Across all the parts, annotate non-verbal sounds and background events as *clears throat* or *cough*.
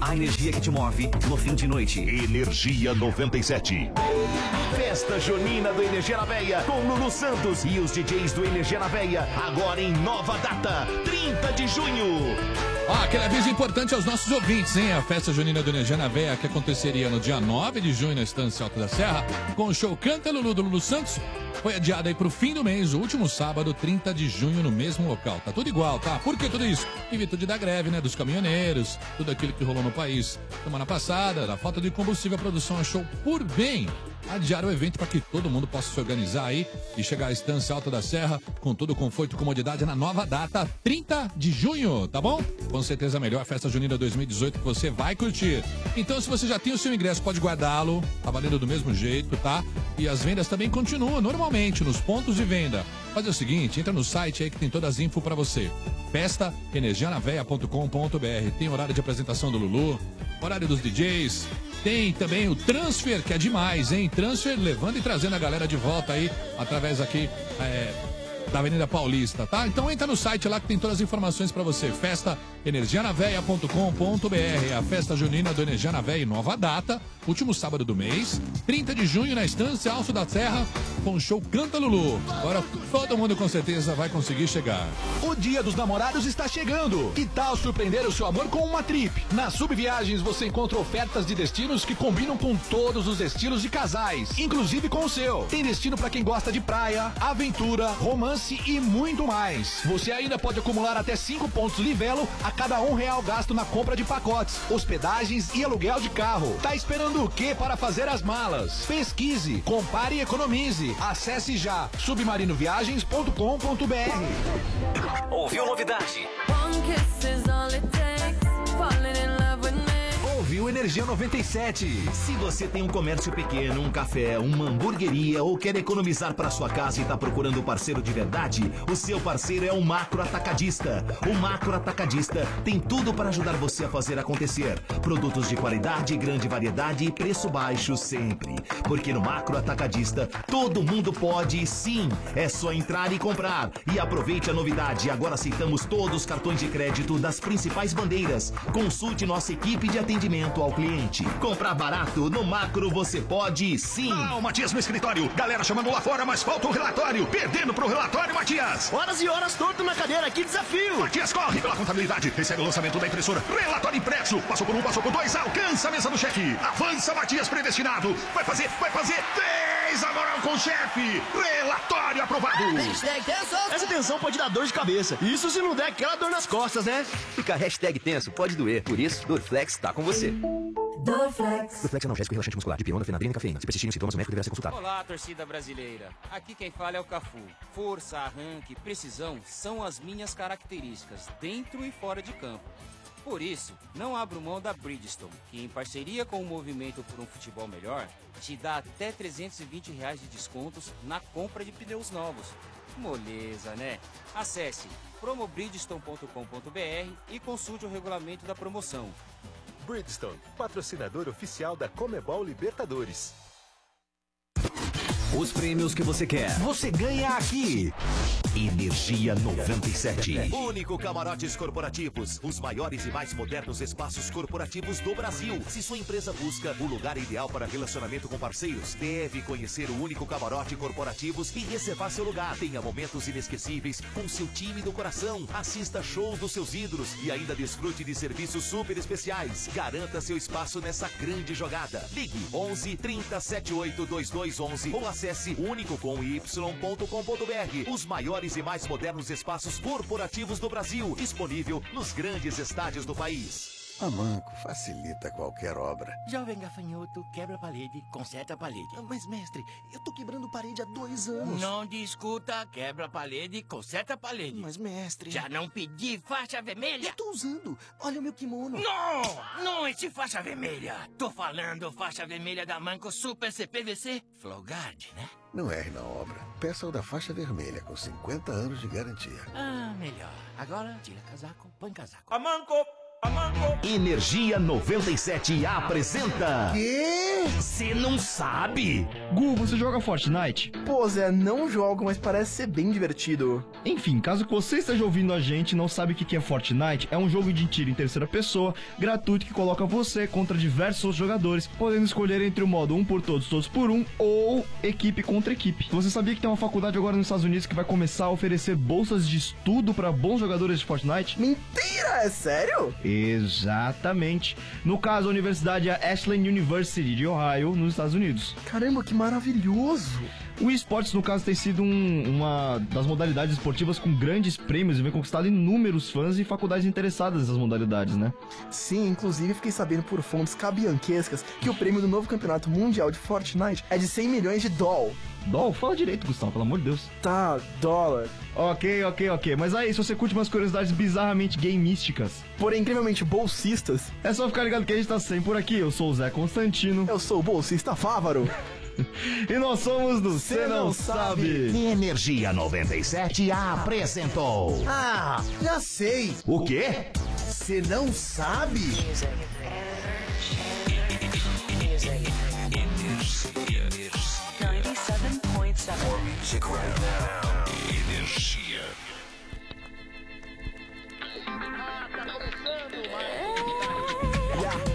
A energia que te move no fim de noite. Energia 97. Festa Junina do Energia na Veia com Lulu Santos e os DJs do Energia na Veia, agora em nova data, 30 de junho. Ó, aquele aviso importante aos nossos ouvintes, hein? A festa junina do Energia na Veia, que aconteceria no dia 9 de junho na Estância Alta da Serra, com o show Canta Lulu do Lulu Santos, foi adiado aí pro fim do mês, o último sábado, 30 de junho, no mesmo local. Tá tudo igual, tá? Por que tudo isso? Em virtude da greve, né? Dos caminhoneiros, tudo aquilo que rolou no país semana passada, da falta de combustível, a produção achou por bem adiar o evento para que todo mundo possa se organizar aí e chegar à Estância Alta da Serra com todo o conforto e comodidade na nova data, 30 de junho, tá bom? Com certeza a melhor festa junina 2018 que você vai curtir. Então, se você já tem o seu ingresso, pode guardá-lo, tá valendo do mesmo jeito, tá? E as vendas também continuam normalmente nos pontos de venda. Faz o seguinte, entra no site aí que tem todas as info para você. Festa energianaveia.com.br. Tem horário de apresentação do Lulu, horário dos DJs, tem também o transfer, que é demais, hein? Transfer levando e trazendo a galera de volta aí através aqui é, da Avenida Paulista, tá? Então entra no site lá que tem todas as informações pra você. Festa energianaveia.com.br, a festa junina do Energia na Veia, em nova data, último sábado do mês, 30 de junho na Estância Alço da Serra, com o show Canta Lulu. Agora todo mundo com certeza vai conseguir chegar. O Dia dos Namorados está chegando. Que tal surpreender o seu amor com uma trip? Na Subviagens você encontra ofertas de destinos que combinam com todos os estilos de casais, inclusive com o seu. Tem destino para quem gosta de praia, aventura, romance e muito mais. Você ainda pode acumular até 5 pontos Livelo a cada um real gasto na compra de pacotes, hospedagens e aluguel de carro. Tá esperando o que para fazer as malas? Pesquise, compare e economize. Acesse já submarinoviagens.com.br. Ouviu novidade? Ouviu Energia 97. Se você tem um comércio pequeno, um café, uma hamburgueria ou quer economizar para sua casa e está procurando um parceiro de verdade, o seu parceiro é o Macro Atacadista. O Macro Atacadista tem tudo para ajudar você a fazer acontecer. Produtos de qualidade, grande variedade e preço baixo sempre. Porque no Macro Atacadista, todo mundo pode sim. É só entrar e comprar. E aproveite a novidade. Agora aceitamos todos os cartões de crédito das principais bandeiras. Consulte nossa equipe de atendimento ao cliente. Comprar barato no Macro você pode sim. Ah, o Matias no escritório. Galera chamando lá fora, mas falta um relatório. Perdendo pro relatório, Matias. Horas e horas torto na cadeira, que desafio! Matias corre pela contabilidade. Recebe o lançamento da impressora. Relatório impresso. Passou por um, passou por dois. Alcança a mesa do chefe. Avança, Matias predestinado. Vai fazer, vai fazer. Fez a moral com o chefe. Relatório aprovado. Essa tensão pode dar dor de cabeça. Isso se não der aquela dor nas costas, né? Ficar hashtag tenso pode doer, por isso Dorflex tá com você. Dorflex é analgésico e relaxante muscular de pirona, fenadrina e cafeína. Se persistirem os sintomas, o médico deverá ser Tá. consultado. Olá, torcida brasileira. Aqui quem fala é o Cafu. Força, arranque, precisão são as minhas características, dentro e fora de campo. Por isso, não abro mão da Bridgestone, que em parceria com o Movimento por um Futebol Melhor, te dá até R$ 320 reais de descontos na compra de pneus novos. Moleza, né? Acesse promobridgestone.com.br e consulte o regulamento da promoção. Bridgestone, patrocinador oficial da Comebol Libertadores. Os prêmios que você quer, você ganha aqui. Energia 97. Único Camarotes Corporativos, os maiores e mais modernos espaços corporativos do Brasil. Se sua empresa busca o lugar ideal para relacionamento com parceiros, deve conhecer o Único Camarote Corporativos e reservar seu lugar. Tenha momentos inesquecíveis com seu time do coração. Assista shows dos seus ídolos e ainda desfrute de serviços super especiais. Garanta seu espaço nessa grande jogada. Ligue 11 30 78 2211 ou acesse unicocomy.com.br. Os maiores e mais modernos espaços corporativos do Brasil, disponível nos grandes estádios do país. A Manco facilita qualquer obra. Jovem gafanhoto, quebra a parede, conserta a parede. Mas, mestre, eu tô quebrando parede há dois anos. Não discuta, quebra a parede, conserta a parede. Mas, mestre. Já não pedi faixa vermelha? Eu tô usando. Olha o meu kimono. Não! Não esse faixa vermelha! Tô falando faixa vermelha da Manco Super CPVC Flowguard, né? Não erre na obra. Peça o da faixa vermelha com 50 anos de garantia. Ah, melhor. Agora, tira casaco, põe casaco. A Manco Energia 97 apresenta. Quê? Você não sabe? Gu, você joga Fortnite? Pô, Zé, não jogo, mas parece ser bem divertido. Enfim, caso você esteja ouvindo a gente e não sabe o que que é Fortnite, é um jogo de tiro em terceira pessoa, gratuito, que coloca você contra diversos outros jogadores, podendo escolher entre o modo um por todos, todos por um, ou equipe contra equipe. Você sabia que tem uma faculdade agora nos Estados Unidos que vai começar a oferecer bolsas de estudo para bons jogadores de Fortnite? Mentira! É sério? Exatamente. No caso, a universidade é a Ashland University de Ohio, nos Estados Unidos. Caramba, que maravilhoso! O esportes, no caso, tem sido um- uma das modalidades esportivas com grandes prêmios e vem conquistado inúmeros fãs e faculdades interessadas nessas modalidades, né? Sim, inclusive fiquei sabendo por fontes cabianquescas que o prêmio do novo campeonato mundial de Fortnite é de 100 milhões de doll. Doll? Fala direito, Gustavo, pelo amor de Deus. Tá, dólar. Ok, ok, ok. Mas aí, se você curte umas curiosidades bizarramente gamísticas, porém incrivelmente bolsistas, é só ficar ligado que a gente tá sempre por aqui. Eu sou o Zé Constantino. Eu sou o bolsista Fávaro. *laughs* e nós somos do Cê Não, Sabe. Energia 97 apresentou. Ah, já sei. O quê? Você não sabe? Energia.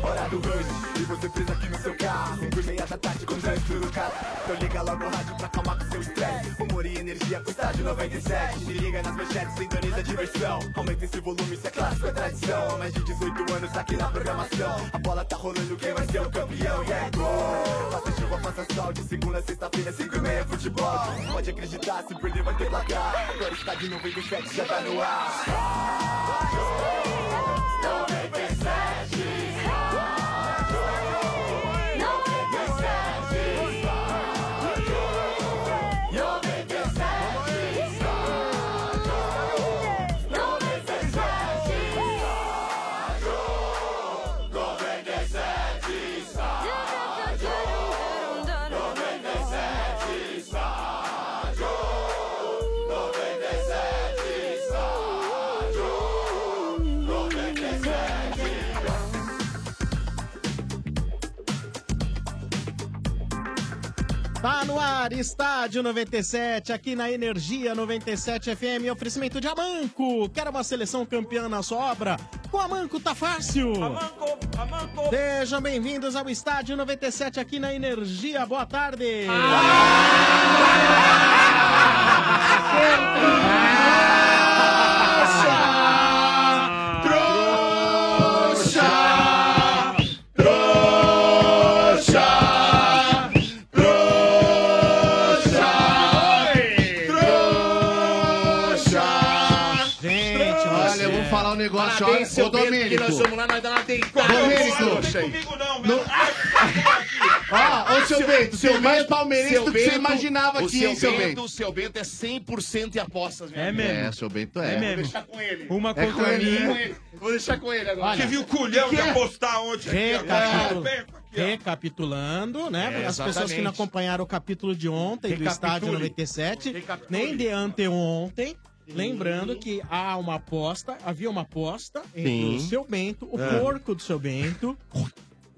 Hora do rush, e você presa aqui no seu carro Cinco e meia da tarde com trânsito no carro Então liga logo o rádio pra acalmar com seu estresse Humor e energia com estádio 97 Se liga nas manchetes, sintoniza a diversão Aumenta esse volume, isso é clássico, é tradição Há Mais de 18 anos aqui na programação A bola tá rolando, quem vai ser o campeão? E é gol! Faça chuva, faça sol, de segunda a sexta-feira, cinco e meia é futebol Pode acreditar, se perder vai ter placar Agora está de 97, já tá no ar 97 Tá no ar, Estádio 97, aqui na Energia 97 FM, oferecimento de Amanco. Quer uma seleção campeã na sua obra? Com Amanco tá fácil. Amanco, Amanco. Sejam bem-vindos ao Estádio 97 aqui na Energia. Boa tarde. *laughs* Gente, olha, eu vou falar um negócio. Parabéns, olha, seu ô, Pedro, Domênico. que nós fomos lá, nós dá uma deitada. Domênico. Não vem comigo, não, meu. Ah, ô, seu Bento, você é mais palmeirense do que você imaginava o aqui, seu hein, seu Bento? O seu Bento é 100% em apostas, meu É amigo. mesmo. É, seu Bento é. Vou mesmo. deixar com ele. É Uma contra com ele, mim. vou né? deixar com ele. Vou deixar com ele agora. Olha. Você viu o culhão Que de que é? Tá apostar ontem aqui, Recapitula- agora? Recapitulando, né? É, para as pessoas que exatamente. não acompanharam o capítulo de ontem do Recapitule. estádio 97, nem de anteontem. Lembrando que há uma aposta, havia uma aposta entre Sim. o seu Bento, o É. porco do seu Bento,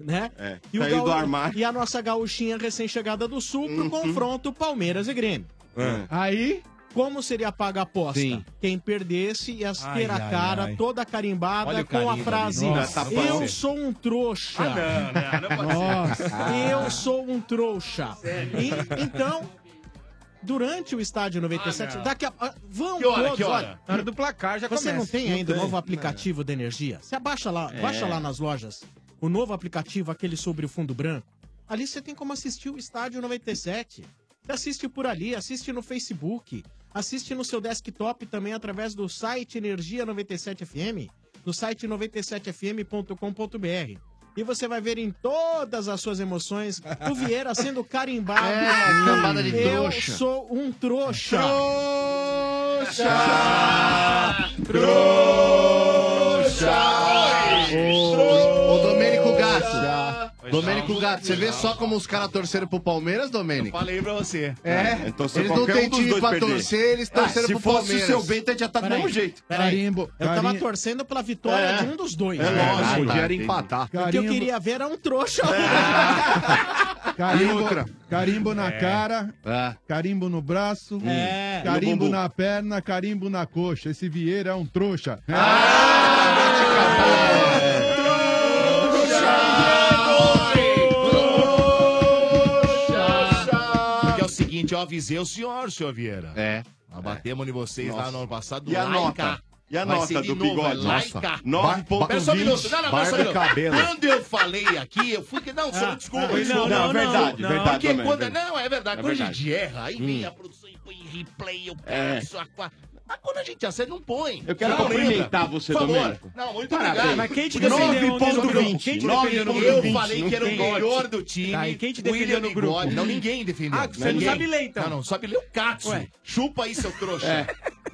né? É, o saiu do gaú- armário. Uhum. e a nossa gaúchinha recém-chegada do Sul pro confronto Palmeiras e Grêmio. É. Aí, como seria paga a aposta? Sim. Quem perdesse ia Ai, ter a ai, cara ai. toda carimbada Olha o com a carimbo ali. frase Nossa, tá bom. Eu sou um trouxa. Ah, não, não, não pode ser. Ah. Nossa, eu sou um trouxa. E- então, durante o estádio 97, Ah, não. daqui a ah, vão Que hora, todos, que hora? olha. Na hora do placar já Você começa. não tem Não ainda o tem. novo aplicativo da energia? Você abaixa lá, É. baixa lá nas lojas. O novo aplicativo, aquele sobre o fundo branco. Ali você tem como assistir o estádio 97. Você assiste por ali, assiste no Facebook, assiste no seu desktop também através do site Energia 97 FM, no site 97fm.com.br. E você vai ver em todas as suas emoções o Vieira sendo carimbado. *laughs* É, cambada de Eu trouxa. sou um trouxa. Trouxa! Ô, ô, Domênico Gato. Domênico Gato, você vê só como os caras torceram pro Palmeiras, Domênico? Falei pra você. É, Então, se eles não qualquer têm um dos time dois pra perder. Ah, torcer, eles torceram pro Palmeiras. tá Peraí, peraí. Eu tava Carimbo. torcendo pela vitória É. de um dos dois. É lógico, podia era empatar. O que eu Ah, Carimbo. É. queria ver era um trouxa. Carimbo, E outra? carimbo na É. cara, carimbo no braço, Hum. É. No carimbo bumbum. na perna, carimbo na coxa. Esse Vieira é um trouxa. Ah! Porque é o seguinte, eu avisei o senhor, senhor Vieira. É. Nós batemos em vocês lá Nossa. no ano passado. E a laica. nota? E a Vai nota ser de do novo, bigode? é laica. Nossa. Nove Nove pontos. ponto Pera só um vinte, minuto. Não, não, pera só um barba e minuto. cabelo. Quando eu falei aqui, eu fui que... Não, senhor, Ah, desculpa. ah, desculpa. não, não, verdade, verdade Porque também, quando... verdade. Não, é verdade. É Quando a verdade. gente erra, aí vem Hum. a produção e põe replay, eu É. peço a... qua- Mas quando a gente acerta, não põe. Eu quero Não, lembra? cumprimentar você, Por favor. Domênico. Não, muito Parabéns. obrigado. Mas quem te defendeu ontem no grupo? Quem te defendeu no Eu grupo? falei Não que era um o tem. melhor do time. Tá, e quem te William defendeu no grupo? Bigode. Não, ninguém defendeu. Ah, você não Ninguém. sabe ler, então. Não, não, sabe ler o Katsu. Ué. Chupa aí, seu trouxa. É.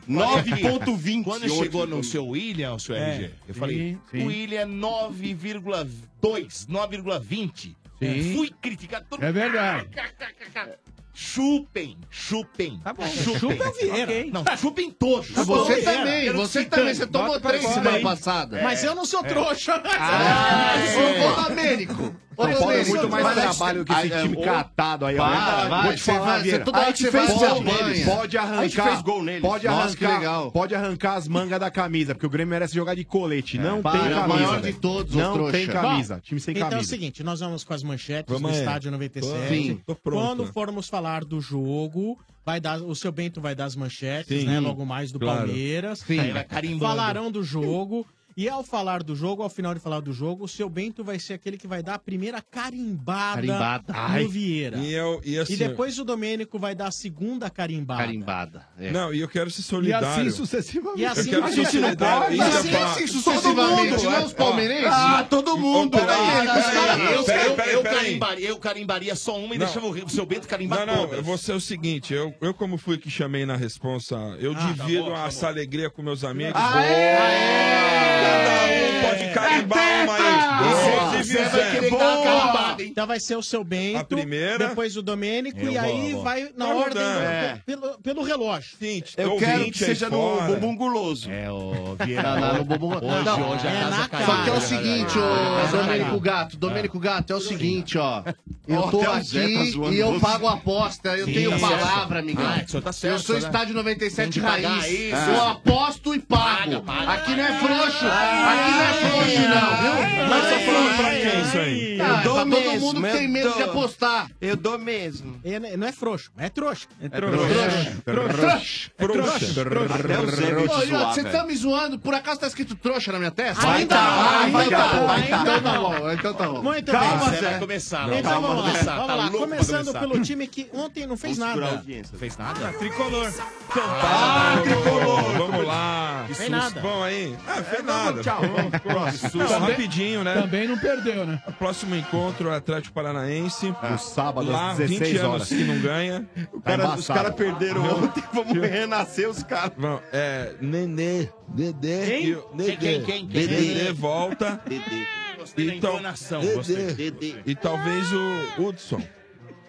Olha aqui. 9.20 Quando chegou hoje, no então. seu William, seu É. RG, eu Sim, falei, sim. William é 9,2, 9,20. Sim. Fui criticado. todo É mundo. verdade. Chupem, chupem. Tá bom, chupem. Chupa é o Vieira. Ok. Não, chupem todos. Tá bom, Você Vieira. também, Eu não você sei também, tanto. você tomou Bota pra três fora semana aí. passada. É. Mas eu não sou É. trouxa. *laughs* Ah, é. Sou- ô, Domênico. Ô, São Paulo é Domênico, muito mais mas- trabalho que Aí, esse time ô, catado aí, ó. Para, vai. Vou te você falar, vai, Vieira. você- Toda Aí hora que você você faz pode- gol neles. Pode arrancar. Aí você fez gol neles. Pode Nossa, arrancar, que legal. Pode arrancar as mangas da camisa, porque o Grêmio merece jogar de colete. não para, tem é o camisa. maior velho. de todos, ô Não trouxa. tem camisa. Bom, time sem então é camisa. o seguinte, nós vamos com as manchetes Vamos do aí. estádio 97. Sim, tô pronto, Quando né? formos falar do jogo, vai dar, o seu Bento vai dar as manchetes, Sim. né? Logo mais do Claro. Palmeiras. Sim. Aí vai carimbando. Falarão do jogo. E ao falar do jogo, ao final de falar do jogo, o seu Bento vai ser aquele que vai dar a primeira carimbada, Carimbada. Ai. no Vieira. E eu- e assim, depois o Domênico vai dar a segunda carimbada. Carimbada. é. Não, e eu quero ser solidário. E assim sucessivamente. E Eu assim quero ser sucessivamente. solidário. E Isso assim é né? pra- sucessivamente, não os palmeirenses? Ah, todo Ô, mundo. peraí, Ah, peraí, cara, peraí, eu- peraí, eu- peraí, Eu peraí. carimbaria- eu carimbaria só uma e Não. deixava o seu Bento carimbar Não, não, todas. eu vou ser o seguinte, eu, eu como fui que chamei na responsa, eu Ah, tá divido bom, tá essa alegria com meus amigos. Pode carimbar uma aí. Doze e Você vai querer dar uma Boa. carimbada, Então vai ser o seu Bento, primeira. depois o É Domênico, Eu e vou, aí eu vou. vai na Tá ordem rodando. É. pelo, pelo relógio. tô ouvinte aí fora. guloso. É, o Vieira. Não, não, no bumbum... Hoje, não, hoje a é casa na caiu. Só que é o seguinte, É ô Casa Domênico caiu. Gato, Domênico Gato, é o seguinte, ó. Eu Ó, tô até o Zé tá aqui zoando e eu você. pago a aposta, eu Sim, tenho tá certo. palavra, amigão. Ah, o senhor tá certo, Eu sou né? estádio Tem 97 que pagar raiz, isso. eu aposto e um pago. Aqui não é frouxo, aqui não é frouxo não, viu? Mas você falou pra quem isso aí? Ah, pra todo mundo que tem medo de apostar. Eu dou mesmo. não é frouxo, é trouxa. É trouxa. Trouxa. É trouxa. Até o Zé vai te Ô, Iota, zoar, Você velho. tá me zoando? Por acaso tá escrito trouxa na minha testa? Vai Ainda tá, não, vai então tá, tá bom, vai tá. Então tá bom, então tá bom. Muito bem. Zé. Então Calma, vamos lá, Zé. vamos Tá lá. louco pra Começando começar. pelo time que ontem não fez nada. Fez nada? Tricolor. Ah, tricolor. Vamos lá. Que Fez susto. nada. Bom aí. Ah, fez nada. Tchau. Também- rapidinho, né? Também não perdeu, né? Próximo encontro, é Atlético Paranaense. No É, sábado, às Lá, 16 20 anos horas. que não ganha. cara- embaçado. os cara perderam ontem. Vamos renascer os caras. Vamos, é, Nenê, Dedê. Quem? e o- Dedê. Quem, quem, quem, quem? Dedê Dedê. *laughs* volta. Gostei da Então, entonação, Dedê. gostei. Dedê. E talvez o Hudson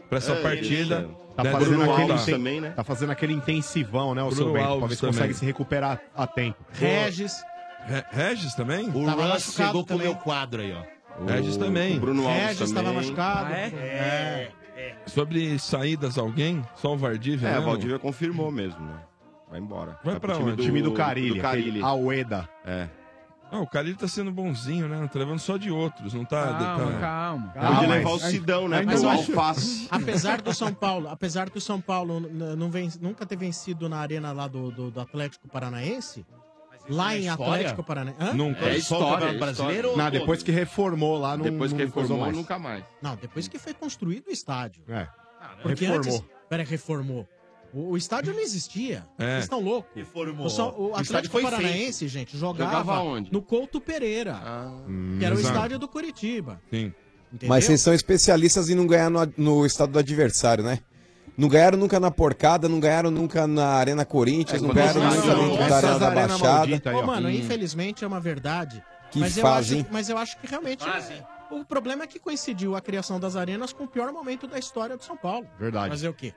pra essa É, partida. Tá né, fazendo, Bruno aquele Alves inten- também, né? tá fazendo aquele intensivão, né, o Bruno seu Bento, pra ver Alves se consegue também. se recuperar a tempo. Regis. Re- Regis também? O Tava Russ machucado chegou com o também. meu quadro aí, ó. Regis também. Regis estava machucado. É. Sobre saídas, alguém? Só o Valdívia? É, o mesmo? Valdívia confirmou mesmo, né? Vai embora. Vai Tá pra pro onde? time do Carilli, aquele Aoeda. É. Ah, o Carilho tá sendo bonzinho, né? Não tá levando só de outros, não tá. Calma, tá... calma. Podia levar o Sidão, né? Mas Pro eu acho- Alface. Apesar do São Paulo, apesar do São Paulo n- não ven- nunca ter vencido na arena lá do, do- do Atlético Paranaense, lá é em Atlético Paranaense. É Não, depois que reformou lá, não Depois que não usou reformou, mais. nunca mais. Não, depois que foi construído o estádio. É. Porque reformou. antes. Peraí, reformou. O, o estádio não existia. É. Vocês estão loucos. Reformou. O, São- o O estádio Atlético foi Paranaense, feito. gente, jogava, Ah. Jogava onde? no Couto Pereira, que Hum, era o Exato. estádio do Curitiba. Sim. Mas vocês são especialistas em não ganhar no, no estado do adversário, né? Não ganharam nunca na porcada, não ganharam nunca na Arena Corinthians, não ganharam Não, nunca não, dentro essas da Arena da arenas Baixada. tá Hum. malditas aí, ó. Ô, mano, infelizmente é uma verdade. Que mas, eu fase, acho, hein? mas eu acho que realmente. é- O problema é que coincidiu a criação das arenas com o pior momento da história do São Paulo. Verdade. Fazer o quê?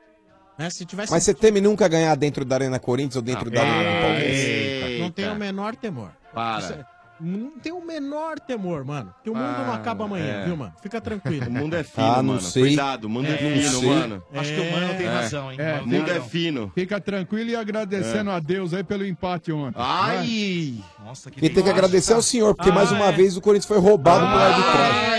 Né? Se tivesse. Mas você teme nunca ganhar dentro da Arena Corinthians ou dentro da Arena Palmeiras? Não tenho o um menor temor. Para. Isso- é- Não tenho o menor temor, mano. Que o mundo Para, não acaba amanhã, é. viu, mano? Fica *laughs* tranquilo. O mundo é fino, Ah, mano. Cuidado, o mundo Ah, é, É, fino, não sei. mano. Acho que o mano tem razão, hein? É, O O mano mundo tem é razão. fino. Fica tranquilo e agradecendo É. a Deus aí pelo empate ontem. Ai! Nossa, Quem tem que agradecer é o senhor, porque Ah, mais uma vez o Corinthians foi roubado pela arbitragem.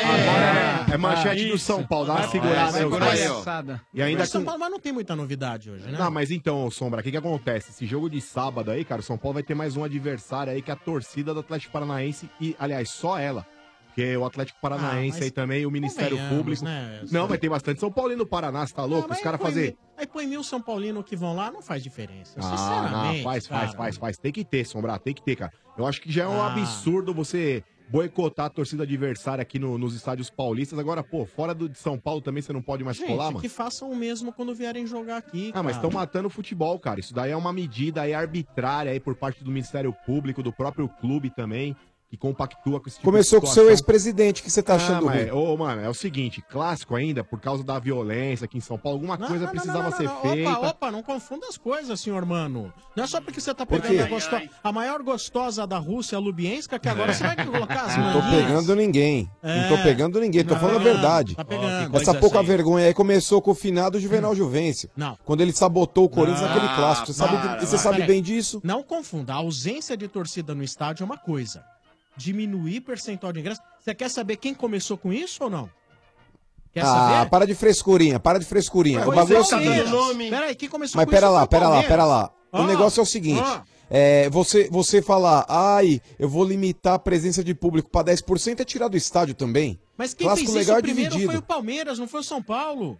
É manchete do São Paulo, dá uma é. segurada. aí, Caio. E ainda Mas São com- Paulo mas não tem muita novidade hoje, né? Não, mas então, ô, Sombra, o que, que acontece? Esse jogo de sábado aí, cara, o São Paulo vai ter mais um adversário aí que é a torcida do Atlético Paranaense e, aliás, só ela. Porque o Atlético Paranaense Ah, mas aí também, o Ministério convenhamos, Público. né? Não, vai ter bastante São Paulo e no Paraná, você tá louco? Os caras fazer. Aí põe mil São Paulino que vão lá, não faz diferença. Ah, Sinceramente. não, faz, faz, cara. faz, faz. Tem que ter, Sombra, tem que ter, cara. Eu acho que já é um Ah. absurdo você boicotar a torcida adversária aqui no- nos estádios paulistas. Agora, pô, fora do, de São Paulo também você não pode mais colar, Gente, mano. que façam o mesmo quando vierem jogar aqui. Ah, mas cara. estão matando o futebol, cara. Isso daí é uma medida aí arbitrária aí por parte do Ministério Público, do próprio clube também, que compactua com esse tipo Começou de com o seu situação. ex-presidente, que você tá Ah, achando mas, ruim. ô, mano, é o seguinte, clássico ainda, por causa da violência aqui em São Paulo, alguma coisa precisava ser feita. Opa, opa, não confunda as coisas, senhor mano. Não é só porque você tá pegando quê? a, gosto- a maior gostosa da Rússia, a Lubienska, que É. agora você vai colocar as Não tô manguinhas. pegando ninguém. Não tô pegando ninguém, tô É. Não, falando a verdade. tá pegando. Essa Coisa pouca assim. vergonha aí começou com o finado Juvenal Juvencio. Não. Quando ele sabotou o Corinthians Não, naquele clássico. Você sabe, Ah, para, você para. sabe Peraí. bem disso? Não confunda. A ausência de torcida no estádio é uma coisa. Diminuir percentual de ingresso. Você quer saber quem começou com isso ou não? Quer ah, saber? para de frescurinha, para de frescurinha. o Pois bagulho é o Palmeiras. seguinte. Peraí, quem começou Mas com pera isso foi lá, o pera lá, Palmeiras. pera lá. Ah, o negócio é o seguinte: ah. é, você, você falar, ai, eu vou limitar a presença de público pra 10% é tirar do estádio também. Mas quem Clássico fez legal isso é primeiro dividido. foi o Palmeiras, não foi o São Paulo.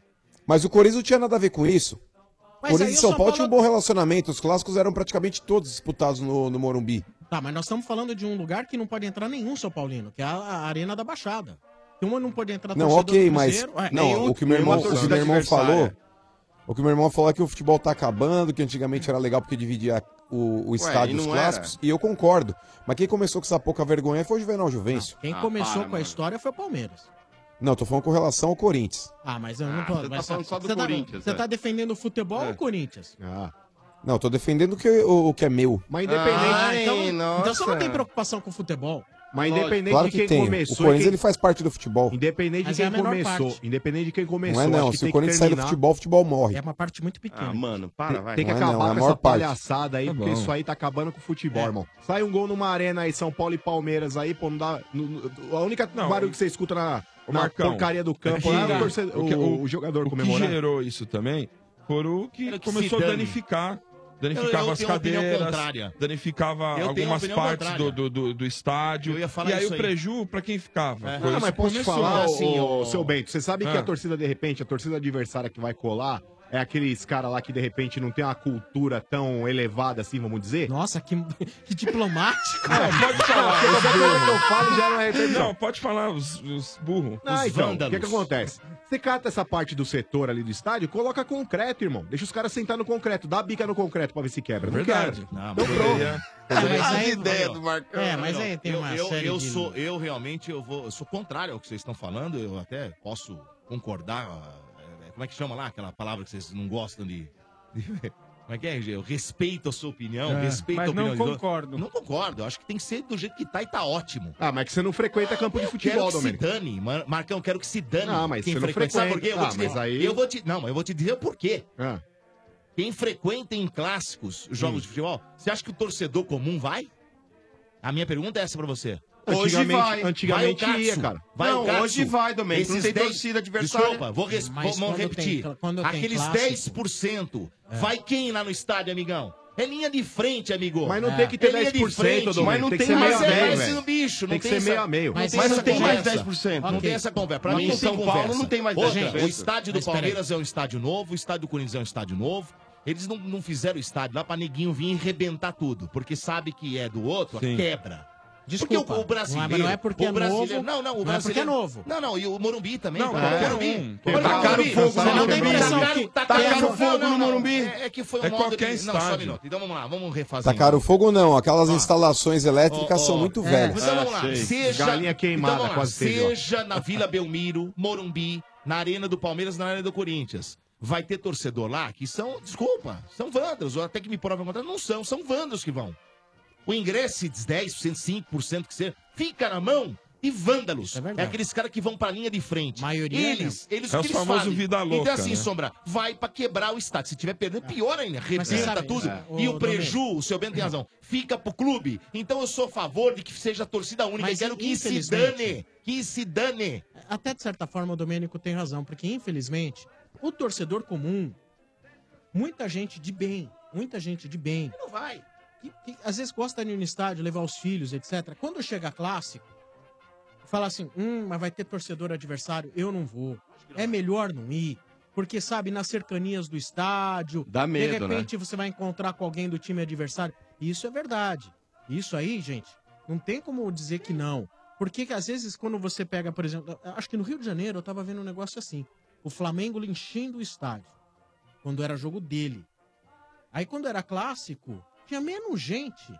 Mas o Corinthians não tinha nada a ver com isso. Mas aí Corinthians o e São São Paulo Paulo- tinham um bom relacionamento. Os clássicos eram praticamente todos disputados no, no Morumbi. Tá, mas nós estamos falando de um lugar que não pode entrar nenhum São Paulino, que é a, a Arena da Baixada. Que uma não pode entrar Não, torcedor ok, do mas. Cruzeiro, é, não, nenhum- o que meu nenhuma irmão, o que torcida meu irmão adversária. falou. O que meu irmão falou é que o futebol tá acabando, que antigamente era legal porque dividia o, o estádio e os não era? clássicos. E eu concordo. Mas quem começou com essa pouca vergonha foi o Juvenal Juvencio. Quem Ah, começou com a história foi o Palmeiras. Não, tô falando com relação ao Corinthians. Ah, mas eu não Ah, tô. você tá mas falando só do você tá- Corinthians, Você é. tá defendendo o futebol ou o Corinthians? Não, tô defendendo o que, o, o que é meu. Mas Ah, então, então você não nossa. tem preocupação com o futebol. Mas independente Claro de que quem tem. O começou e Corinthians quem- ele faz parte do futebol. Independente Mas de é a quem menor começou. parte. Independente de quem começou. Não é não. acho que Se tem o que Corinthians sair do terminar. futebol, o futebol morre. É uma parte muito pequena. Ah, mano, para, vai. Tem que Não é acabar não, é a com maior essa parte. palhaçada aí, Tá porque bom. isso aí tá acabando com o futebol, irmão. Sai um gol numa arena aí, São Paulo e Palmeiras aí, pô, não dá. no- no- a única Não, barulho que você escuta na, Ô, na Marcão, porcaria do é campo que- lá é o, torcedor- o que- o- o- o jogador O que comemorando. gerou isso também foi o que, Era que começou se a dane. danificar. Danificava Eu- eu as tenho uma opinião cadeiras, contrária. Eu danificava tenho uma algumas opinião partes do, contrária. do, do, do estádio. Eu ia falar e aí isso o aí. preju pra quem ficava. É. Ah, Foi isso mas que posso te começou. falar, assim, ô- seu Bento, você sabe que Ah. a torcida, de repente, a torcida adversária que vai colar é aqueles caras lá que, de repente, não tem uma cultura tão elevada assim, vamos dizer? Nossa, que, que diplomático. Não, é pode falar. Não, qualquer os coisa que eu burros. falo já não é repetição. Não, pode falar, os, os burros. Ah, os então, o vândalos. que, que acontece? Você cata essa parte do setor ali do estádio, coloca concreto, irmão. Deixa os caras sentar no concreto, dá a bica no concreto pra ver se quebra. Não Verdade. quebra. Não, Então mas pronto. poderia- Então, poderia- aí- Não, não. eu, eu, eu de- sou Eu realmente eu vou, eu sou contrário ao que vocês estão falando, eu até posso concordar. ah, é, Como é que chama lá aquela palavra que vocês não gostam de. de- Como é que é, RG? Eu respeito a sua opinião, É, respeito mas a opinião não dos outros. concordo. Não concordo, eu acho que tem que ser do jeito que tá e tá ótimo. Ah, mas que você não frequenta campo de futebol, quero que Domênico. se dane, Mar- Marcão, quero que se dane. Ah, mas quem você não frequenta. Sabe por quê? Eu frequenta. vou te Ah, mas dizer- aí- eu vou te- Não, eu vou te dizer o porquê. Ah. Hum. Quem frequenta em clássicos jogos de futebol, você acha que o torcedor comum vai? A minha pergunta é essa pra você. Antigamente- antigamente Vai o Gatsu, ia, cara. Vai Não, o Gatsu. hoje vai, Domênico, não Esses tem 10 torcida adversária. Desculpa, vou, res... Mas vou- vou quando tem repetir. cla- quando tem Aqueles clássico- É. 10%. Vai quem lá no estádio, amigão? É linha de frente, amigo. Mas não tem que ter É linha de 10%, frente. Domênico, Mas não tem tem, que ser mais meio a meio, 10 velho. no bicho. Tem não que ser meio essa- a meio. Não tem Mas essa não tem mais conversa. 10%. Não Ok. tem essa conversa. Pra Mas mim, em não São tem Paulo conversa. não tem mais Outra, 10%. O estádio do Mas peraí. Palmeiras é um estádio novo, o estádio do Corinthians é um estádio novo. Eles não, não fizeram o estádio lá pra neguinho vir e rebentar tudo, porque sabe que é do outro, Sim. quebra. Desculpa. Porque o, o brasileiro. Não é- mas não é porque o é brasileiro- novo, Não, não, o não é brasileiro. porque é novo. Não, não, e o Morumbi também. Não, cara. qualquer Morumbi. um. Qualquer um. Tacaram Morumbi. fogo no Não tem Morumbi. impressão Tacaram- que- tacaram Tacaram fogo fogo no no Morumbi. Morumbi. É é que foi um É modo qualquer de- Não, só um estádio. minuto. Então vamos lá, vamos refazer. Tacaram Tá fogo não, aquelas Ah. instalações elétricas são muito velhas. Então vamos lá. Ah, Seja, então vamos lá, teve, ó. Seja na Vila Belmiro, Morumbi, na Arena do Palmeiras, na Arena do Corinthians. Vai ter torcedor lá que são, desculpa, são vândalos. ou Até que me prova contra, não são, são vândalos que vão. O ingresso, é 10%, 5% que seja, fica na mão e vândalos. É, aqueles caras que vão pra linha de frente. Maioria, eles, né? eles É o os que eles famosos fazem? vida louca, Então assim, né? Sombra, vai pra quebrar o estádio. Se tiver perdendo, pior ainda, você arrebenta sabe, tudo. é, E ô, o prejuízo Domênico, Ju, o seu Bento tem razão. Fica pro clube. Então eu sou a favor de que seja torcida única. Mas eu quero que se infelizmente- dane. Que se dane. Até de certa forma o Domênico tem razão, porque infelizmente o torcedor comum, muita gente de bem, muita gente de bem. Não vai. Que, que às vezes gosta de ir no estádio, levar os filhos, etc. Quando chega clássico, fala assim: hum, mas vai ter torcedor adversário, eu não vou. É melhor não ir. Porque, sabe, nas cercanias do estádio, Dá de medo, né? repente você vai encontrar com alguém do time adversário. Isso é verdade. Isso aí, gente, não tem como dizer que não. Porque que às vezes quando você pega, por exemplo, acho que no Rio de Janeiro eu tava vendo um negócio assim. O Flamengo enchendo o estádio. Quando era jogo dele. Aí quando era clássico, tinha menos gente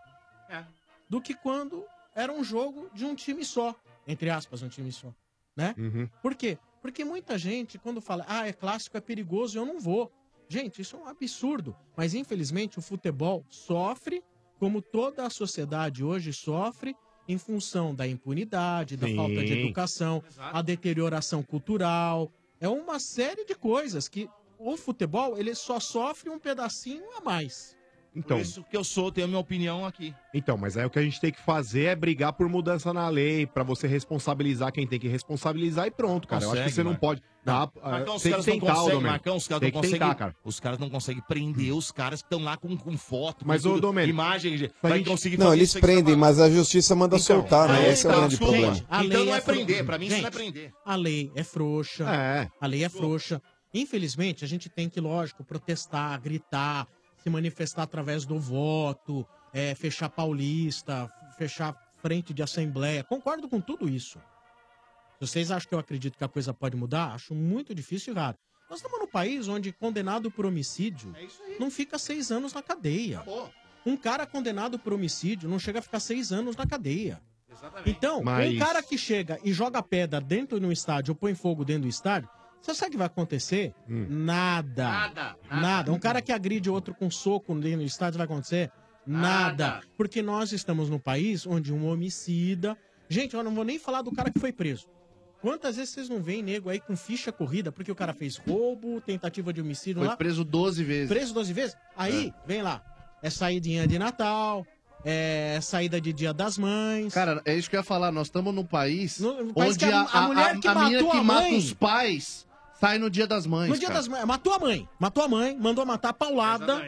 do que quando era um jogo de um time só. Entre aspas, um time só. Né? Uhum. Por quê? Porque muita gente, quando fala, ah, é clássico, é perigoso, eu não vou. Gente, isso é um absurdo. Mas, infelizmente, o futebol sofre, como toda a sociedade hoje sofre, em função da impunidade, da Sim. falta de educação, a deterioração cultural. É uma série de coisas que o futebol ele só sofre um pedacinho a mais. Então. Por isso que eu sou, tenho a minha opinião aqui. Então, mas aí o que a gente tem que fazer é brigar por mudança na lei, pra você responsabilizar quem tem que responsabilizar e pronto, cara. eu acho que Consegue, você não Marcão. pode. Dá, Marcão, os Ah, tem que caras não tentar, conseguem, Domênico. Marcão, os caras Tem não que conseguem. tentar, cara. Os caras não conseguem prender os caras que estão lá com, com foto, Mas, ô, com Domênico, imagem. gente. Vai conseguir Não, fazer eles isso aí que você prendem, mas a justiça manda soltar, né? aí Esse é o tá, grande desculpa, problema. gente. Então não é fro- prender, pra mim isso não é prender. A lei é frouxa. A lei é frouxa. Infelizmente, a gente tem que, lógico, protestar, gritar, se manifestar através do voto, é, fechar paulista, fechar frente de assembleia. Concordo com tudo isso. Se vocês acham que eu acredito que a coisa pode mudar, acho muito difícil e raro. Nós estamos num país onde condenado por homicídio não fica seis anos na cadeia. Um cara condenado por homicídio não chega a ficar seis anos na cadeia. Então, Mas- um cara que chega e joga pedra dentro de um estádio ou põe fogo dentro do estádio, você sabe o que vai acontecer? Hum. Nada. Nada. Nada. Um cara que agride outro com soco dentro do estádio vai acontecer? Nada. Porque nós estamos num país onde um homicida. Gente, eu não vou nem falar do cara que foi preso. Quantas vezes vocês não veem nego aí com ficha corrida porque o cara fez roubo, tentativa de homicídio Foi lá? preso 12 vezes. Preso 12 vezes? Aí, vem lá. É saídinha de Natal, é saída de Dia das Mães. Cara, é isso que eu ia falar. Nós estamos num país país onde que a- a, a mulher que menina matou que a mata mãe- os pais sai no dia das mães. no dia cara. das mães, matou a mãe. Matou a mãe, mandou matar a paulada.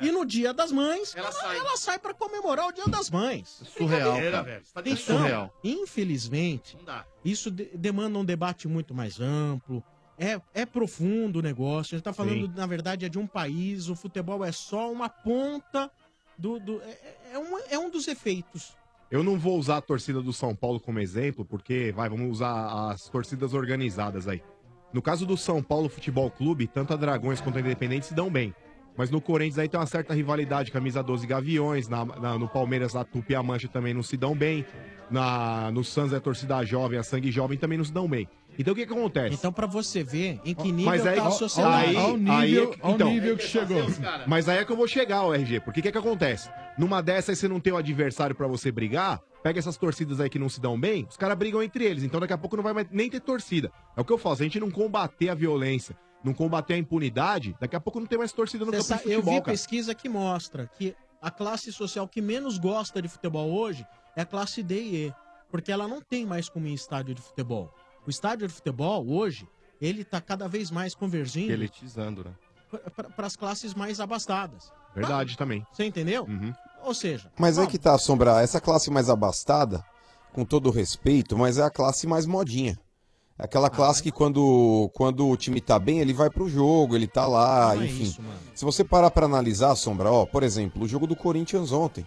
E no dia das mães, é. ela, sai. ela sai pra comemorar o dia das mães. É Surreal, Brincadeira, cara. velho. É Então, surreal. infelizmente, isso de- demanda um debate muito mais amplo. É, é profundo o negócio. A gente tá falando, Sim. na verdade, é de um país. O futebol é só uma ponta do. do- é- é, um, é um dos efeitos. Eu não vou usar a torcida do São Paulo como exemplo, porque, vai, vamos usar as torcidas organizadas aí. No caso do São Paulo Futebol Clube, tanto a Dragões quanto a Independente se dão bem. Mas no Corinthians aí tem uma certa rivalidade, camisa 12 Gaviões, na- na- no Palmeiras a Tupi e a Mancha também não se dão bem. Na, no Santos é a torcida jovem, a Sangue Jovem também não se dão bem. Então o que, que acontece? Então pra você ver em que Mas nível aí, tá a sociedade. aí, aí, então, cara. Mas aí é que eu vou chegar, o RG, porque o que, que acontece? Numa dessas, aí você não tem o adversário pra você brigar, pega essas torcidas aí que não se dão bem, os caras brigam entre eles, então daqui a pouco não vai mais nem ter torcida. É o que eu falo, se a gente não combater a violência, não combater a impunidade, daqui a pouco não tem mais torcida no Cê campo de sa- eu futebol, vi cara. pesquisa que mostra que a classe social que menos gosta de futebol hoje é a classe D e E, porque ela não tem mais como ir em estádio de futebol. O estádio de futebol hoje, ele tá cada vez mais convergindo Elitizando, né? para as classes mais abastadas. Verdade também. Você entendeu? Ou seja, Mas é que tá, Sombra, essa classe mais abastada, com todo o respeito, mas é a classe mais modinha. É Ah, Aquela classe que quando, quando o time tá bem, ele vai pro jogo, ele tá é lá, enfim. Se você parar pra analisar, Sombra, ó, por exemplo, o jogo do Corinthians ontem.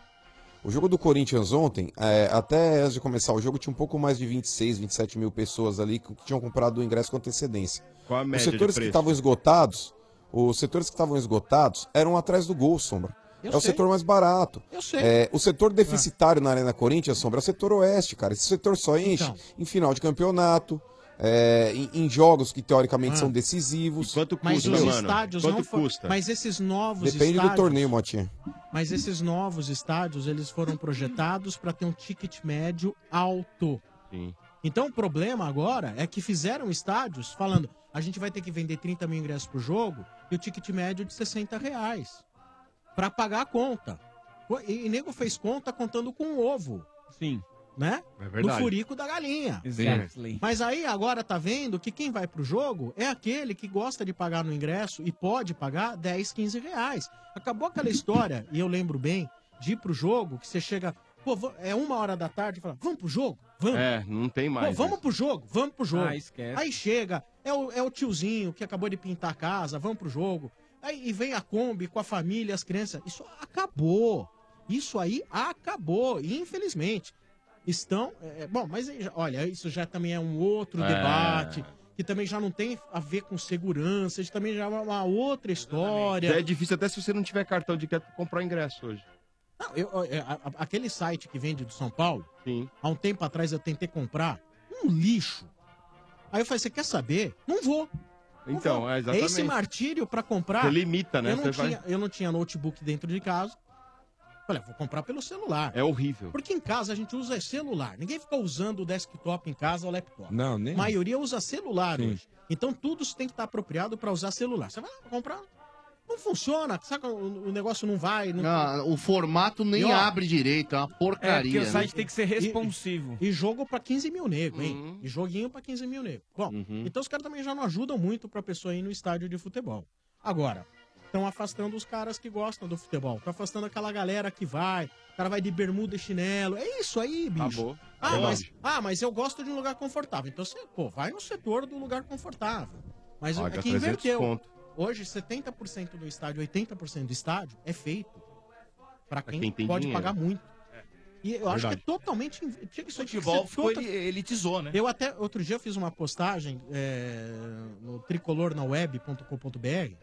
O jogo do Corinthians ontem, é, até antes de começar o jogo, tinha um pouco mais de 26, 27 mil pessoas ali que tinham comprado o ingresso com antecedência. Qual a média os de setores que preço? estavam esgotados, os setores que estavam esgotados eram atrás do gol, Sombra. Eu é o sei. setor mais barato. Eu sei. É, o setor deficitário na Arena Corinthians, Sombra, é o setor oeste, cara. Esse setor só enche Então. em final de campeonato, é, em, em jogos que teoricamente são decisivos. Quanto Ah. Mas os estádios não foram. Mas esses novos Depende estádios. do torneio, Motinha. Mas esses novos estádios, eles foram projetados para ter um ticket médio alto. Então o problema agora é que fizeram estádios falando: a gente vai ter que vender 30 mil ingressos por jogo e o ticket médio é de 60 reais para pagar a conta. Pô, E, e nego fez conta contando com o ovo. Sim. Né? É verdade. No furico da galinha. Exactly. Mas aí agora tá vendo que quem vai pro jogo é aquele que gosta de pagar no ingresso e pode pagar 10, 15 reais. Acabou aquela história, e eu lembro bem, de ir pro jogo, que você chega, pô, vou- é uma hora da tarde e fala, vamos pro jogo? Vamos. É, não tem Pô, mais. vamos pro jogo, vamos pro jogo. Ah, esquece. Aí chega, é o, é o tiozinho que acabou de pintar a casa, vamos pro jogo. Aí e vem a Kombi com a família, as crianças. Isso acabou. Isso aí acabou, infelizmente. Estão. é, é, bom, mas aí já- olha, isso já também é um outro É. debate, que também já não tem a ver com segurança, isso também já é uma outra história. Já é difícil até se você não tiver cartão de crédito comprar ingresso hoje. Não, eu- eu- a- a- aquele site que vende do São Paulo, há um tempo atrás eu tentei comprar, um lixo. Aí eu falei, você quer saber? Não vou. Não Então, vou. é exatamente. esse martírio pra comprar. Você limita, né? Eu não, Você vai- tinha, eu não tinha notebook dentro de casa. Falei, "Ah, vou comprar pelo celular. É horrível. Porque em casa a gente usa é celular. Ninguém fica usando o desktop em casa ou laptop. Não, nem. A maioria usa celular Sim. hoje. Então tudo isso tem que estar apropriado para usar celular. Você vai lá comprar, não funciona. Sabe, o, o negócio não vai. não- Ah, o formato nem E, ó, abre direito, é uma porcaria. né? E, e jogo pra 15 mil nego, hein? Uhum. E joguinho pra 15 mil nego. Bom, então os caras também já não ajudam muito pra pessoa ir no estádio de futebol. Agora, estão afastando os caras que gostam do futebol. Estão afastando aquela galera que vai. O cara vai de bermuda e chinelo. É isso aí, bicho. Acabou. Ah, Verdade. mas, ah, mas eu gosto de um lugar confortável. Então você, pô, vai no setor do lugar confortável. Mas Paga é que 300 inverteu. conto. Hoje, 70% do estádio, 80% do estádio é feito pra quem, quem tem pode dinheiro. pagar muito. E eu acho que é Verdade. totalmente. inv- Tinha que isso tinha que Futebol ser ficou tota- ele- elitizou, né? Eu até outro dia fiz uma postagem é, no tricolornaweb.com.br,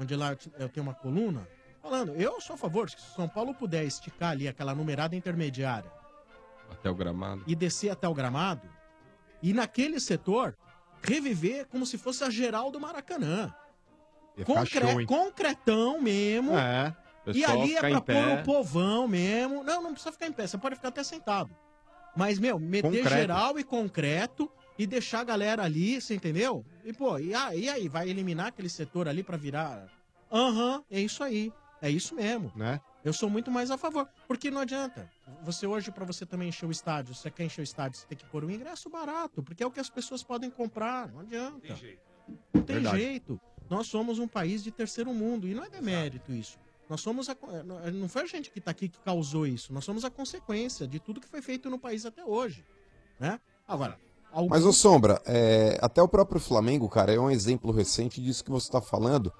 onde lá eu ti- eu tenho uma coluna falando. Eu sou a favor, se São Paulo puder esticar ali aquela numerada intermediária Até o gramado. e descer até o gramado, e naquele setor reviver como se fosse a geral do Maracanã. Ia ficar Concre show, hein? concretão mesmo. É. E Pessoal ali é ficar pra em pôr pé. o povão mesmo. Não, não precisa ficar em pé, você pode ficar até sentado. Mas, meu, meter Concreto. geral e concreto e deixar a galera ali, você entendeu? E, pô, e, a- e aí? Vai eliminar aquele setor ali pra virar. Aham, é isso aí. É isso mesmo. Né? Eu sou muito mais a favor. Porque não adianta. Você hoje, pra você também encher o estádio, se você quer encher o estádio, você tem que pôr um ingresso barato, porque é o que as pessoas podem comprar. Não adianta. Então. Não tem Verdade. jeito. Nós somos um país de terceiro mundo. E não é demérito isso. Nós somos a, co- eh, não foi a gente que está aqui que causou isso. Nós somos a consequência de tudo que foi feito no país até hoje. Né? Agora, algum- Mas, ô Sombra, é, até o próprio Flamengo, cara, é um exemplo recente disso que você tá falando.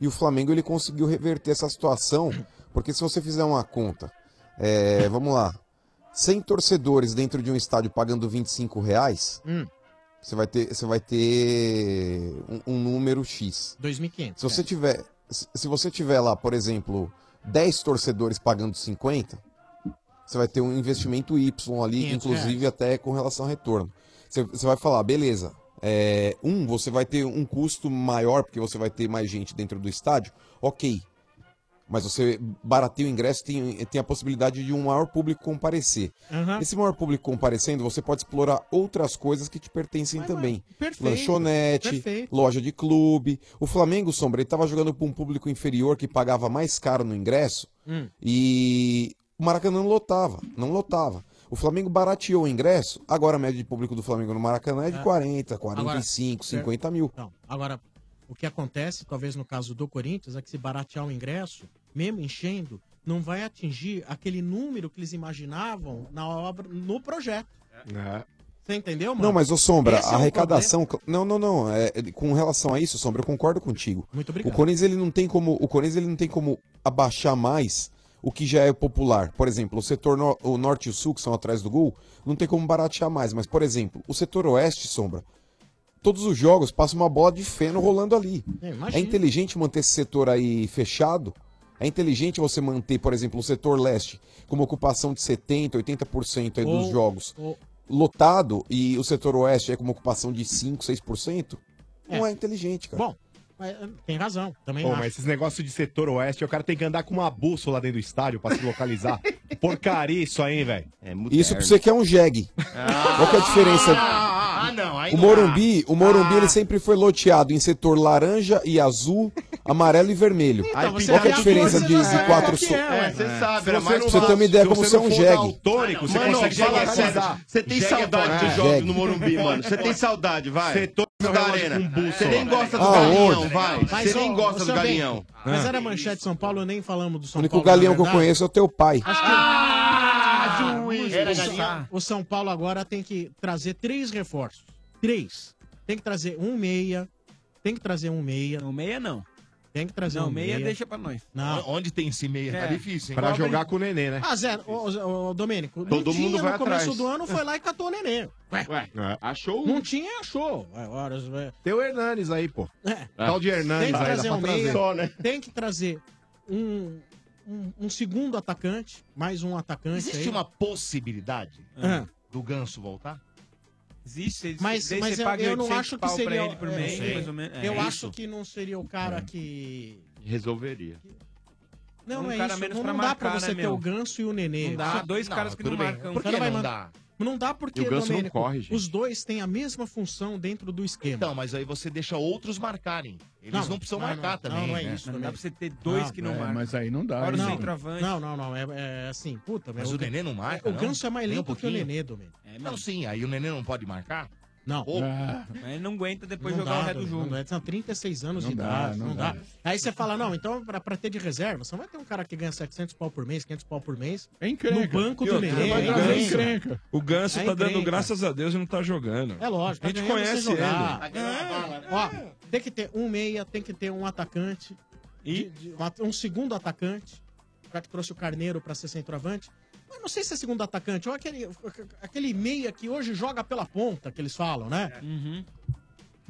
E o Flamengo, ele conseguiu reverter essa situação. Porque se você fizer uma conta, é, vamos lá, 100 torcedores dentro de um estádio pagando 25 reais, você vai ter, você vai ter um, um número X. 2.500. Se você tiver, se se você tiver lá, por exemplo, 10 torcedores pagando 50, você vai ter um investimento Y ali, 500 inclusive até com relação a retorno. Você, você vai falar, beleza, é, um, você vai ter um custo maior, porque você vai ter mais gente dentro do estádio, ok. Mas você barateia o ingresso, tem, tem a possibilidade de um maior público comparecer. Aham. Esse maior público comparecendo, você pode explorar outras coisas que te pertencem também. perfeito, Lanchonete, perfeito. loja de clube. O Flamengo, Sombra, ele tava jogando para um público inferior que pagava mais caro no ingresso Hum. e o Maracanã não lotava, não lotava. O Flamengo barateou o ingresso, agora a média de público do Flamengo no Maracanã é de É. 40, 45, Agora, 50 mil. Não, agora, o que acontece, talvez no caso do Corinthians, é que se baratear o ingresso, mesmo enchendo, não vai atingir aquele número que eles imaginavam na obra, no projeto. É. Você entendeu, mano? Não, mas ô Sombra, Esse é a o arrecadação. Não, não, não. é, é, com relação a isso, Sombra, eu concordo contigo. Muito obrigado. O Corinthians ele não tem como, o Corinthians ele não tem como abaixar mais o que já é popular. Por exemplo, o setor no- o norte e o sul, que são atrás do gol, não tem como baratear mais. Mas, por exemplo, o setor oeste, Sombra, todos os jogos passa uma bola de feno rolando ali. É, É inteligente manter esse setor aí fechado? É inteligente você manter, por exemplo, o setor leste com uma ocupação de 70%, 80% aí dos Ou- jogos ou- lotado e o setor oeste é com uma ocupação de 5%, 6%? Não é, É. inteligente, cara. Bom, mas, eh, tem razão. Também Pô, acho. mas esses negócios de setor oeste, o cara tem que andar com uma bússola dentro do estádio pra se *laughs* localizar. Porcaria isso aí, hein, velho. Isso pra você que é um jegue. Qual que é a diferença? Ah, não. Aí O Morumbi, o Morumbi Ah. ele sempre foi loteado em setor laranja e azul, amarelo e vermelho. Então, você Qual que é a já- diferença você de, já de sabe quatro... qual que so- é, ué. É, você sabe, Se era mais você, pra você fácil. ter uma ideia Se como você você é não Então um for jegue. daltônico, você Mano, consegue fala localizar. sério. Você tem Jegue é saudade bom, dos é. jogos Jegue. no Morumbi, mano. Você tem saudade, vai. Setor da arena. é Você nem gosta do Ah, Galinhão, onde? vai. Mas, Você ó, nem gosta ô, seu do Galinhão. Bento, Mas era manchete de São Paulo, nem falamos do É. O São único Paulo. galeão na que eu verdade. conheço é o teu pai. Ah, juiz, Era o São- Tá. galinha. O São Paulo agora tem que trazer três reforços. Três. Tem que trazer um meia. Tem que trazer um meia. Não, meia não. Tem que trazer Não, um meia. meia deixa pra nós. Não. Onde tem esse meia? Tá É. difícil, hein? Pra jogar com o Nenê, né? Ah, Zé, ô, ô, Domênico, não Todo tinha mundo vai no começo atrás. do ano, foi lá e catou o neném. Ué, É. um. Achou? Não tinha, achou. Ué, horas, ué. Tem o Hernanes aí, pô. É. Tal de Tem Hernanes que aí, dá trazer pra um meia, trazer. Só, né? tem que trazer um, um, um segundo atacante, mais um atacante Existe aí. uma possibilidade Ah. do Ganso voltar? Existe, Mas, daí mas você eu, paga eu não 800 acho que pau pra seria. ele por é, mês, é, mais ou menos. eu É acho isso? que não seria o É. cara que. Resolveria. Não, Um não é cara isso. menos não pra não dá pra marcar, você né, ter meu? o Ganso e o Nenê. Não dá, Só- dois caras que tudo não bem. marcam. Por Por que que vai não mandar? Não dá porque E o Ganso não Domênico, corre, gente. os dois têm a mesma função dentro do esquema. Então, mas aí você deixa outros marcarem. Eles não, precisam marcar também. Não, não é né? isso. também. é, Mas aí não dá. né? não, não, não, não. É, é assim, puta, Mas o Nenê não marca, O não? Ganso é mais Nem um lento que o pouquinho? Nenê, Domênico. não, sim, aí o Nenê não pode marcar? Não. Pô, Mas ele não aguenta depois Não jogar dá, o resto do Domênico, jogo. não dá. São 36 anos Não de dá, idade, não não, dá. dá. Aí você fala, não, então pra, pra ter de reserva, você vai ter um cara que ganha 700 pau por mês, 500 pau por mês, no banco É E do outra, Nenê. É vai aí trazer ganha. encrenca. O Ganso Aí tá dando encrenca. graças a Deus e não tá jogando. É lógico, A gente tá ganhando conhece sem ele. jogar. É. Ó, tem que ter um meia, tem que ter um atacante, de- de- um at- um segundo atacante, o cara que trouxe o Carneiro pra ser centroavante. Mas não sei se é segundo atacante, ou aquele, aquele meia que hoje joga pela ponta, que eles falam, né? É. Uhum.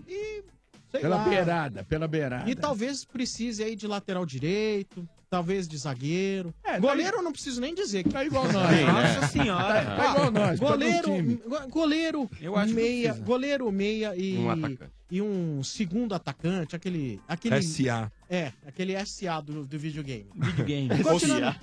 E, sei Pela lá. beirada, pela beirada. E talvez precise aí de lateral direito, talvez de zagueiro. goleiro eu não preciso nem dizer. Que... Tá igual nós, É, né? Nossa senhora. Tá- tá igual nós, tá no Goleiro, time. go- goleiro, Eu acho que meia, precisa. goleiro, meia e Um um, atacante. e um segundo atacante, aquele... aquele SA. É, aquele SA do, do videogame. Videogame.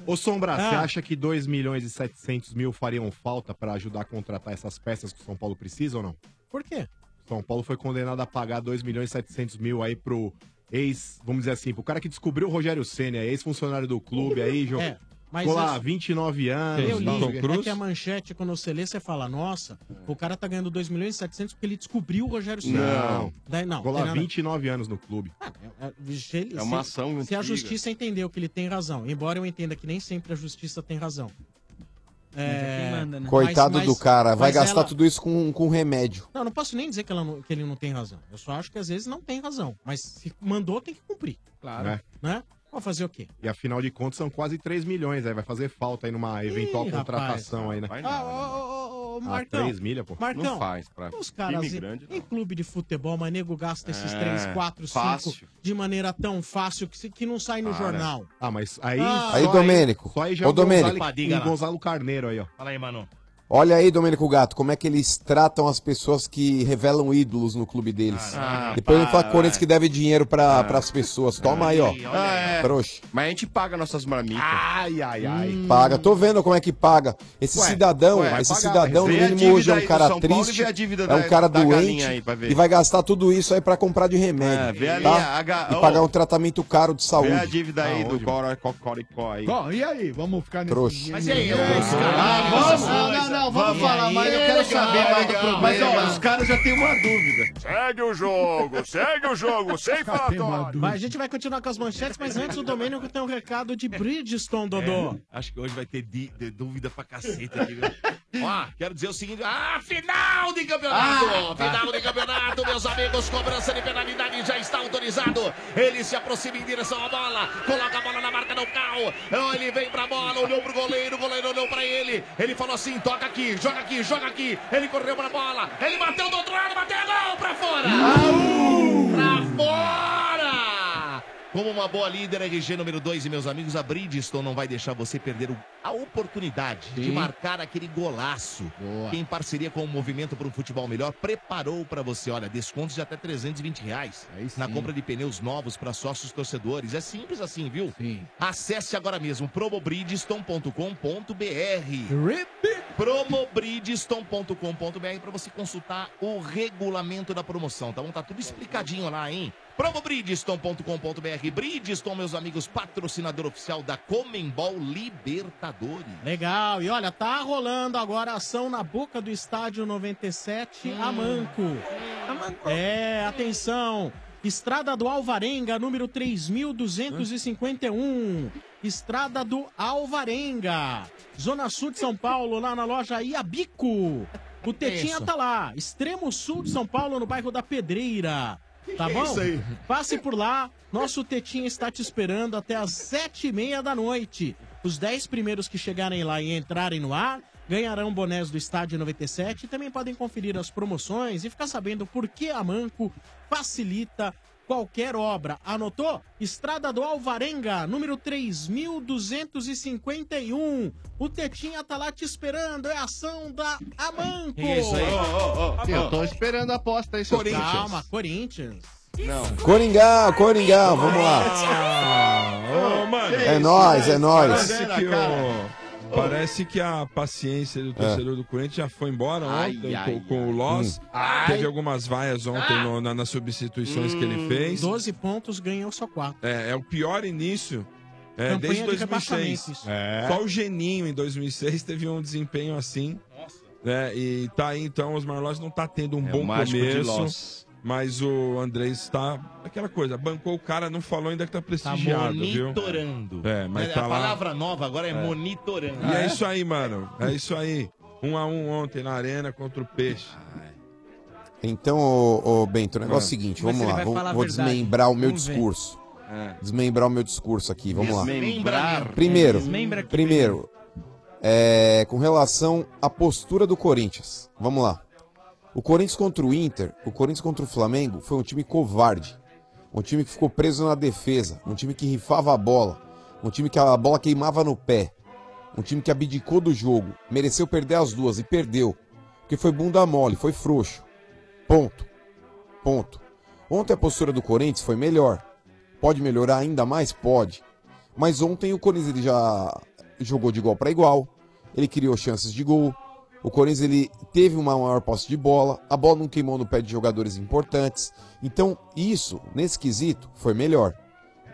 Ô, ô Sombra, Ah. você acha que 2 milhões e 700 mil fariam falta pra ajudar a contratar essas peças que o São Paulo precisa ou não? Por quê? São Paulo foi condenado a pagar 2 milhões e 700 mil aí pro ex, vamos dizer assim, pro cara que descobriu o Rogério Senna, ex-funcionário do clube aí, jogou É, mas ficou lá isso- 29 anos. Eu li, tal, não sei o quê. é que a manchete, quando você lê, você fala, nossa, o cara tá ganhando 2 milhões e 700 porque ele descobriu o Rogério Ceni. Não. Daí, não, Ficou tem lá nada- 29 anos no clube. É, se ele- É uma se- ação Se antiga. a justiça entendeu que ele tem razão, embora eu entenda que nem sempre a justiça tem razão. Mas É, mas- Coitado mas- do cara, vai mas gastar ela- tudo isso com, com remédio. Não, eu não posso nem dizer que, ela não- que ele não tem razão. Eu só acho que às vezes não tem razão. Mas se mandou, tem que cumprir. Claro. É. Né? Vou fazer o quê? E afinal de contas são quase 3 milhões, aí vai fazer falta aí numa eventual rapaz. contratação aí, né? Ah, ô, ô, ô, ô, Marcão. 3 milha, pô. Marcão, Não faz pra os caras time em- grande, em clube de futebol, mas nego gasta esses É, 3, 4, 5 fácil. de maneira tão fácil que, se- que não sai no Para. jornal. Ah, mas aí. Ah. só Aí, Domênico. Só aí já Ô, é o Gonzalo- Domênico. Padiga o lá. Gonzalo Carneiro aí, ó. Fala aí, mano. Olha aí, Domênico Gato, como é que eles tratam as pessoas que revelam ídolos no clube deles. Ah, Depois não fala para, que o Corinthians vai. que deve dinheiro pra, Ah. pras pessoas. Toma aí, ó. Ah, é. Trouxa. Mas a gente paga nossas marmitas. Ai, ai, ai. Paga, tô vendo como é que paga. Esse Ué, cidadão, ué, esse paga, cidadão, no vê a mínimo dívida hoje é aí do um cara São Paulo e triste, vê a dívida é um da- cara da doente galinha aí pra ver. É, e vai gastar tudo isso aí pra comprar de remédio, vê ali tá? a ga- E ô, pagar um tratamento caro de saúde. Vê a dívida aí Aonde, do Coro- Cocoricó aí. Bom, e aí? Vamos ficar nesse... Trouxa. Mas e aí? Ah, vamos? Não, não, não, vamos falar, mas eu quero saber mais do problema. Mas ó, os caras já têm uma dúvida. Segue o jogo, segue *laughs* o jogo, sem falatório. Mas a gente vai continuar com as manchetes, mas antes o Domênico tem um recado de Bridgestone, Dodô. É, acho que hoje vai ter di- de dúvida pra caceta aqui, *laughs* viu? Ó, quero dizer o seguinte. Ah, final de campeonato! Ah, tá. final de campeonato, meus amigos, cobrança de penalidade já está autorizada. organizado. Ele se aproxima em direção à bola, coloca a bola na marca do Cal. Oh, Ele vem pra bola, olhou pro goleiro, o goleiro olhou pra ele. Ele falou assim: toca aqui, joga aqui, joga aqui. Ele correu pra bola, ele bateu do outro lado, bateu gol pra fora. Pra fora! Como uma boa líder, RG número 2 e meus amigos, a Bridgestone não vai deixar você perder o- a oportunidade de marcar aquele golaço. Que em parceria com o Movimento para um Futebol Melhor preparou para você, olha, descontos de até 320 reais na compra de pneus novos para sócios torcedores. É simples assim, viu? Acesse agora mesmo promobridgestone.com.br promobridgestone.com.br para você consultar o regulamento da promoção, tá bom? Tá tudo explicadinho lá, hein? Promobridgestone.com.br Bridgestone, meus amigos, patrocinador oficial da Comembol Libertadores. Legal, e olha, tá rolando agora a ação na boca do estádio 97 Hum. Amanco. É, atenção. Estrada do Alvarenga, número 3251. Estrada do Alvarenga. Zona Sul de São Paulo, lá na loja Iabico. O Tetinha Isso. tá lá. Extremo Sul de São Paulo, no bairro da Pedreira. Tá que é bom? isso aí? Passe por lá, nosso Tetinha está te esperando até às sete e meia da noite. Os dez primeiros que chegarem lá e entrarem no ar ganharão bonés do Estádio 97 e também podem conferir as promoções e ficar sabendo por que a Manco facilita qualquer obra. Anotou? Estrada do Alvarenga, número 3251. O Tetinha tá lá te esperando, é a ação da Amanco. É isso aí. Eu tô esperando a aposta aí, seus Corinthians. caras. Calma, Corinthians. Não. Coringão, Coringão, vamos É, lá. É nóis, é nóis. Parece que, o- parece que a paciência É. do torcedor do Corinthians já foi embora Ai, ontem ai, com, com o Loss. Teve algumas vaias ontem no- na- nas substituições que ele fez. 12 Ah. Hum, pontos, ganhou só 4. É, é o pior início é, Campanha desde de 2006. rebaixamento, isso. É. Só o Geninho em 2006 teve um desempenho assim. né? E tá aí então, os Marlós não tá tendo um É, o bom mágico de começo. Loz. Mas o Andrés está. Aquela coisa, bancou o cara, não falou ainda que tá prestigiado, viu? monitorando. É, mas a tá lá. palavra nova agora é, É. monitorando. E é isso aí, mano. É isso aí. Um a um ontem na arena contra o Peixe. Então, ô, ô, Bento, o negócio é Ah. o seguinte, Mas vamos ele lá, vai vou, falar a vou verdade. desmembrar o meu Vamos ver. discurso. É. Desmembrar o meu discurso aqui, vamos lá. Desmembrar. Primeiro, Desmembra aqui primeiro, é, com relação à postura do Corinthians, vamos lá. O Corinthians contra o Inter, o Corinthians contra o Flamengo foi um time covarde, um time que ficou preso na defesa, um time que rifava a bola, um time que a bola queimava no pé, um time que abdicou do jogo, mereceu perder as duas e perdeu, porque foi bunda mole, foi frouxo. Ponto. Ponto. Ontem a postura do Corinthians foi melhor. Pode melhorar ainda mais? Pode. Mas ontem o Corinthians ele já jogou de igual para igual. Ele criou chances de gol. O Corinthians ele teve uma maior posse de bola. A bola não queimou no pé de jogadores importantes. Então, isso, nesse quesito, foi melhor.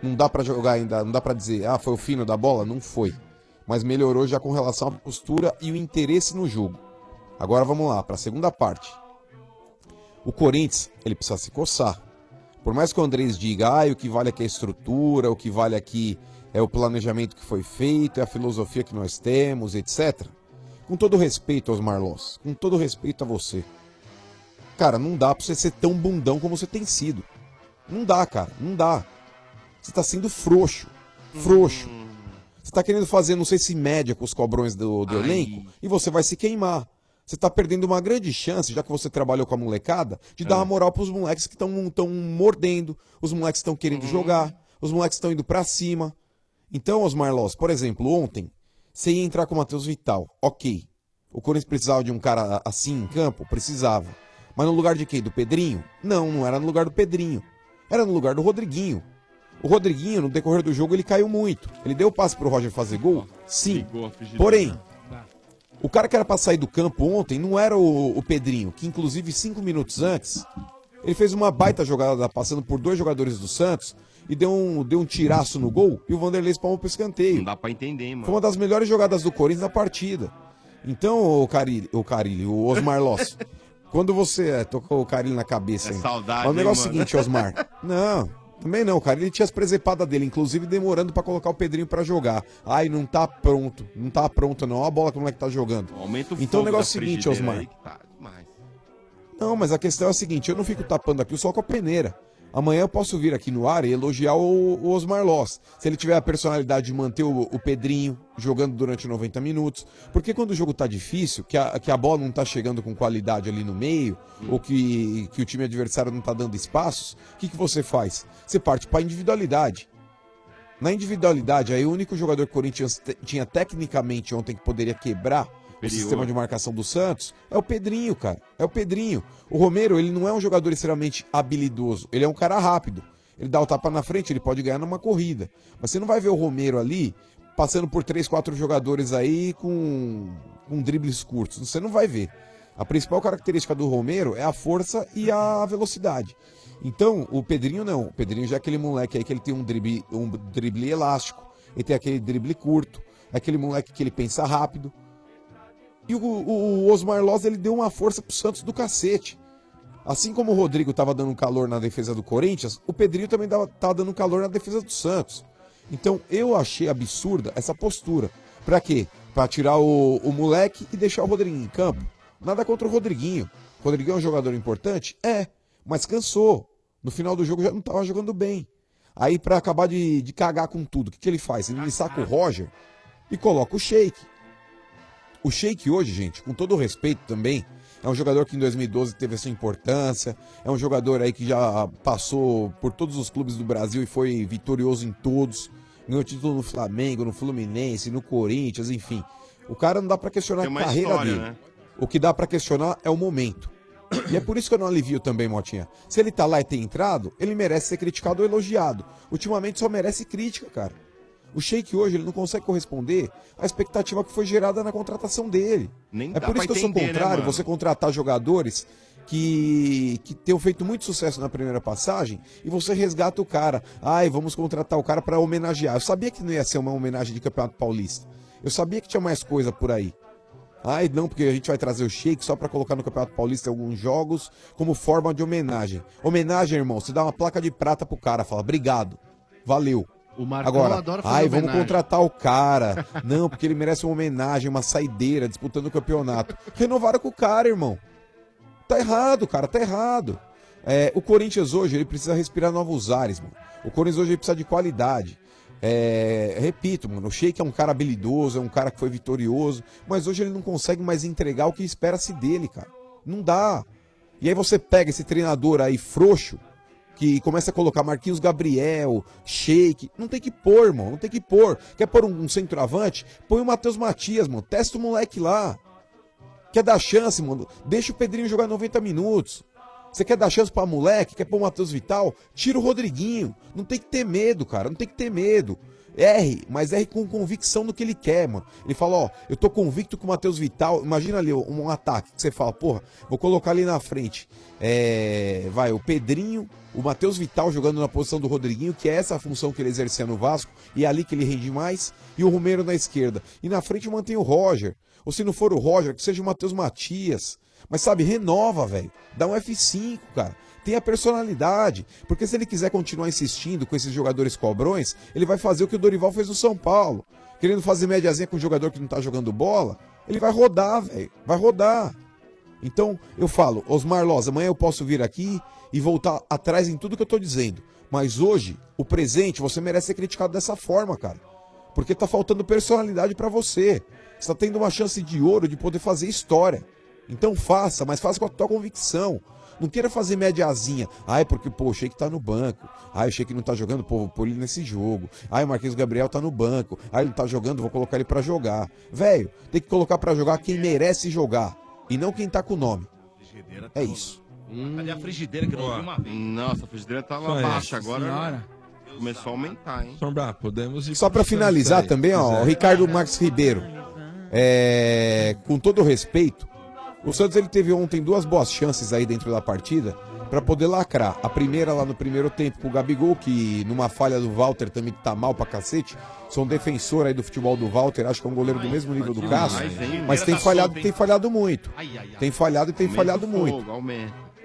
Não dá para jogar ainda, não dá para dizer, ah, foi o fino da bola? Não foi. Mas melhorou já com relação à postura e o interesse no jogo. Agora vamos lá, para a segunda parte. O Corinthians, ele precisa se coçar. Por mais que o Andrés diga, ah, o que vale aqui é a estrutura, o que vale aqui é o planejamento que foi feito, é a filosofia que nós temos, etc. Com todo respeito aos Marlons, com todo respeito a você. Cara, não dá pra você ser tão bundão como você tem sido. Não dá, cara, não dá. Você tá sendo frouxo, frouxo. Você tá querendo fazer, não sei se média com os cobrões do, do elenco, e você vai se queimar. Você tá perdendo uma grande chance, já que você trabalhou com a molecada, de dar uma moral pros moleques que estão tão mordendo, os moleques estão querendo jogar, os moleques estão indo pra cima. Então, Osmar Loss, por exemplo, ontem, você ia entrar com o Matheus Vital, ok. O Corinthians precisava de um cara assim em campo? Precisava. Mas no lugar de quem? Do Pedrinho? Não, não era no lugar do Pedrinho. Era no lugar do Rodriguinho. O Rodriguinho, no decorrer do jogo, ele caiu muito. Ele deu o passe pro Roger fazer gol? Sim. Ligou a frigideira. Porém, o cara que era pra sair do campo ontem não era o, o Pedrinho, que inclusive cinco minutos antes, ele fez uma baita jogada passando por dois jogadores do Santos e deu um, deu um tiraço no gol e o Vanderlei espalmou pro escanteio. Dá pra entender, mano. Foi uma das melhores jogadas do Corinthians na partida. Então, o Carilli, o, Carilli, o Osmar *laughs* Loss, quando você é, tocou o Carilli na cabeça... É hein? saudade, Mas o hein, negócio é mano? o seguinte, Osmar. *laughs* Não, também não, cara. Ele tinha as presepadas dele, inclusive demorando pra colocar o Pedrinho pra jogar. Ai, não tá pronto, não tá pronto não. Olha a bola que o moleque tá jogando. Aumenta o então o fogo negócio é da o seguinte, frigideira Osmar. aí que tá demais. Não, mas a questão é a seguinte, eu não fico tapando aqui o sol com a peneira. Amanhã eu posso vir aqui no ar e elogiar o, o Osmar Loss. Se ele tiver a personalidade de manter o, o Pedrinho jogando durante 90 minutos. Porque quando o jogo tá difícil, que a, que a bola não tá chegando com qualidade ali no meio, ou que, que o time adversário não tá dando espaços, o que, que você faz? Você parte pra individualidade. Na individualidade, aí o único jogador que o Corinthians te- tinha tecnicamente ontem que poderia quebrar o Superior. sistema de marcação do Santos é o Pedrinho, cara. É o Pedrinho. O Romero, ele não é um jogador extremamente habilidoso. Ele é um cara rápido. Ele dá o tapa na frente, ele pode ganhar numa corrida. Mas você não vai ver o Romero ali passando por três, quatro jogadores aí com, com dribles curtos. Você não vai ver. A principal característica do Romero é a força e a velocidade. Então, o Pedrinho não. O Pedrinho já é aquele moleque aí que ele tem um drible, um drible elástico, ele tem aquele drible curto, é aquele moleque que ele pensa rápido. E o, o- o Osmar Loz, ele deu uma força pro Santos do cacete. Assim como o Rodrigo tava dando um calor na defesa do Corinthians, o Pedrinho também dava, tava dando um calor na defesa do Santos. Então eu achei absurda essa postura. Pra quê? Pra tirar o, o moleque e deixar o Rodriguinho em campo. Nada contra o Rodriguinho. O Rodriguinho é um jogador importante? É, mas cansou. No final do jogo já não tava jogando bem. Aí pra acabar de, de cagar com tudo, o que, que ele faz? Ele saca o Roger e coloca o Sheik. O Sheik hoje, gente, com todo o respeito também, é um jogador que em 2012 teve a sua importância, é um jogador aí que já passou por todos os clubes do Brasil e foi vitorioso em todos. Ganhou título no Flamengo, no Fluminense, no Corinthians, enfim. O cara não dá pra questionar Tem uma a carreira história, dele. né? O que dá pra questionar é o momento. E é por isso que eu não alivio também, Motinha. Se ele tá lá e tem entrado, ele merece ser criticado ou elogiado. Ultimamente só merece crítica, cara. O Sheik hoje ele não consegue corresponder à expectativa que foi gerada na contratação dele. Nem é dá por pra isso que eu sou entender, né, contrário, mano? você contratar jogadores que, que tenham feito muito sucesso na primeira passagem e você resgata o cara. Ai, vamos contratar o cara pra homenagear. Eu sabia que não ia ser uma homenagem de Campeonato Paulista. Eu sabia que tinha mais coisa por aí. Ai, não, porque a gente vai trazer o shake só pra colocar no Campeonato Paulista em alguns jogos como forma de homenagem. Homenagem, irmão, você dá uma placa de prata pro cara, fala obrigado, valeu. O Marcão Agora, adora fazer ai, vamos homenagem. contratar o cara. Não, porque ele merece uma homenagem, uma saideira disputando o campeonato. Renovaram com o cara, irmão. Tá errado, cara, tá errado. É, o Corinthians hoje, ele precisa respirar novos ares, mano. O Corinthians hoje ele precisa de qualidade. É, repito, mano, o Sheik é um cara habilidoso, é um cara que foi vitorioso, mas hoje ele não consegue mais entregar o que espera-se dele, cara. Não dá. E aí você pega esse treinador aí frouxo, que começa a colocar Marquinhos Gabriel, Sheik. Não tem que pôr, irmão, não tem que pôr. Quer pôr um, um centroavante? Põe o Matheus Matias, mano. Testa o moleque lá. Quer dar chance, mano? Deixa o Pedrinho jogar 90 minutos. Você quer dar chance pra moleque? Quer pôr o Matheus Vital? Tira o Rodriguinho. Não tem que ter medo, cara. Não tem que ter medo. Erre, mas erre com convicção do que ele quer, mano. Ele fala, ó, eu tô convicto que o Matheus Vital. Imagina ali ó, um ataque que você fala, porra, vou colocar ali na frente. É. Vai, o Pedrinho, o Matheus Vital jogando na posição do Rodriguinho, que é essa a função que ele exercia no Vasco, e é ali que ele rende mais, e o Romero na esquerda. E na frente mantém o Roger. Ou se não for o Roger, que seja o Matheus Matias. Mas sabe, renova, velho. Dá um F5, cara. Tem a personalidade. Porque se ele quiser continuar insistindo com esses jogadores cobrões, ele vai fazer o que o Dorival fez no São Paulo. Querendo fazer médiazinha com um jogador que não tá jogando bola, ele vai rodar, velho. Vai rodar. Então, eu falo, Osmar Loz, amanhã eu posso vir aqui e voltar atrás em tudo que eu tô dizendo. Mas hoje, o presente, você merece ser criticado dessa forma, cara. Porque tá faltando personalidade pra você. Você tá tendo uma chance de ouro de poder fazer história. Então faça, mas faça com a tua convicção. Não queira fazer mediazinha. Ai, porque, pô, o Sheik tá no banco. Ai, o Sheik não tá jogando, pô, vou pôr ele nesse jogo. Ai, o Marquinhos Gabriel tá no banco. Ai, ele não tá jogando, vou colocar ele pra jogar. Velho, tem que colocar pra jogar quem merece jogar. E não quem tá com nome. É isso. Hum. Cadê a frigideira que eu não vi uma vez? Nossa, a frigideira tava Só baixa essa agora. né? senhora. Começou a aumentar, hein? Sombra, podemos ir Só pra finalizar também, é. ó, o Ricardo Max Ribeiro. É, com todo o respeito, o Santos ele teve ontem duas boas chances aí dentro da partida pra poder lacrar. A primeira lá no primeiro tempo com o Gabigol, que numa falha do Walter também que tá mal pra cacete. Sou um defensor aí do futebol do Walter, acho que é um goleiro do mesmo nível do Cássio, mas tem falhado, tem falhado muito. Tem falhado e tem falhado muito.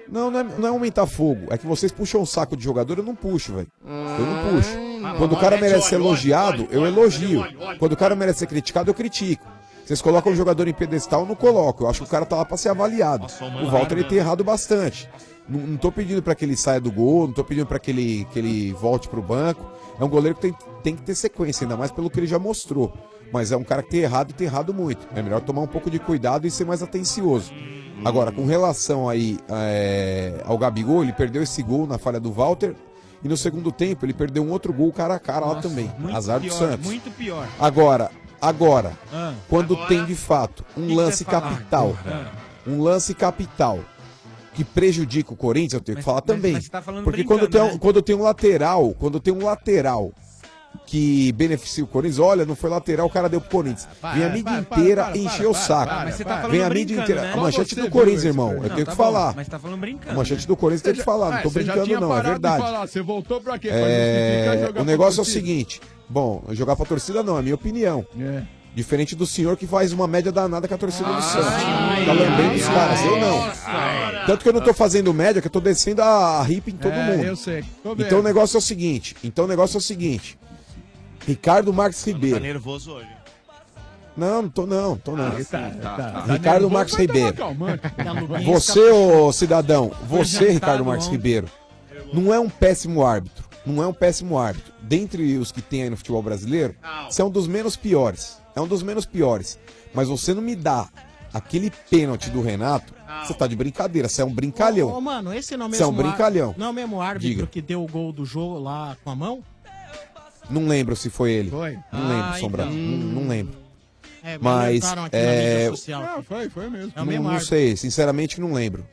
Não, não é, não é aumentar fogo. É que vocês puxam o saco de jogador, eu não puxo, velho. Eu não é puxo. Quando o cara merece ser elogiado, eu elogio. Quando o cara merece ser criticado, eu critico. Vocês colocam o jogador em pedestal, eu não coloco. Eu acho que o cara tá lá pra ser avaliado. o O Mano Walter ele Arana. tem errado bastante. Não, não tô pedindo pra que ele saia do gol, não tô pedindo pra que ele, que ele volte pro banco. É um goleiro que tem, tem que ter sequência, ainda mais pelo que ele já mostrou. Mas é um cara que tem errado e tem errado muito. É melhor tomar um pouco de cuidado e ser mais atencioso. Agora, com relação aí é, ao Gabigol, ele perdeu esse gol na falha do Walter. E no segundo tempo, ele perdeu um outro gol cara a cara lá também. Azar pior, do Santos. Muito pior. Agora, agora, Ah. quando tem de fato um lance falar? capital, Ah. um lance capital que prejudica o Corinthians, eu tenho que falar também. mas você tá falando Porque brincando, quando tem, um- né? quando tem um lateral, quando tem um lateral que beneficia o Corinthians, olha, não foi lateral, o cara deu pro Corinthians. Vem a para, mídia Ah, é, para, inteira para, encher para, o para, saco. para, mas você tá falando Vem a mídia brincando, inteira. né? A manchete Só do você Corinthians, viu irmão, esse eu cara. tenho Não, que tá bom, falar. mas tá falando brincando, A manchete né? do Corinthians tem que Você já- falar, não é, Ah, tô você já brincando tinha não, é parado de verdade. falar, você voltou pra quê? Pra assim justificar É, jogar o negócio é o pra torcida? seguinte: bom, jogar pra torcida não, é minha opinião. É. Diferente do senhor que faz uma média danada com a torcida do Santos. tá lambendo os caras, eu não. Ah, Tanto que eu não tô fazendo média, que eu tô descendo a ripa em todo É, mundo. eu sei. Tô vendo. Então o negócio é o seguinte: então o negócio é o seguinte. Ricardo Marques Tá Ribeiro. nervoso hoje. Não, não tô não, tô não. Ah, tá, tá, tá. Tá Ricardo nervoso, Marques mas toma Ribeiro. calmante. Tá no Você, ô cidadão, você, jantado Ricardo Marques ontem. Ribeiro, não é um péssimo árbitro. Não é um péssimo árbitro. Dentre os que tem aí no futebol brasileiro, você é um dos menos piores. É um dos menos piores. Mas você não me dá aquele pênalti do Renato, você tá de brincadeira, você é um brincalhão. Ô, mano, esse não é o Você é mesmo um brincalhão. ar- Não é o mesmo árbitro Diga. que deu o gol do jogo lá com a mão? Não lembro se foi ele. Foi? Não Ah, lembro, Sombra. então. Não, não lembro. É, Mas, comentaram aqui na é, mídia social. Ah, foi, foi mesmo. É o não, mesmo não árbitro. sei, sinceramente não lembro.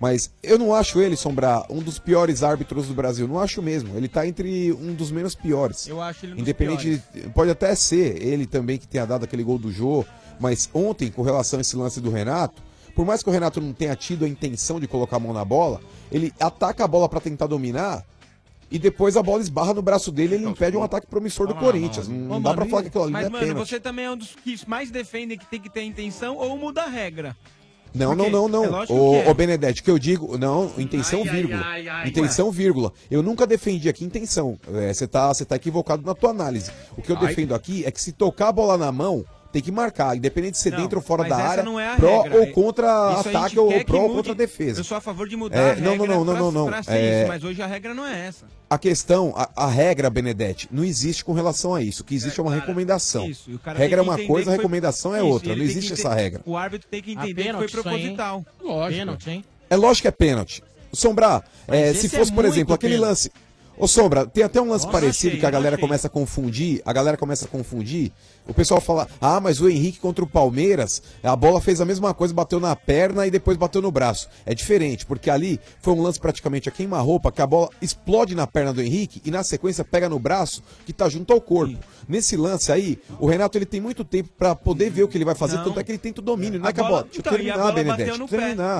Mas eu não acho ele, Sombra, um dos piores árbitros do Brasil. Não acho mesmo. Ele tá entre um dos menos piores. Eu acho ele um dos Independente, pode até ser ele também que tenha dado aquele gol do Jô. Mas ontem, com relação a esse lance do Renato, por mais que o Renato não tenha tido a intenção de colocar a mão na bola, ele ataca a bola pra tentar dominar e depois a bola esbarra no braço dele e ele impede um ataque promissor do Corinthians. Não dá pra falar que aquilo ali Mas, é mano, pênalti. você também é um dos que mais defendem que tem que ter intenção ou muda a regra. Não, não, Porque não, não. é lógico ô, que é. ô, Benedetti, que eu digo, não, intenção vírgula. ai, ai, intenção vírgula. Eu nunca defendi aqui intenção. Você tá, cê tá equivocado na tua análise. O que eu Ai. defendo aqui é que se tocar a bola na mão, tem que marcar, independente de ser Não, dentro ou fora mas da essa área, não é a pró regra. ou contra Isso a gente ataque ou quer que pró ou mude. contra defesa. Eu sou a favor de mudar É, a regra não, não, não, não, pra, não, não. pra ser É, isso, mas hoje a regra não é essa. a questão, a, a regra, Benedetti, não existe com relação a isso. O que existe é, uma recomendação. Isso, e o cara regra é tem que uma entender coisa, que foi- recomendação é Isso, outra. ele Não tem que existe ente- essa regra. O árbitro tem que Ah, entender que pênalti foi isso aí, hein? proposital. Pênalti, hein? É lógico que é pênalti. Sombra, é, esse se é fosse, por muito exemplo, aquele pênalti. lance. Ô Sombra, tem até um lance Nossa, parecido achei, que a galera achei. começa a confundir. A galera começa a confundir. O pessoal fala: ah, mas o Henrique contra o Palmeiras, a bola fez a mesma coisa, bateu na perna e depois bateu no braço. É diferente, porque ali foi um lance praticamente a queima-roupa, que a bola explode na perna do Henrique e na sequência pega no braço que tá junto ao corpo. Nesse lance aí, o Renato ele tem muito tempo pra poder ver o que ele vai fazer, Não. tanto é que ele tenta o domínio, não é A que a bola- bola. Deixa tá então, e eu a bola terminar, bateu Benedetti. Deixa no eu terminar.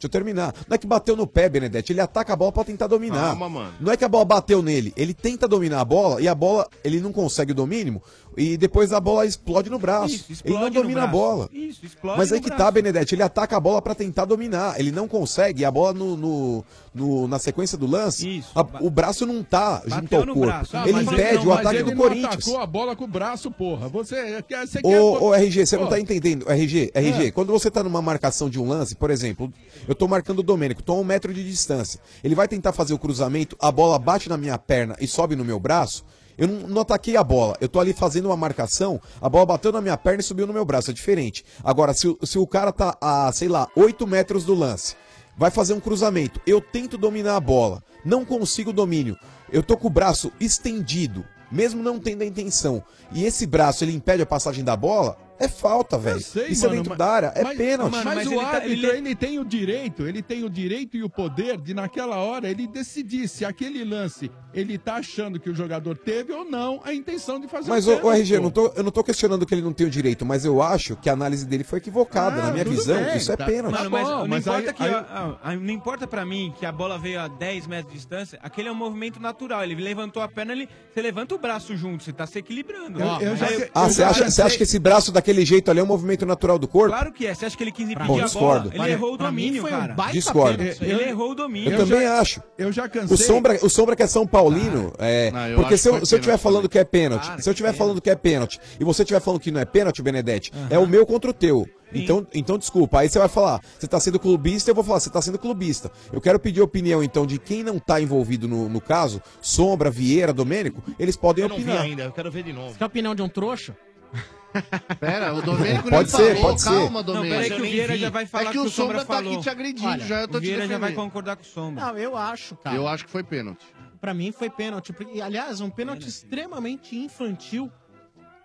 Deixa eu terminar. Não é que bateu no pé, Benedetti. Ele ataca a bola pra tentar dominar. Calma, mano. Não é que a bola bateu nele. Ele tenta dominar a bola e a bola, ele não consegue o domínio. E depois a bola explode no braço. ele não explode no domina a braço. bola. Isso, explode Mas aí no que braço. tá, Benedetti. Ele ataca a bola pra tentar dominar. Ele não consegue. E a bola no, no- no- na sequência do lance, a- o braço não tá junto ao no corpo. braço. Ah, ele mas impede não, o mas ataque ele do não Corinthians. atacou a bola com o braço, porra. Você é, quer. Você quer Ô, ô, RG, você não Pô, tá entendendo. RG, RG, quando você tá numa marcação de um lance, por exemplo, eu tô marcando o Domênico, tô a um metro de distância. Ele vai tentar fazer o cruzamento, a bola bate na minha perna e sobe no meu braço. Eu não, não ataquei a bola, eu tô ali fazendo uma marcação, a bola bateu na minha perna e subiu no meu braço, é diferente. Agora, se, o- se o cara tá a, sei lá, 8 metros do lance, vai fazer um cruzamento, eu tento dominar a bola, não consigo o domínio, eu tô com o braço estendido, mesmo não tendo a intenção, e esse braço ele impede a passagem da bola, é falta, velho. Isso é mano, dentro mas- da área, é mas- pênalti. Mas, tá- o árbitro, ele... tem o direito, ele tem o direito e o poder de, naquela hora, ele decidir se aquele lance ele tá achando que o jogador teve ou não a intenção de fazer Mas, o ô, pênalti, ô, RG, eu pô. não, tô, eu não tô questionando que ele não tem o direito, mas eu acho que a análise dele foi equivocada. na minha tudo visão, bem, isso é tá. pênalti. Mano, mas não importa que eu- ah, ah, não importa pra mim que a bola veio a 10 metros de distância, aquele é um movimento natural. Ele levantou a perna, ele, você levanta o braço junto, você tá se equilibrando. Eu- eu já- Aí ah, você acha, você acha que esse braço daquele jeito ali é um movimento natural do corpo? Claro que é. Você acha que ele quis Bom, impedir a discordo. bola? Ele errou o domínio, cara. Discordo. Ele errou o domínio. Eu, também acho. Eu já O Sombra, o Sombra que é São Paulino, é, eu porque acho se que eu, foi se eu tiver pênalti falando que é pênalti, se eu tiver falando que é pênalti, e você tiver falando que não é pênalti, Benedetti, é o meu contra o teu. Então, então, desculpa, aí você vai falar, você tá sendo clubista, eu vou falar, você tá sendo clubista. Eu quero pedir a opinião, então, de quem não tá envolvido no, no caso, Sombra, Vieira, Domênico, eles podem Eu não vi opinar. ainda, eu quero ver de novo. Isso é a opinião de um trouxa? Pera, o *laughs* Domênico Pode nem ser, falou. pode ser. Calma, Não, Domênico. peraí que o Vieira já vai falar é que, que o o Sombra Sombra tá falou. aqui te agredindo, Olha, já eu tô o Vieira te já defendendo. vai concordar com o Sombra. Não, eu acho, cara. Eu acho que foi pênalti. Pra mim foi pênalti. Porque, Aliás, um pênalti extremamente infantil.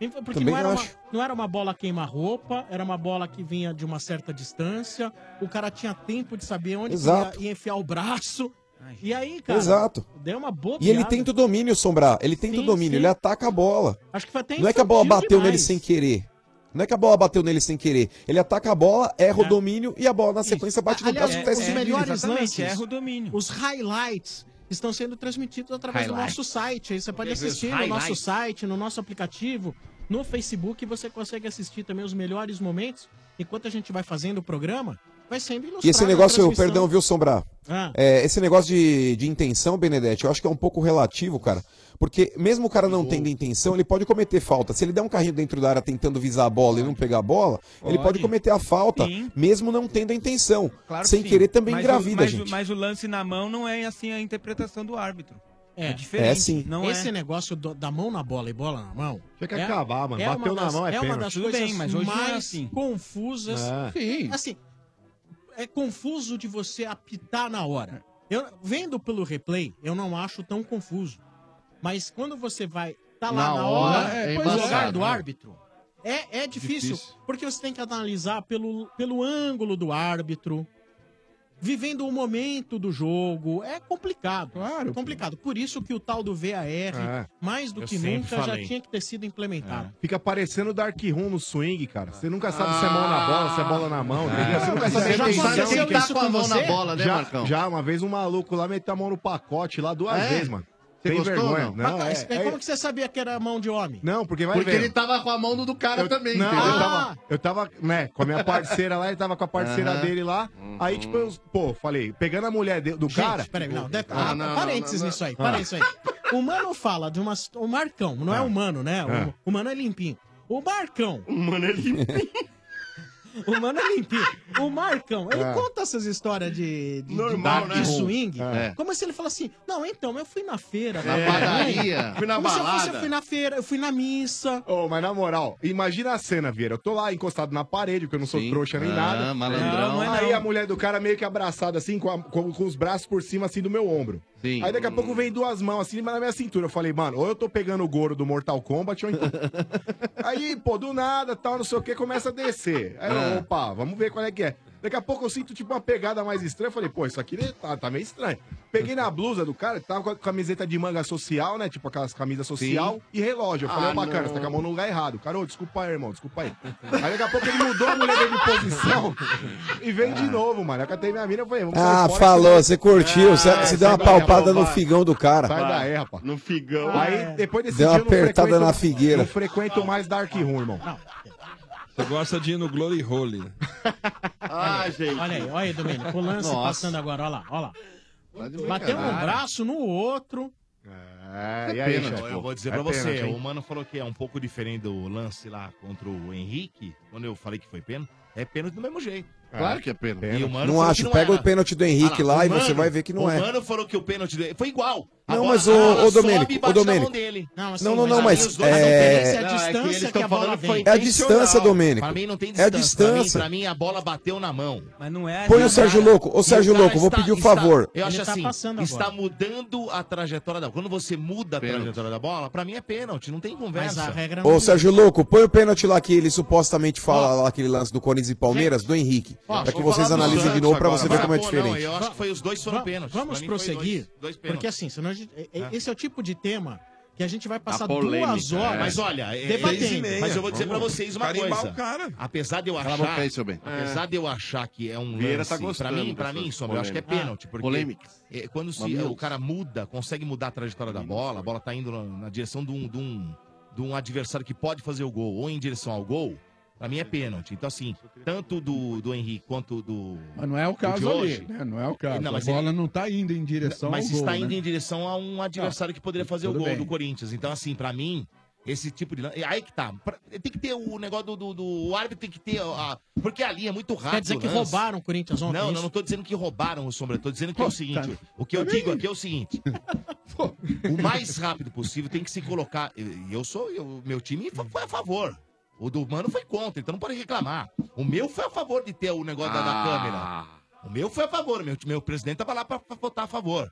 Inf- Porque Também não era, uma, acho. não era uma bola queima-roupa, era uma bola que vinha de uma certa distância. O cara tinha tempo de saber onde que ia, Exato. ia enfiar o braço. E aí, cara, Exato. deu uma boa E ele tenta o domínio, Sombra, ele tenta o né? Sim, domínio, sim. ele ataca a bola. Acho que foi até Não é que a bola infantil bateu nele demais. sem querer. Não é que a bola bateu nele sem querer. Ele ataca a bola, erra É. o domínio e a bola na sequência bate no Aliás, braço do os Tyson Fury. melhores lances, o domínio. os highlights estão sendo transmitidos através Highlight. do nosso site. Aí você pode Quer ver os assistir no nosso highlights? site, no nosso aplicativo, no Facebook, você consegue assistir também os melhores momentos. Enquanto a gente vai fazendo o programa, vai sendo ilustrado. E esse a negócio, transmissão. perdão, viu, Sombra? Ah. É, esse negócio de, de intenção, Benedetti, eu acho que é um pouco relativo, cara. Porque mesmo o cara não tendo intenção, ele pode cometer falta. Se ele der um carrinho dentro da área tentando visar a bola e não pegar a bola, ele pode Pode. cometer a falta, Sim. mesmo não tendo a intenção. Claro que Sem sim. querer também Mas o- engravida, mas o- gente. Mas o lance na mão não é assim a interpretação do árbitro. É, diferente. É, sim. Não Esse é. negócio do- da mão na bola e bola na mão. Tinha que acabar, mano. uma Bateu na das- mão, É é uma pênalti. das Tudo coisas bem, mas hoje não é mais assim. confusas. Ah. Sim. Assim, é confuso de você apitar na hora. Eu, vendo pelo replay, eu não acho tão confuso. Mas quando você vai tá lá na, Na hora, hora, é no lugar embaçado, do né? árbitro, é, é difícil, Difícil. porque você tem que analisar pelo, pelo ângulo do árbitro, vivendo o momento do jogo. É complicado. Claro. Complicado. Por isso que o tal do VAR, É. mais do Eu que sempre nunca, falei. É. já tinha que ter sido implementado. Fica parecendo Dark Room no swing, cara. Você nunca sabe se é mão na bola, se é bola na mão, entendeu? Você nunca Mas sabe já se é aconteceu intenção. isso com a mão na bola, né, já, Marcão? já, uma vez um maluco lá meteu a mão no pacote lá duas É? vezes, mano. Você Tem gostou, vergonha. não? Não, Mas é- é- como que você sabia que era mão de homem? não, porque vai Porque vendo. ele tava com a mão do do cara eu, também, não, entendeu? Eu tava, eu tava, né, com a minha parceira lá, ele tava com a parceira Aham. dele lá. Aí, tipo, eu, pô, falei, pegando a mulher de- do cara. Peraí, não, deve... ah, parênteses nisso aí, parênteses aí. O Mano fala de uma. O Marcão, não é humano, né? O- Ah. Ah. O Mano é limpinho. O Marcão. O Mano é limpinho. *laughs* O Mano é limpinho. O Marcão, ele Ah. conta essas histórias de, de, Normal, de, né? de swing. É. Como se ele falasse assim: Não, então, eu fui na feira. é, Na minha padaria. mãe, Fui na Como se eu fosse, eu balada." fui na feira, eu fui na missa. Ô, mas na moral, imagina a cena, Vieira. Eu tô lá encostado na parede, porque eu não sou trouxa nem Ah, nada. malandrão. Não, não é Aí não. a mulher do cara meio que abraçada, assim, com, a- com- com os braços por cima, assim, do meu ombro. Sim. Aí daqui a pouco vem duas mãos, assim, mas na minha cintura. Eu falei, mano, ou eu tô pegando o Goro do Mortal Kombat, ou então... Aí, pô, do nada, tal, não sei o que, começa a descer. Aí, eu, Ah. opa, vamos ver qual é que é. Daqui a pouco eu sinto, tipo, uma pegada mais estranha. Eu falei, pô, isso aqui tá, tá meio estranho. Peguei na blusa do cara, ele tava com a camiseta de manga social, né? Tipo, aquelas camisas social Sim. e relógio. Eu falei, Ah, ó, bacana, não. você tá com a mão no lugar errado. Cara, ô, desculpa aí, irmão, desculpa aí. Aí daqui a pouco ele mudou a mulher dele de posição e veio de novo, mano. Eu catei minha mina e falei, vamos sair Ah, fora, É, falou, né? que- você curtiu, Ah, você, você deu uma sai daí, palpada no arrombado. figão do cara. Sai daí, rapaz. No figão. Aí, depois desse Deu uma dia, eu não apertada frequento- na figueira. Não frequento mais Dark Room, irmão. Você gosta de ir no Glory Hole. né? Ah, gente. Olha aí, olha aí, É. Domênico. O lance Nossa. passando agora, olha lá, olha lá. Bateu um brincadeira. braço no outro. É, e aí, pênalti. chefe? Eu vou dizer É pra você, pênalti, hein? o Mano falou que é um pouco diferente do lance lá contra o Henrique, quando eu falei que foi pênalti, é pênalti do mesmo jeito. Ah, Claro que é pênalti. E o Mano Não falou acho, que pega o era. pênalti do Henrique Ah lá e o você vai ver que não o é. Mano falou que o pênalti dele foi igual. A Não, bola- mas a o, bola o sobe e Domênico, bate o na mão Domênico. dele. Não, não, não, não, pra mim mas. os dois não É... tem diferença, é a Não, é que distância eles que tão a bola falando que foi vem. É a intencional. distância, Domênico. Pra mim não tem É a distância. distância. Pra mim, pra mim a bola bateu na mão. Mas não é. Põe o Sérgio Louco. Ô, E Sérgio o cara Louco, vou tá está- pedir o está- favor. Eu acho Ele tá assim, passando agora. está mudando a trajetória da bola. Quando você muda a trajetória da bola, pra mim é pênalti, não tem conversa. Mas a regra Ô, Sérgio Louco, põe o pênalti lá que ele supostamente fala lá aquele lance do Corinthians e Palmeiras, do Henrique. Ó, Pra que vou vocês falar do analisem de Santos novo pra agora, você ver vai. como é Pô, Não, diferente. eu acho que foi os dois foram Va- pênaltis. Vamos Pra mim foi prosseguir, dois- dois pênaltis. porque assim, senão a gente, é- é- esse é o tipo de tema que a gente vai passar A polêmica, duas horas. é. Mas olha, é- seis e debatendo. meia. Mas eu vou dizer pra vocês uma Carimbar coisa. o cara. Apesar de eu Cala a achar. boca aí, seu bem. Apesar É. de eu achar que é um Vieira lance. tá gostando pra mim, pra dessa mim, Sombra, eu acho que é polêmica. pênalti. Porque Polêmica. é, quando se- Mamilos. o cara muda, consegue mudar a trajetória da bola, a bola tá indo na, na direção de um, de, um, de um adversário que pode fazer o gol ou em direção ao gol. Pra mim é pênalti. Então, assim, tanto do, do Henrique quanto do. Mas não é o caso de hoje. ali, né? Não é o caso. Não, mas a bola não tá indo em direção Mas ao gol, está indo né? tá em direção a um adversário que poderia fazer o tudo gol bem. do Corinthians. Então, assim, pra mim, esse tipo de. lan- Aí que tá. Pra- Tem que ter o negócio do. do, do- O árbitro tem que ter. a- Porque ali é muito rápido. Quer dizer que o lance. roubaram o Corinthians ontem? Não, é não, isso? não tô dizendo que roubaram o Sombra. Tô dizendo que é o seguinte. O que eu digo aqui é o *laughs* seguinte. O mais rápido possível tem que se colocar. E eu sou. eu- meu time foi foi a favor. O do Mano foi contra, então não pode reclamar. O meu foi a favor de ter o negócio da- da Ah. câmera. O meu foi a favor, meu, meu presidente tava lá pra, pra votar a favor.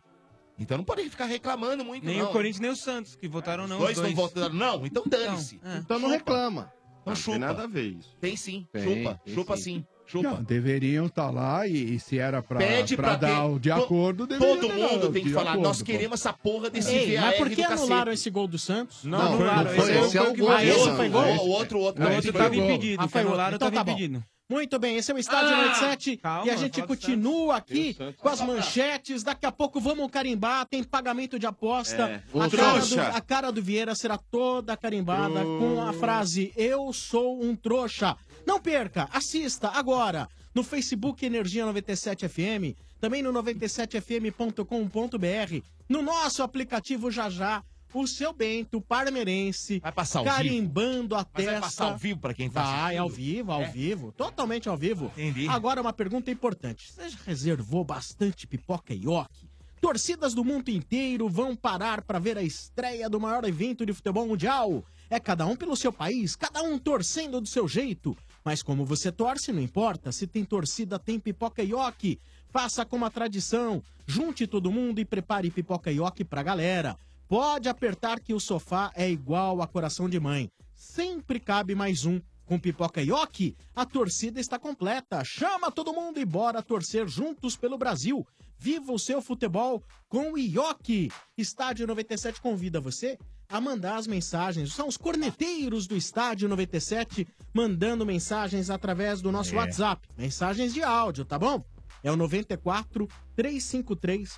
Então não pode ficar reclamando muito, Nem não. o Corinthians, nem o Santos, que votaram não. Os dois, os dois. não votaram, não? Então dane-se. Então, é. Então não reclama. Então Não tem chupa. nada a ver isso. Tem sim, Tem, chupa, tem chupa sim. sim, chupa. Não, deveriam estar lá e, e se era pra, Pede pra pra ter- dar o de to- acordo, deveria Todo ter mundo dado tem que de falar, acordo, nós pô. queremos essa porra desse Ei, VR mas por que do cacete. anularam esse gol do Santos? Não, Não, foi- anularam, não foi- esse esse é o gol que Ah, valeu, esse não. foi gol? Esse- O outro- o outro- o outro foi tava gol. impedido, Ah, que foi anularam, anularam, então tava tá bom. impedido. Muito bem, esse é o Estádio Ah, 97 e a calma, gente fala do continua aqui Santos. tá com as manchetes. Daqui a pouco vamos carimbar, tem pagamento de aposta. É, o A, cara do, trouxa. a cara do Vieira será toda carimbada com Hum. a frase Eu sou um trouxa. Não perca, assista agora no Facebook Energia 97 FM, também no 97fm.com.br, no nosso aplicativo já já. O seu Bento, parmeirense, vai passar ao vivo? carimbando a Mas testa. vai passar ao vivo pra quem tá Vai, assistindo? ao vivo, ao É. vivo. Totalmente ao vivo. Entendi. Agora, uma pergunta importante. Você já reservou bastante pipoca e oque? Torcidas do mundo inteiro vão parar para ver a estreia do maior evento de futebol mundial. É cada um pelo seu país, cada um torcendo do seu jeito. Mas como você torce, não importa. Se tem torcida, tem pipoca e oque. Faça como a tradição. Junte todo mundo e prepare pipoca e oque pra galera. Pode apertar que o sofá é igual a coração de mãe. Sempre cabe mais um. Com pipoca e oque, a torcida está completa. Chama todo mundo e bora torcer juntos pelo Brasil. Viva o seu futebol com o Ioki. Estádio 97 convida você a mandar as mensagens. São os corneteiros do Estádio 97 mandando mensagens através do nosso É. WhatsApp. Mensagens de áudio, tá bom? É o 94 353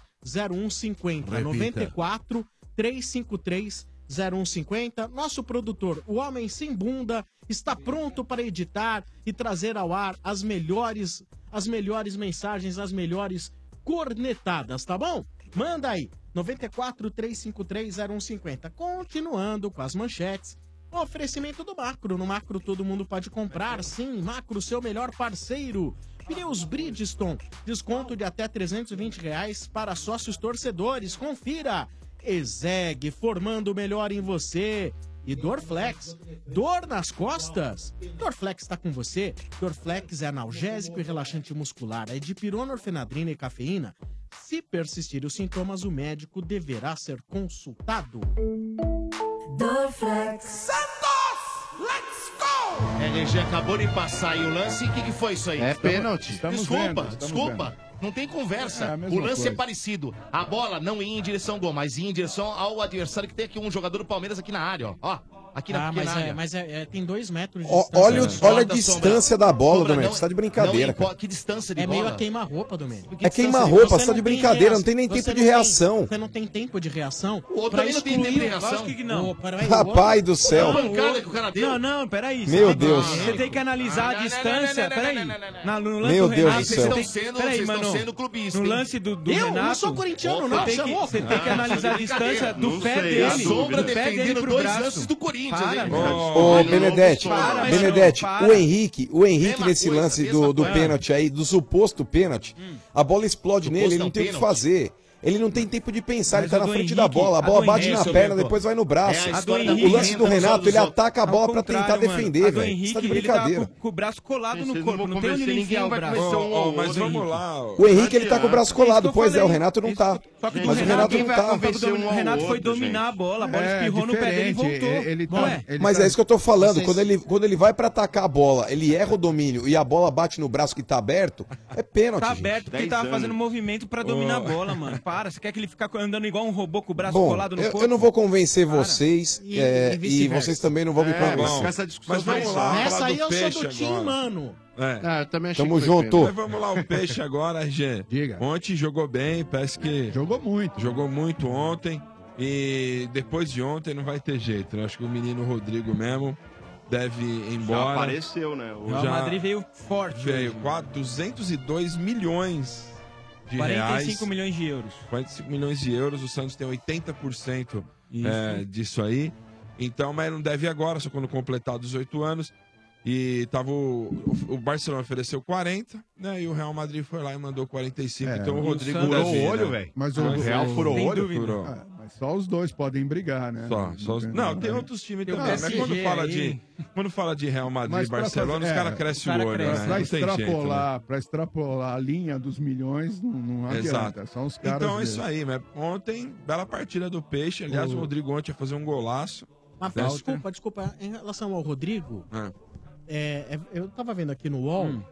0150. Repita. 94 353 0150. Nosso produtor, o Homem Sem Bunda, está pronto para editar e trazer ao ar as melhores, as melhores mensagens, as melhores cornetadas, tá bom? Manda aí, 94 353 0150. Continuando com as manchetes. Um Oferecimento do Macro. No Macro todo mundo pode comprar, sim. Macro, seu melhor parceiro. Pneus Bridgestone. Desconto de até R$ 320 reais para sócios torcedores. Confira. Exeg, formando o melhor em você. E Dorflex, dor nas costas? Dorflex está com você. Dorflex é analgésico e relaxante muscular. É de pirona, orfenadrina e cafeína. Se persistirem os sintomas, o médico deverá ser consultado. Dorflex. Santos! Let's go! É, RG acabou de passar aí o lance. O que, que foi isso aí? É Estamos- pênalti. Estamos Desculpa, vendo, estamos desculpa. vendo. Não tem conversa. É a o mesma lance é coisa. parecido. A bola não ia em direção ao gol, mas ia em direção ao adversário que tem aqui um jogador do Palmeiras aqui na área, ó. Ó, aqui na ah, pequena mas, área. é, mas é- é- tem dois metros de Ó, distância. olha, o- né? olha a distância da bola, Sombra, Domênico. não- Você tá de brincadeira, não importa cara. que distância de É bola. meio a queima-roupa, Domênico. É queima-roupa, você tá de brincadeira, não tem nem Você tempo não de tem- reação. Você não tem tempo de reação. O outro pra também não tem tempo de excluir- reação. Lógico que não. Ô, peraí, Rapaz do céu. Não, Não, não, peraí. Meu você tem que- Deus. Você tem que analisar a distância. Peraí. Na- No lance Meu do Deus Renato, do você céu. tem que- Vocês estão sendo- peraí, vocês estão Mano, sendo clubistas, No hein? lance do, do Eu não Renato. sou corintiano, você tem não, você é que- louco? Você tem que Ah, analisar a tá de distância brincadeira. do Não pé sei, a dele. sombra do pé defendendo dele pro dois braço. lances do Corinthians, Para, Ô, Benedetti, Para, Benedetti, Marcelo, o para. Henrique, o Henrique nesse lance do, do pênalti aí, do suposto pênalti, a bola explode nele, ele não tem o que fazer. Ele não tem tempo de pensar, Mas ele a tá na do frente da Henrique- bola, a a bola do bate Henrique- na Isso, perna, Bento. depois vai no braço. É, a história do o Henrique lance do entra nos Renato, olhos ele dos outros. ataca a Ao bola pra tentar contrário, mano. defender, A do velho. Você tá de Henrique, ele tá brincadeira. com- com o braço colado no vocês corpo. não vão Não tem onde ele convencer enfiar ninguém, o vai um braço. convencer Ó, ó, mas vamos lá. ó. O Henrique, ele tá com o braço colado, pois é, o Renato não tá. Só que do Mas o Renato não ninguém vai tá. convencer um ao Renato foi outro, dominar gente. a bola, a bola espirrou no pé dele e diferente, voltou. ele tá- Não é? ele Mas tá- é isso que eu tô falando. Vocês- Quando, ele, quando ele vai pra atacar a bola, ele erra o domínio e a bola bate no braço que tá aberto, é pênalti. Tá gente. aberto porque ele tava fazendo movimento pra dominar a bola, mano. Para, você quer que ele ficar andando igual um robô com o braço Bom, colado no eu, corpo? eu não vou convencer vocês E- é, e e, vice-versa. vocês também não vão me É, convencer. bom, essa discussão Mas vamos vai lá, Nessa aí é um eu sou do peixe time, agora. mano. É. Ah, eu também achei Tamo que foi junto. pênalti. Mas vamos lá, o Peixe agora, RG. Diga. Ontem jogou bem, parece que. Jogou muito. Jogou muito ontem. E depois de ontem não vai ter jeito, né? Acho que o menino Rodrigo mesmo deve ir embora. apareceu, né? O O Real é Madrid veio forte. Veio hoje. quatro- 202 milhões de 45 reais. milhões de euros. 45 milhões de euros, o Santos tem 80% Isso. é, disso aí. Então, mas não deve agora, só quando completar 18 anos. E tava o, o- o Barcelona ofereceu 40, né? E o Real Madrid foi lá e mandou 45. É, então o Rodrigo deve ir, né? Mas o, Furou. Ah, mas só os dois podem brigar, né? Só, só os- Não, tem outros times um Tem o também. Mas PSG quando fala, aí. de, quando fala de Real Madrid e Mas pra Barcelona, fazer- os é, caras crescem o, cara olho, cresce. né? Pra Não tem jeito, né? extrapolar, pra extrapolar a linha dos milhões, não, não adianta. Exato. São os caras. então é mesmo. isso aí, mas ontem, bela partida do Peixe. Aliás, o, O- Rodrigo ontem ia fazer um golaço. Mas Né? desculpa, desculpa. Em relação ao Rodrigo, É. é, é, eu tava vendo aqui no UOL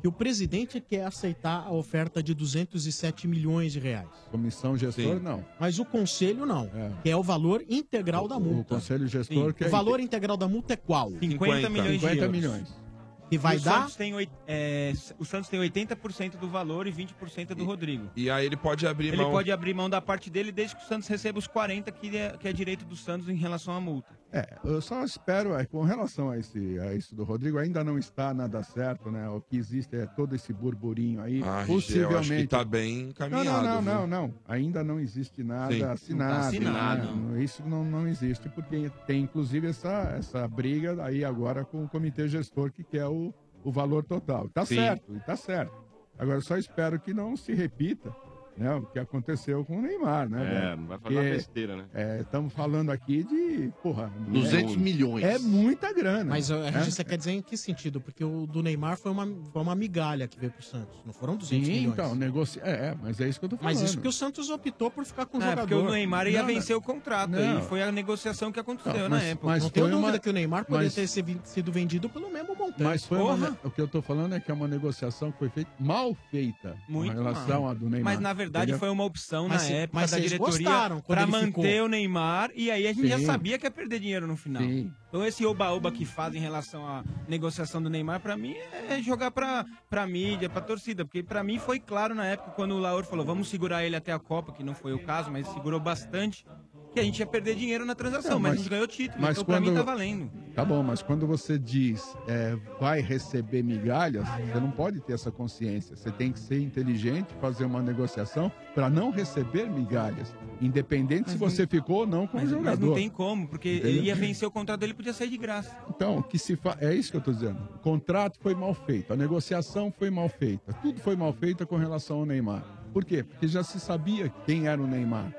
que o presidente quer aceitar a oferta de 207 milhões de reais. Comissão gestor, não. Mas o conselho não, que é o valor integral da O multa. conselho gestor quer. O valor integral da multa é qual? 50 milhões de 50 euros. milhões. E vai o dar? Santos tem, oit- é, o Santos tem 80% do valor e 20% do Rodrigo. E aí ele pode abrir Ele mão. pode abrir mão da parte dele desde que o Santos receba os 40 que é, que é direito do Santos em relação à multa. É, eu só espero, é, com relação a, esse, a isso do Rodrigo, ainda não está nada certo, né? O que existe é todo esse burburinho aí. Ah, RG, eu acho que possivelmente. tá bem Não, encaminhado. não, não, viu? não, não. Ainda não existe nada Sim. Não tá assinado. né? assinado. Não, Isso não, não existe, porque tem inclusive essa, essa briga aí agora com o comitê gestor, que quer o, o valor total. Tá Sim. certo, e tá certo. Agora eu só espero que não se repita né, o que aconteceu com o Neymar, né? É, velho? não vai fazer uma besteira, né? é, Estamos falando aqui de, porra... 200 é- milhões. É muita grana. Mas eh, a né? gente você quer dizer em que sentido? Porque o do Neymar foi uma, foi uma migalha que veio pro Santos. Não foram 200 Sim, milhões. então, negócio... É, é, mas é isso que eu tô falando. Mas isso que o Santos optou por ficar com o É, jogador. porque o Neymar ia Não, vencer o contrato. Não. E foi a negociação que aconteceu Não, na mas- época. mas não tenho foi uma- dúvida que o Neymar poderia mas- ter se vi- sido vendido pelo mesmo montante. Mas foi uma- Porra! o que eu tô falando é que é uma negociação que foi feita mal feita Muito com relação mal. à do Neymar. Mas na verdade entendeu? foi uma opção Mas na se- época mas da vocês diretoria gostaram quando para ele manter ficou. o Neymar e aí a gente já Sim. sabia que ia perder dinheiro no final. Sim. Então esse oba-oba que faz em relação à negociação do Neymar para mim é jogar para para mídia, para torcida, porque para mim foi claro na época quando o Laur falou, vamos segurar ele até a Copa, que não foi o caso, mas segurou bastante, que a gente ia perder dinheiro na transação, Não, mas, mas- a gente ganhou o título, mas então para mim quando- tá valendo. Tá bom, mas quando você diz é, vai receber migalhas, você não pode ter essa consciência. Você tem que ser inteligente, fazer uma negociação para não receber migalhas, independente se você ficou ou não como Mas, mas é um jogador. não tem como, porque Entendeu? ele ia vencer o contrato dele, podia sair de graça. Então, o que se fa... é isso que eu estou dizendo. O contrato foi mal feito, a negociação foi mal feita, tudo foi mal feito com relação ao Neymar. Por quê? Porque já se sabia quem era o Neymar.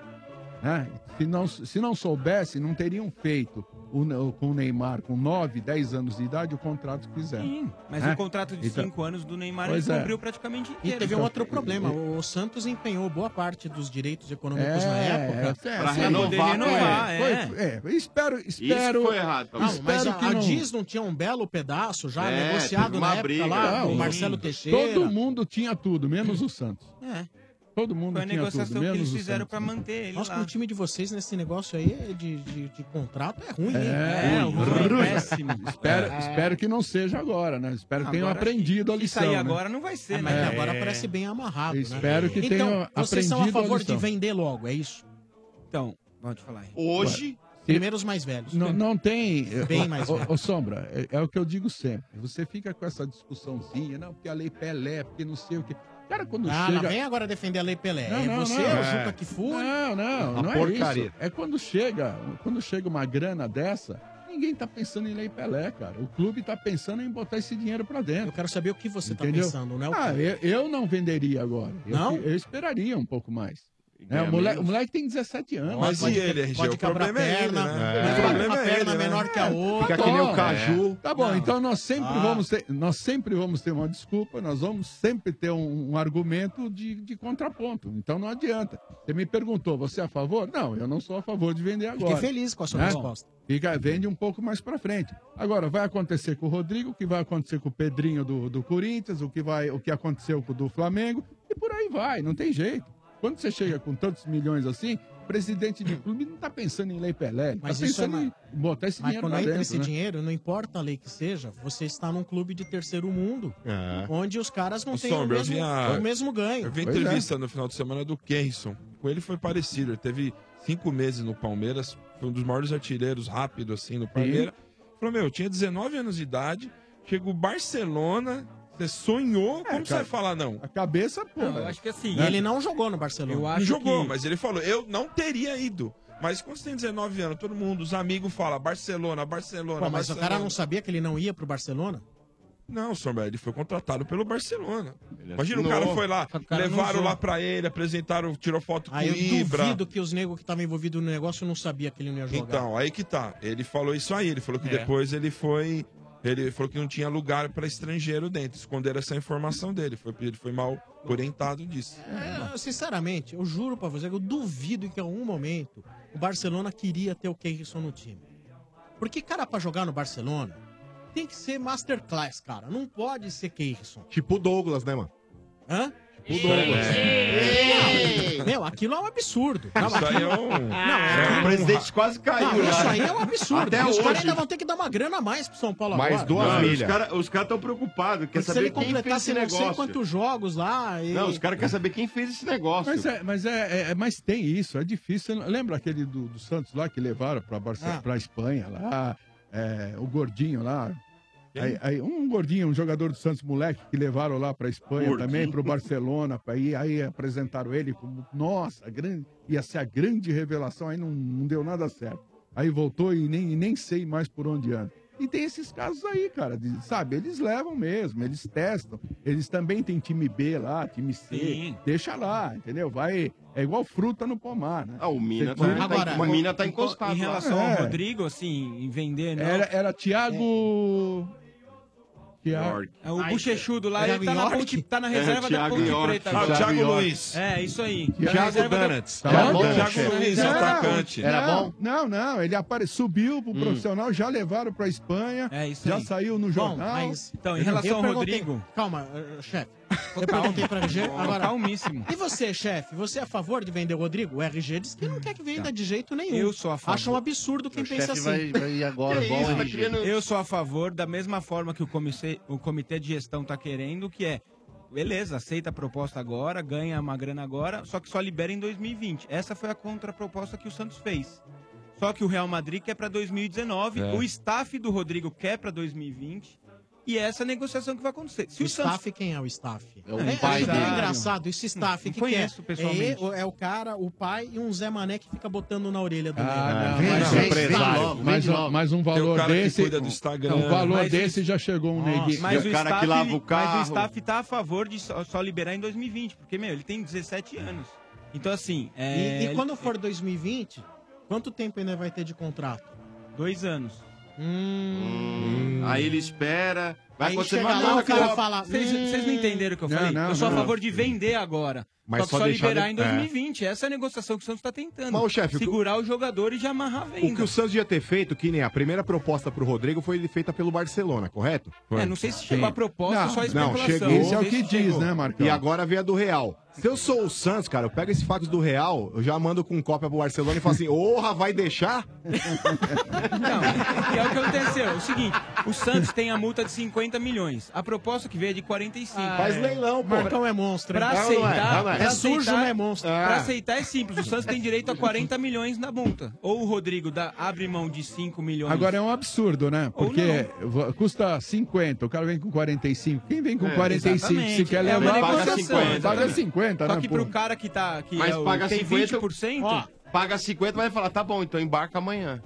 né? Se, não, se não soubesse, não teriam feito o Ne- o- com o Neymar com 9, 10 anos de idade o contrato que fizeram. Sim, mas né? o contrato de Então- 5 anos do Neymar Pois ele é. cumpriu praticamente E inteiro. teve um Então, outro e- problema. e- O Santos empenhou boa parte dos direitos econômicos É, na época é, é, pra sim. renovar. Foi, foi, é, eu espero, espero. Não, mas espero a, que a não- Diz não tinha um belo pedaço já tá É, negociado teve na uma época briga. lá com Não, o Marcelo sim. Teixeira. Todo mundo tinha tudo, menos o Santos. É. Todo mundo Foi a tinha negociação tudo, que menos eles o fizeram Santos. pra manter ele Nossa, lá. o time de vocês nesse negócio aí de, de, de contrato é ruim, hein? É, ruim. ruim. péssimo. Espero, É. espero que não seja agora, né? Espero que tenham Agora, aprendido a se lição. sair né? agora, não vai ser, Ah, mas né? agora parece bem amarrado, né? Espero que Então, tenham vocês são a aprendido favor de lição. vender logo, é isso? Então, pode falar aí. Hoje, primeiro os mais velhos. Não, não tem. Bem mais Ô, velho. ô, Sombra, é, é o que eu digo sempre. Você fica com essa discussãozinha, não, porque a lei Pelé, porque não sei o quê. Cara, quando ah, chega. não vem agora defender a Lei Pelé. é você, o Juca que fura. Não, não, A não porcaria. é isso. É quando chega, quando chega uma grana dessa, ninguém tá pensando em Lei Pelé, cara. O clube tá pensando em botar esse dinheiro pra dentro. Eu quero saber o que você tá pensando, né, o Ah, clube? eu, eu não venderia agora. Eu, Não? Eu esperaria um pouco mais. Né, ganhar o, moleque, menos? o moleque tem 17 anos. Mas Pode- e ele, RG? pode O quebrar problema é ele, né? É. O problema A é ele, perna né? menor que a É. outra. Fica que nem o Tá bom. Caju. Tá bom, Não. então nós sempre Ah. vamos ter, nós sempre vamos ter uma desculpa, nós vamos sempre ter um, um argumento de, de contraponto. Então não adianta. Você me perguntou, você é a favor? Não, eu não sou a favor de vender Fiquei agora. Né? feliz com a sua resposta. Fica, vende um pouco mais pra frente. Agora, vai acontecer com o Rodrigo, o que vai acontecer com o Pedrinho do, do Corinthians, o que, vai, o que aconteceu com o do Flamengo, e por aí vai, não tem jeito. Quando você chega com tantos milhões assim, presidente de clube não tá pensando em Lei Pelé, Mas tá isso é pensando em botar esse Mas dinheiro quando pra entra dentro, esse né? dinheiro, não importa a lei que seja, você está num clube de terceiro mundo, É. onde os caras não Ô, têm o Sombra, eu mesmo, é vi a- o mesmo ganho. Eu vi entrevista no final de semana do Kenson. Com ele foi parecido. Ele teve cinco meses no Palmeiras. Foi um dos maiores artilheiros rápido, assim, no Palmeiras. Falou, meu, eu tinha 19 anos de idade, chega o Barcelona, você É, sonhou, como você cara, vai falar não? A cabeça, pô. Não, eu velho. acho que assim, E Né? ele não jogou no Barcelona. Não jogou, mas ele falou, eu não teria ido. Mas quando você tem 19 anos, todo mundo, os amigos falam Barcelona, Barcelona, Pô, mas o Barcelona. cara não sabia que ele não ia pro Barcelona? Não, Sombra, ele foi contratado pelo Barcelona. é Imagina, o novo. cara foi lá, O cara não levaram usou. lá pra ele, apresentaram, tirou foto com Aí o eu Ibra. duvido que os negros que estavam envolvidos no negócio não sabia que ele não ia jogar. Então, aí que tá. Ele falou isso aí, ele falou que É. depois ele foi... Ele falou que não tinha lugar pra estrangeiro dentro, esconderam essa informação dele. Foi, ele foi mal orientado disso. É, eu, sinceramente, eu juro pra você que eu duvido que em algum momento o Barcelona queria ter o Keirson no time. Porque, cara, pra jogar no Barcelona, tem que ser masterclass, cara. Não pode ser Keirson. Tipo o Douglas, né, mano? Tipo Hã? O Douglas. Não, Meu, aquilo é um absurdo. Não, Isso aí é aquilo- um- Não, é um- O presidente quase caiu Não, lá. isso aí é um absurdo. Até e os caras hoje. ainda vão ter que dar uma grana a mais pro São Paulo agora. Não, Os caras estão preocupados, quer Porque se ele saber quem fez completasse esse não sei negócio. quantos jogos lá... e- Não, os caras querem saber quem fez esse negócio. Mas, é, mas, é, é- é- mas tem isso, é difícil. Você não- Lembra aquele do, do Santos lá que levaram pra, Barce... Ah. pra Espanha lá? é, o gordinho lá. Quem? Aí- aí um gordinho, um jogador do Santos moleque, que levaram lá pra Espanha Gordinho. também, pro Barcelona, pra ir, aí apresentaram ele como, nossa, grande, ia ser a grande revelação, aí não, não deu nada certo. Aí voltou e nem, e nem sei mais por onde anda. E tem esses casos aí, cara, de- sabe? Eles levam mesmo, eles testam. Eles também têm time B lá, time C. Sim. Deixa lá, entendeu? Vai. É igual fruta no pomar, né? Ah, o Mina Você tira- tá- Agora, tá- o Mina tá em- encostado Em lá. relação É. ao Rodrigo, assim, em vender, não. Era, era Thiago. Thiago. É o bochechudo lá, ele tá na, ponte, tá na É, reserva da Thiago Ponte York. Preta Ah, o Thiago Thiago York. Luiz. É, isso aí. Na Tiago reserva da- Não, Não. não, Não, não. Ele apare... subiu pro profissional, já levaram pra Espanha. É já saiu no jornal. mas- Então, em relação Eu ao perguntei- Rodrigo- Calma, eh, *laughs* chefe. Eu perguntei pra RG. Calma. Agora, Calmíssimo. E você, chefe? Você é a favor de vender o Rodrigo? O RG diz que não quer que venda de jeito nenhum. Hum, tá. Eu sou a favor. Acha um absurdo quem pensa assim. *laughs* Que isso, tá querendo- Eu sou a favor da mesma forma que o comitê, o comitê de gestão tá querendo, que é beleza, aceita a proposta agora, ganha uma grana agora, só que só libera em 2020. Essa foi a contraproposta que o Santos fez. Só que o Real Madrid quer para 2019, É. o staff do Rodrigo quer para 2020. E essa é a negociação que vai acontecer. Se O o Santos- staff, quem é o staff? um É o é, pai é, dele. engraçado, esse staff Não que conheço quer. pessoalmente. É, é o cara, o pai e um Zé Mané que fica botando na orelha do Ah, nego. não, Vem, mas- vem mas- logo, mas vem um- logo. mas um valor cara que desse. cuida do Instagram. um valor Mas o- desse já chegou um neguinho. Mas o, staff, mas o staff tá a favor de só, só liberar em 2020, porque, meu, ele tem 17 anos. Então, assim. é, E, e ele- quando for 2020, quanto tempo ainda vai ter de contrato? Dois anos. Hum. Aí ele espera. Vai Aí acontecer chega mais lá, nada o cara que- fala, Vocês vocês não entenderam o que eu Não, falei? não, eu sou não. a favor de vender agora. Mas só que só só, deixar liberar de- em é. 2020. Essa é a negociação que o Santos tá tentando. Mas, ô, chefe, o que- Segurar o jogador e já amarrar a O que venda. o Santos devia ter feito, que nem a primeira proposta pro Rodrigo foi feita pelo Barcelona, correto? É, não sei se chegou a proposta, só a Não, especulação. chegou. Esse é o que diz, né, Marcão? E agora vem a do Real. Se eu sou o Santos, cara, eu pego esse fato do Real, eu já mando com cópia pro Barcelona e falo assim, orra, vai deixar? E é o *laughs* que aconteceu. É o seguinte, o Santos tem a multa de 50 milhões. A proposta que veio é de 45. Faz leilão, pô. Ah, Marcão é monstro, hein? Pra Não, não é, aceitar... não é. pra É sujo, aceitar- mas é monstro. Pra Ah. aceitar é simples. O Santos tem direito a 40 milhões na multa. Ou o Rodrigo dá, abre mão de 5 milhões. Agora é um absurdo, né? Porque vo- custa 50, o cara vem com 45. Quem vem com É, 45 se exatamente. quer É uma levar, paga negociação, 50. Paga exatamente. 50, Só né? que pô? pro cara que tá... Que Mas é o- paga tem 50. 20%... Ó, paga 50, mas vai falar, tá bom, então embarca amanhã.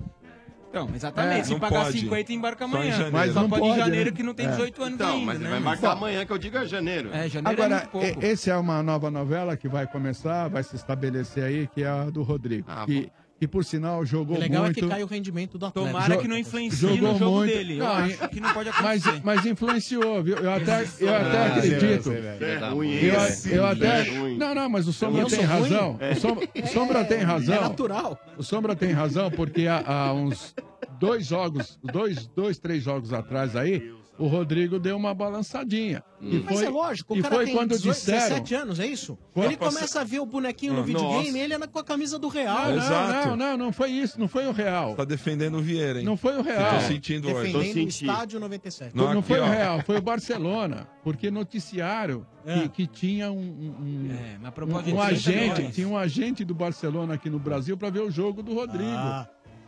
Então, É, exatamente. Se pagar 50, embarca amanhã. Mas Só não pode, pode, em janeiro, né? que não tem É. 18 anos Então, ainda, mas né? vai embarcar amanhã, que eu digo é janeiro. É, janeiro é Agora, muito pouco. e- essa é uma nova novela que vai começar, vai se estabelecer aí, que é a do Rodrigo. que, que, por sinal, jogou O legal muito. é que cai o rendimento do atleta. Tomara que não influencie Jogou muito. Não, é. acho que não pode Mas, mas influenciou, viu? Eu até, eu até Ah, acredito. sei, sei, sei, tá Eu- ruim esse, eu, até. é ruim. Não, não, mas o Sombra Eu tem sou ruim? razão. É. O Sombra, o Sombra tem razão. É natural. O Sombra tem razão, porque há, há uns dois jogos, dois, dois, três jogos atrás aí, o Rodrigo deu uma balançadinha. E Mas é lógico, o e cara foi tem quando 18, disseram. 17 anos, é isso? Quando- Ele começa a ver o bonequinho no Ah, videogame, nossa. ele anda com a camisa do Não, Real. não, não, não, não foi isso, não foi o Real. Tá defendendo o Vieira, hein? Não foi o Real. Tô sentindo hoje. Defendendo o estádio 97. Não, aqui, foi ó. o Real, foi o Barcelona. Porque noticiaram É. que, que tinha um, um, um- É, na proposta um de 30 agente, milhões. Ah. tinha um agente do Barcelona aqui no Brasil para ver o jogo do Rodrigo.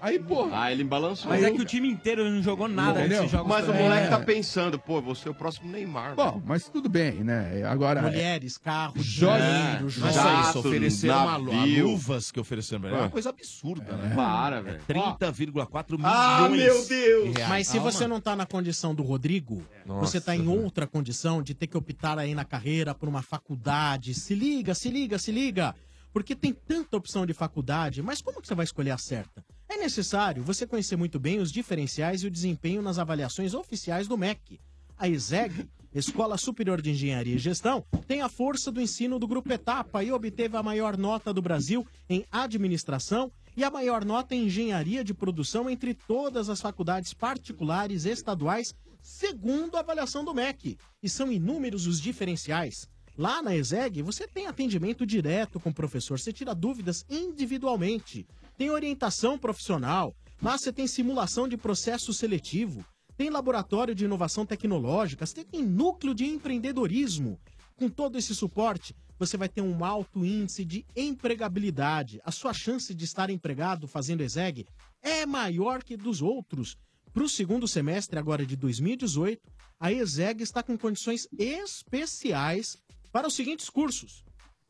Aí, porra. Ah, ele balançou. Mas é que o time inteiro não jogou nada nesses jogos. Mas o também, moleque né? tá pensando, pô, você é o próximo Neymar. Bom, mas tudo bem, né? Agora. Mulheres, carros, Jogos. Mas é isso, ofereceram uma lu- a luvas que ofereceram pra ele. É uma Ah. coisa absurda, né? Para, velho. É 30,4 milhões. Ah, meu Deus! Mas se você não tá na condição do Rodrigo, Nossa, você tá em outra condição de ter que optar aí na carreira por uma faculdade. Se liga, se liga, se liga. Porque tem tanta opção de faculdade, mas como que você vai escolher a certa? É necessário você conhecer muito bem os diferenciais e o desempenho nas avaliações oficiais do MEC. A ESEG, Escola Superior de Engenharia e Gestão, tem a força do ensino do Grupo Etapa e obteve a maior nota do Brasil em administração e a maior nota em engenharia de produção entre todas as faculdades particulares estaduais, segundo a avaliação do MEC. E são inúmeros os diferenciais. Lá na ESEG, você tem atendimento direto com o professor, você tira dúvidas individualmente, tem orientação profissional, lá você tem simulação de processo seletivo, tem laboratório de inovação tecnológica, você tem núcleo de empreendedorismo. Com todo esse suporte, você vai ter um alto índice de empregabilidade. A sua chance de estar empregado fazendo ESEG é maior que dos outros. Para o segundo semestre agora de 2018, a ESEG está com condições especiais para os seguintes cursos: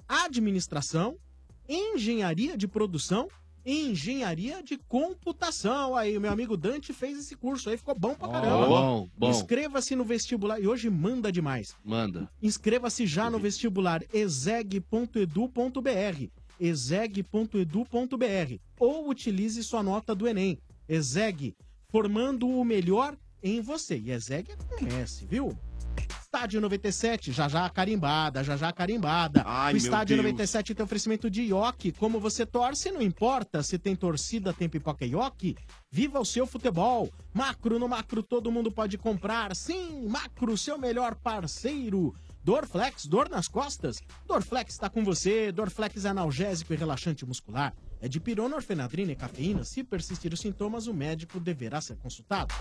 administração, engenharia de produção e engenharia de computação. Aí, o meu amigo Dante fez esse curso aí, ficou bom pra caramba. bom, bom. Inscreva-se no vestibular e hoje manda demais. Manda. Inscreva-se já no vestibular exeg.edu.br, exeg.edu.br ou utilize sua nota do Enem. Exeg, formando o melhor em você. E Exeg é com S, viu? Estádio 97, já já carimbada, já já carimbada. Ai, meu o Estádio Deus. 97 tem oferecimento de ioki. Como você torce, não importa. Se tem torcida, tem pipoca e ioki. Viva o seu futebol. Macro, no macro todo mundo pode comprar. Sim, macro, seu melhor parceiro. Dorflex, dor nas costas? Dorflex está com você. Dorflex é analgésico e relaxante muscular. É de pirona, orfenadrina e cafeína. Se persistir os sintomas, o médico deverá ser consultado.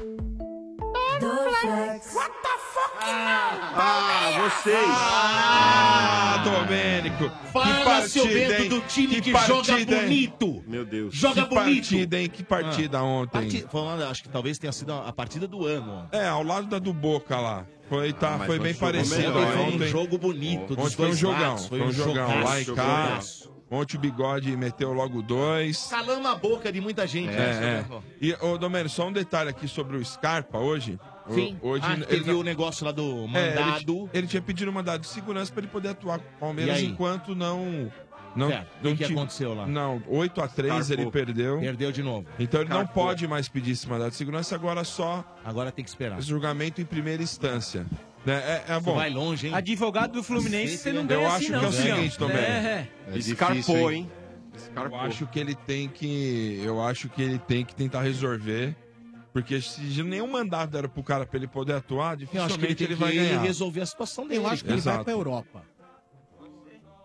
Dorflex. What the fuck? Ah, vocês! Ah, Domênico! Fala, seu Bento, do time que joga bonito. Meu Deus. Joga que bonito. Ah. partida, hein? Que partida ontem. Parti- foi uma- acho que talvez tenha sido a a partida do ano. ontem. É, ao lado da do Boca lá. Foi, tá, mas foi foi bem um jogo parecido. melhor, aí hein? ontem. Um jogo bonito, Ontem dos foi um dois jogão. lados, foi Foi um um jogão. jogaço, Lá em cá. jogaço. Ontem o Bigode meteu logo dois. Calando a boca de muita gente. né, É, é. Soberano? E, ô, Domênio, só um detalhe aqui sobre o Scarpa hoje. O- Sim. Hoje Ah, teve não- o negócio lá do É, ele mandado. ti- ele, tinha pedido um mandado de segurança para ele poder atuar com o E Palmeiras aí? enquanto não. não Certo. O que que ti- aconteceu lá? Não, 8 a 3 Carpou. ele perdeu. Perdeu de novo. Então ele não Carpou. pode mais pedir esse mandado de segurança, agora só. Agora tem que esperar. Julgamento em primeira instância. Né? É, é bom. vai longe, hein? Advogado do Fluminense, você não ganha Eu assim, acho não, que é o filhão. seguinte, Domênio. É, é. Escarpou, Difícil, hein? Eu acho que ele tem que. Eu acho que ele tem que tentar resolver. Porque se nenhum mandado era pro cara pra ele poder atuar, Eu acho dificilmente que ele, ele, tem que vai ganhar. resolver a situação dele. Eu acho que ele vai Exato. pra Europa.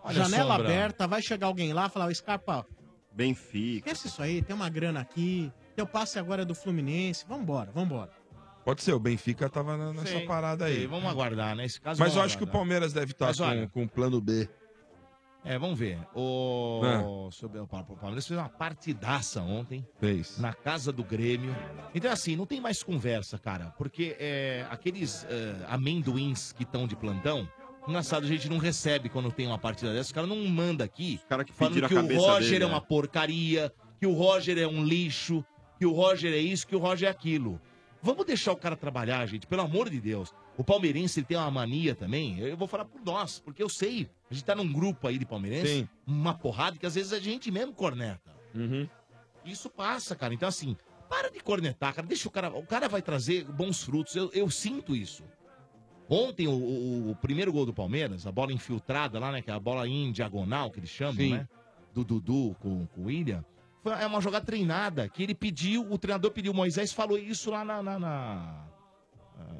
Olha, Janela Sombra. aberta, vai chegar alguém lá e falar, "Ô, Scarpa, Benfica. esquece isso aí, tem uma grana aqui, teu passe agora é do Fluminense, vambora, vambora. Pode ser, o Benfica tava na- nessa Sim, parada aí. sim, vamos aguardar, né? Esse caso Mas vamos eu acho que o aguardar. Palmeiras deve estar Mas olha- com, com um plano B. É, vamos ver. O... Sobre o Pa- o Palmeiras fez uma partidaça ontem. Fez. Na casa do Grêmio. Então, assim, não tem mais conversa, cara. Porque é, aqueles é, amendoins que estão de plantão. Engraçado, a gente não recebe quando tem uma partida dessa. Os caras não manda aqui. Os caras que Falando pediram que a o cabeça Roger dele, é uma né? porcaria, que o Roger é um lixo, que o Roger é isso, que o Roger é aquilo. Vamos deixar o cara trabalhar, gente, pelo amor de Deus. O palmeirense ele tem uma mania também. Eu vou falar por nós, porque eu sei. A gente tá num grupo aí de palmeirense, Sim. uma porrada que às vezes a gente mesmo corneta. Isso passa, cara. Então, assim, para de cornetar, cara. Deixa o cara. O cara vai trazer bons frutos. Eu, eu sinto isso. Ontem, o, o- o primeiro gol do Palmeiras, a bola infiltrada lá, né? Que é a bola em diagonal, que eles chamam, Sim. né? Do Dudu com, com o William. Foi, é uma jogada treinada que ele pediu, o treinador pediu, o Moisés falou isso lá na. na- na- ah,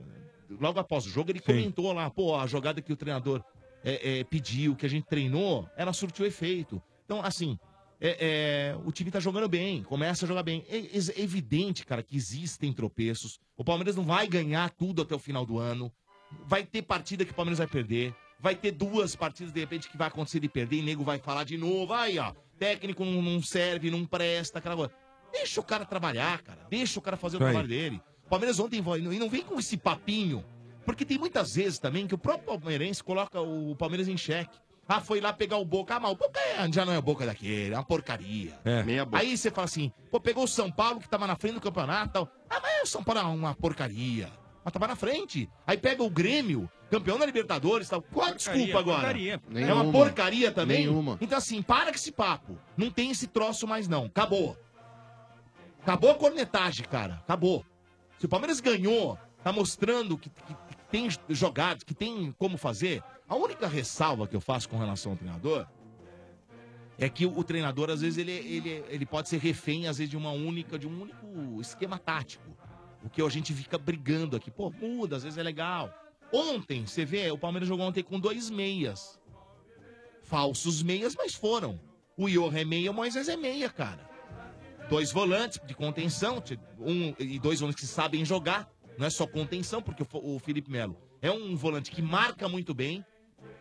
Logo após o jogo, ele comentou lá, pô, a jogada que o treinador é, é, pediu, que a gente treinou, ela surtiu efeito. Então, assim, é, é, o time tá jogando bem, começa a jogar bem. É, é evidente, cara, que existem tropeços. O Palmeiras não vai ganhar tudo até o final do ano. Vai ter partida que o Palmeiras vai perder. Vai ter duas partidas, de repente, que vai acontecer de perder. E nego vai falar de novo. Aí, ó, técnico não, não serve, não presta, aquela coisa. Deixa o cara trabalhar, cara. Deixa o cara fazer o Isso aí. trabalho dele. O Palmeiras ontem vai. E não vem com esse papinho. Porque tem muitas vezes também que o próprio palmeirense coloca o Palmeiras em xeque. Ah, foi lá pegar o Boca. Ah, mas o Boca é- já não é o Boca daquele, é uma porcaria. É. É Meia boca. Aí você fala assim, pô, pegou o São Paulo que tava na frente do campeonato. tal. Ah, mas o São Paulo é uma porcaria. Mas tava na frente. Aí pega o Grêmio, campeão da Libertadores. Tal. Qual a Porcaria, desculpa agora? porcaria. É uma Nenhuma. porcaria também? Nenhuma. Então assim, para com esse papo. Não tem esse troço mais não. Acabou. Acabou a cornetagem, cara. Acabou. Se o Palmeiras ganhou, tá mostrando que, que tem jogado, que tem como fazer. A única ressalva que eu faço com relação ao treinador é que o, o treinador, às vezes, ele, ele, ele pode ser refém, às vezes, de uma única, de um único esquema tático. O que a gente fica brigando aqui. Pô, muda, às vezes é legal. Ontem, você vê, o Palmeiras jogou ontem com dois meias. Falsos meias, mas foram. O Iorra é meia, o Moisés é meia, cara. Dois volantes de contenção, ti- um e dois volantes que sabem jogar. Não é só contenção, porque o Fo- o Felipe Melo é um volante que marca muito bem,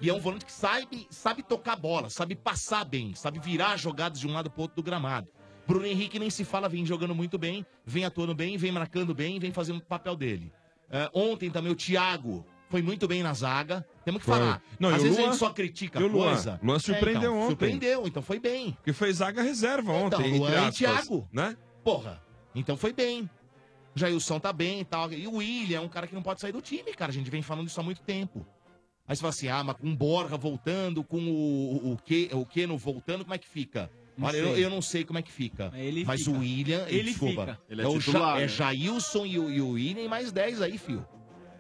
e é um volante que sabe, sabe tocar bola, sabe passar bem, sabe virar jogadas de um lado pro outro do gramado. Bruno Henrique nem se fala, vem jogando muito bem, vem atuando bem, vem marcando bem, vem fazendo o papel dele. É, ontem também o Thiago foi muito bem na zaga. Temos que Foi. falar. Não, e Às o vezes a Luan? gente só critica E o a Luan? coisa. Luan É, surpreendeu então, ontem. Surpreendeu, então foi bem. Porque foi zaga reserva Então, ontem, Luan entre e aspas. Thiago. Né? Porra, então foi bem. Jailson tá bem e tal. E o William é um cara que não pode sair do time, cara. A gente vem falando isso há muito tempo. Aí você fala assim, ah, mas com o Borja voltando, com o, o, que, o Keno voltando, como é que fica? Não Olha, eu, sei. eu não sei como é que fica. ele mas fica. o William, Ele desculpa. fica. Ele Ele é, é o titular, Ja- é né? Jailson e o, e o William e mais 10 aí, fio.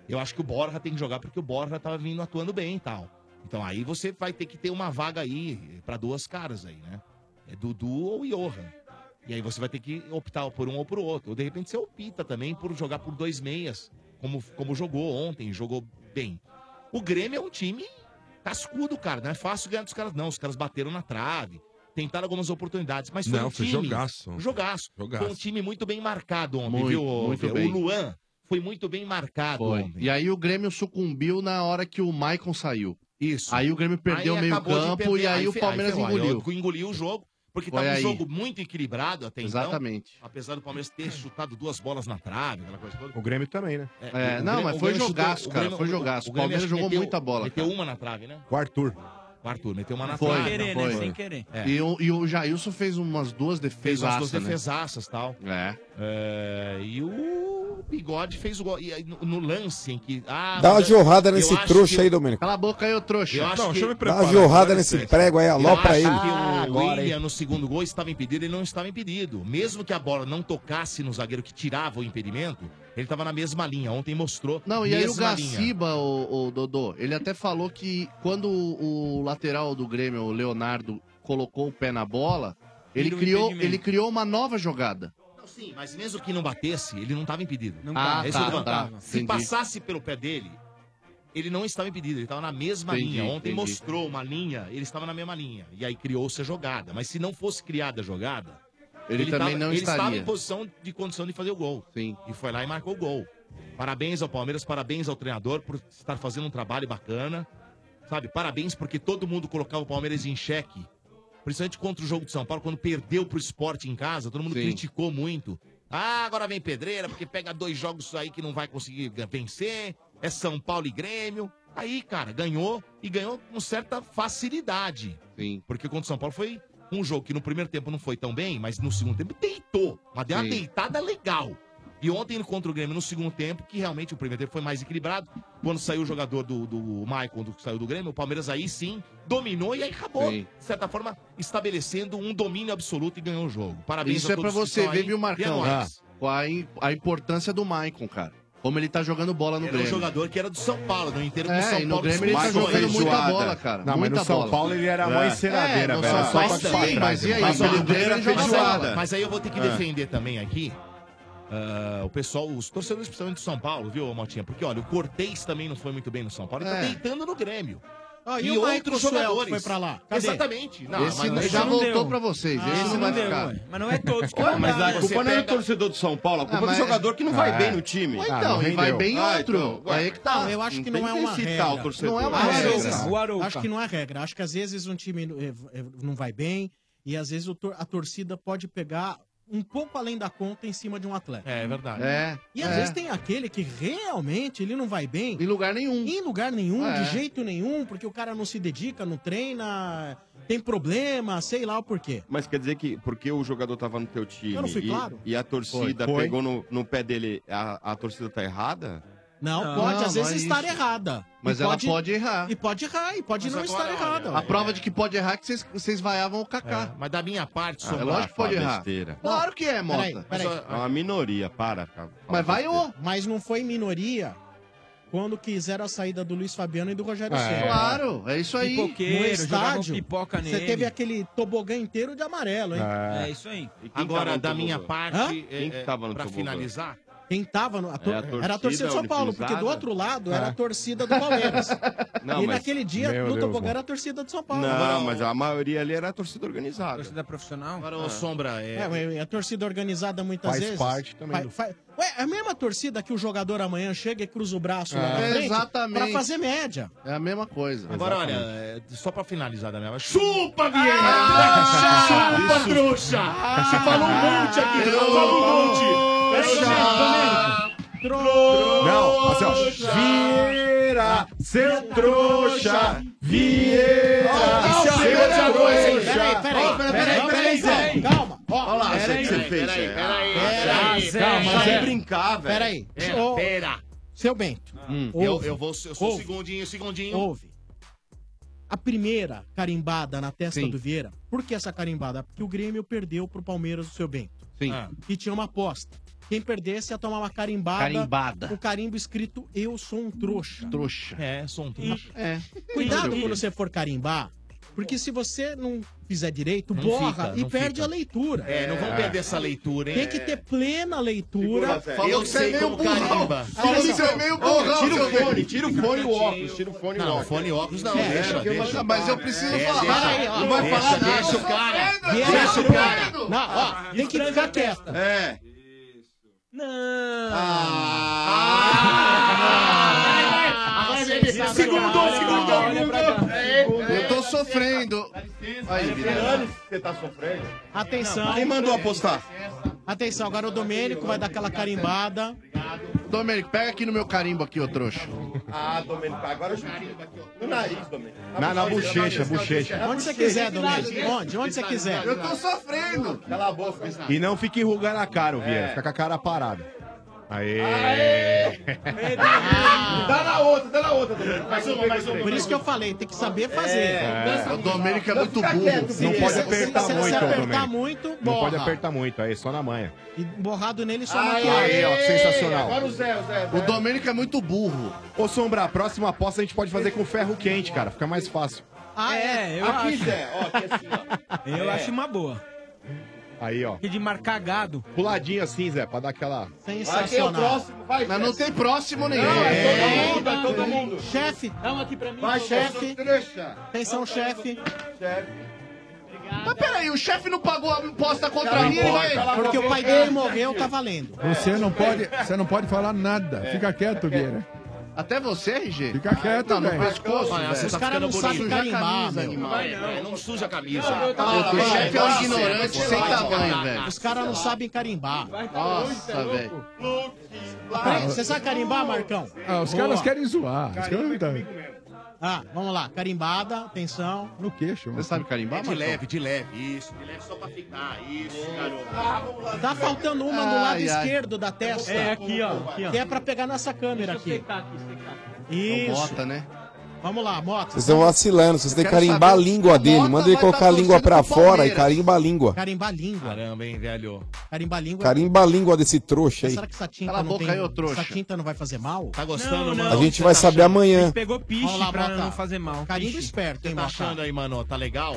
Eu acho que o Borja tem que jogar porque o Borja tava vindo atuando bem e tal. Então aí você vai ter que ter uma vaga aí pra duas caras aí, né? É Dudu ou Johan. E aí você vai ter que optar por um ou por outro. Ou de repente você opta também por jogar por dois meias, como, como jogou ontem, jogou bem. O Grêmio é um time cascudo, cara. Não é fácil ganhar dos caras, não. Os caras bateram na trave, tentaram algumas oportunidades, mas foi Não, um foi time... jogaço ontem. Jogaço. Jogaço. Foi um time muito bem marcado ontem, Muito, viu? muito Fer? bem. O Luan foi muito bem marcado Foi. ontem. E aí o Grêmio sucumbiu na hora que o Maicon saiu. Isso. Aí o Grêmio perdeu Aí o meio acabou de campo perder. e aí, o fe- Palmeiras ferrou. Aí engoliu. o- engoliu o jogo, porque Foi estava um aí. jogo muito equilibrado até então. Exatamente. Apesar do Palmeiras ter chutado duas bolas na trave, aquela coisa toda. O Grêmio também, né? É, É, não, mas foi jogaço, cara, foi jogaço. O Palmeiras acho que jogou muita bola, Meteu cara. uma na trave, né? O Arthur. O Arthur meteu uma na Foi, trave. foi. É. E, o, e o Jailson fez umas duas né? Fez umas duas defesas. defesaças e tal. É. e o Bigode fez o gol. E aí, no, no lance em que. Ah, Dá uma mas- jorrada eu nesse acho trouxa que- aí, Domênico. Cala a boca aí, ô trouxa. Eu acho que- Dá uma jorrada nesse prego aí, alopra eu ele. acho que o Ah, agora, William no segundo gol estava impedido, ele não estava impedido. Mesmo que a bola não tocasse no zagueiro que tirava o impedimento, ele estava na mesma linha. Ontem mostrou. Não, e aí o mesma linha. Gaciba, o, o Dodô, ele até falou que quando o, o lateral do Grêmio, o Leonardo, colocou o pé na bola, ele Vira um criou, impedimento. ele criou uma nova jogada. Não, sim, mas mesmo que não batesse, ele não estava impedido. Não tava. Esse é o Ah, tá, detalhe. tá. Se Entendi. passasse pelo pé dele, ele não estava impedido, ele estava na mesma Entendi, linha. Ontem entendi. mostrou uma linha, ele estava na mesma linha. E aí criou-se a jogada. Mas se não fosse criada a jogada, Ele também não ele estava estaria. em posição de condição de fazer o gol. Sim. E foi lá e marcou o gol. Parabéns ao Palmeiras, parabéns ao treinador por estar fazendo um trabalho bacana. Sabe, parabéns porque todo mundo colocava o Palmeiras em xeque. Principalmente contra o jogo de São Paulo, quando perdeu pro esporte em casa, todo mundo criticou muito. Ah, agora vem pedreira, porque pega dois jogos aí que não vai conseguir vencer. É São Paulo e Grêmio. Aí, cara, ganhou e ganhou com certa facilidade. Sim. Porque contra o São Paulo foi um jogo que no primeiro tempo não foi tão bem, mas no segundo tempo deitou. Mas deu uma Sim. deitada legal. E ontem contra o Grêmio no segundo tempo, que realmente o primeiro tempo foi mais equilibrado. Quando saiu o jogador do, do Maicon, do que saiu do Grêmio, o Palmeiras aí sim dominou e aí acabou, Sim. de certa forma, estabelecendo um domínio absoluto e ganhou o jogo. Parabéns Isso a é pra todos que você estão ver, aí. viu, Marcão? E é Ah, nóis. com a, im- a importância do Maicon, cara. Como ele tá jogando bola no Era um Grêmio. jogador que era do São Paulo, no inteiro É, do São e Paulo. no Grêmio ele tá Maicon jogando fez muita zoada. bola, cara. Não, mas no Muita São bola. Paulo ele era mãe É. enceradeira, É, no velho. São Era só Paulo pra sim, trás, mas e né? aí? Mas Mas o o Grêmio Grêmio era Mas, feijoada. aí- mas aí eu vou ter que É. defender também aqui ah, o pessoal, os torcedores principalmente de São Paulo, viu, Motinha? Porque olha, o Cortez também não foi muito bem no São Paulo, ele tá É. deitando no Grêmio. Ah, e o Michael Suelto foi pra lá? Cadê? Exatamente. Esse já não voltou deu. Ah, pra vocês, esse não vai ficar. Mas não é todos que Ué, mandaram. mas a Você culpa não é do pega- torcedor do São Paulo, a Ah, culpa é do jogador que não vai é. bem no time. Ué, Ah, então, não e vai rendeu. bem Ah, outro. então, ué. aí que tá. Não, eu acho que não, é uma regra. Não é uma Às regra. vezes- cara. Acho que não é regra. Acho que às vezes um time eh, eh, não vai bem e às vezes o tor- a torcida pode pegar um pouco além da conta em cima de um atleta. É, é verdade. É. E às É. vezes tem aquele que realmente ele não vai bem. Em lugar nenhum. Em lugar nenhum, É. de jeito nenhum, porque o cara não se dedica, não treina, tem problema, sei lá o porquê. Mas quer dizer que porque o jogador tava no teu time Eu não fui e, claro? e a torcida Foi, foi. pegou no, no pé dele, a, a torcida tá errada? Não, Não, pode às não vezes é estar isso. errada. Mas ela pode errar. E pode errar, e pode Mas não estar agora, olha, errada. A prova de que pode errar é que vocês, vocês vaiavam o Kaká. mas da minha parte, é Sombra, lógico que pode fala errar. besteira. Claro que é, Mota. É uma minoria, para. cara. Mas vai o. Mas não foi minoria quando quiseram a saída do Luiz Fabiano e do Rogério É. Ceni. Claro, é isso aí. no Pipoqueiro, jogavam estádio, pipoca Você nele. teve aquele tobogã inteiro de amarelo, hein? É. É isso aí. E quem tava Agora, no da tobogã? minha Hã? parte, é, Quem que tava no pra tobogã? finalizar, Quem tava no, a tor- É a era a torcida torcida do São Paulo, organizada? porque do outro lado era É. a torcida do Palmeiras. Não, e mas- naquele dia, Meu no Deus, tobogã mano. era a torcida do São Paulo. Não, mas a maioria ali era a torcida organizada. Torcida profissional? Agora, ô, Ah. Sombra, É, mas a torcida organizada muitas Faz vezes. parte também Fa- do- fa- Ué, é a mesma torcida que o jogador amanhã chega e cruza o braço lá Ah. na É, frente exatamente. pra fazer média. É a mesma coisa. Agora, olha, é, só pra finalizar da minha parte. Chupa, Vieira! Chupa, isso. trouxa! Você falou um monte aqui, trouxa! Falou um monte! É Trouxa! Não, assim, ó. Vieira, é seu trouxa! Vieira, Ó, seu ó, peraí, peraí, trouxa! peraí, peraí, Ó, peraí, peraí, Zé. Calma! Olha lá, Peraí, Zé, o que peraí, você fez, peraí, Zé. peraí, Ah, peraí, Zé, calma, para de Zé. brincar, velho. Peraí. É, Ô, pera. Seu Bento. hum. Eu, ouve. eu vou, eu sou Ouve. segundinho, segundinho. Houve. A primeira carimbada na testa Sim. do Vieira. Por que essa carimbada? Porque o Grêmio perdeu pro Palmeiras o seu Bento. Sim. E tinha uma aposta. Quem perdesse ia tomar uma carimbada. Carimbada. O carimbo escrito Eu sou um trouxa. Trouxa. É, sou um trouxa. É. Cuidado Entendeu? quando você for carimbar. Porque se você não fizer direito, Não borra fica, e não perde fica. a leitura. É, não vamos perder essa leitura, hein? Tem que ter plena leitura. Segura, Zé. Falou que você é meio burrão. Falou Olha que você só. é meio burrão, assim, Tira o seu fone, Bento. tira o fone e o óculos, tira o fone e o Não, óculos. fone e óculos não, É, deixa, porque eu- deixa. mas eu preciso É, falar. deixa. Peraí, ó. Não vai Deixa, falar nada. deixa o cara. Tá vendo? Deixa Tá o vendo? cara. Não, ó, tem que ficar quieta. É. Agora vem ele. Segundou, segundou, segundou. Eu tô sofrendo. Aí, Vilela. Você tá sofrendo? Atenção. Quem mandou apostar? Atenção, agora o Domênico vai dar aquela carimbada. Domênico, pega aqui no meu carimbo aqui, ô trouxa. Ah, Domênico, agora eu chutei. No nariz, Domênico. Na- na bochecha, bochecha. Onde você quiser, Domênico. Onde? Onde você quiser. Eu tô sofrendo. Cala a boca. E não fique enrugando a cara, o Vieira. É. Fica com a cara parada. Aê! *laughs* Ah. Dá na outra, dá na outra, Domênico. Mais uma, mais uma. Por isso que eu falei, tem que saber fazer. É. O Domênico é Não, muito fica burro. quieto, Não filho. pode Se- apertar se- se- muito, Se apertar Domênico. muito, Não pode borra. apertar muito, aí, só na manha. E borrado nele só Aê, maquiagem. ó, sensacional. Agora o Zé, o Zé. O Domênico é muito burro. Ô, Sombra, a próxima aposta a gente pode fazer com ferro quente, cara. Fica mais fácil. Ah, é, eu Aqui, acho. Zé, Eu É. acho uma boa. Aí, ó. E de marcar gado. Puladinha assim, Zé, pra dar aquela... é Vai, Mas não tem próximo nenhum. é todo mundo, é todo mundo. Chefe. Dá aqui pra mim. Vai, chefe. Atenção, chefe. Mas peraí, o chefe não pagou a imposta contra Cala a mim, boca, velho. cala a Porque o pai dele morreu, tá valendo. Você não pode, você não pode falar nada. Fica quieto, Vieira. Até você, RG? Fica quieto, Tá no velho. pescoço, Olha, velho. você tá ficando bonito. sujar a Suja a camisa, animal. Não, não suja a camisa. Ah, o chefe é um ignorante sem tamanho, velho. Os caras não sabem carimbar. Nossa, velho. Peraí, Você sabe carimbar, Marcão? Ah, os Boa. caras querem zoar. Os caras não tá- Ah, vamos lá. Carimbada, atenção. No queixo. mano. É de leve, de leve. Isso, de leve é só pra ficar. Isso, garoto. Tá faltando uma do lado Ai, ai. esquerdo da testa. É, aqui, ó, aqui, ó. Que é pra pegar nessa câmera aqui. Isso. Bota, né? Vamos lá, Mota. Vocês estão vacilando, vocês têm que Eu quero carimbar a saber- língua dele. Manda Mota ele vai colocar a tá língua torcendo pro pra fora e Palmeiras. carimba a língua. Carimbar a língua. Caramba, hein, velho. Carimbar a língua. Carimba a língua desse trouxa aí. Será que essa tinta Cala a não boca tem... aí, ô trouxa. Essa tinta não vai fazer mal? Tá Não, não. A gente vai saber amanhã. Pegou piche pra não fazer mal. Carimbo esperto, Você hein, tá Mota? achando aí, mano? Tá legal?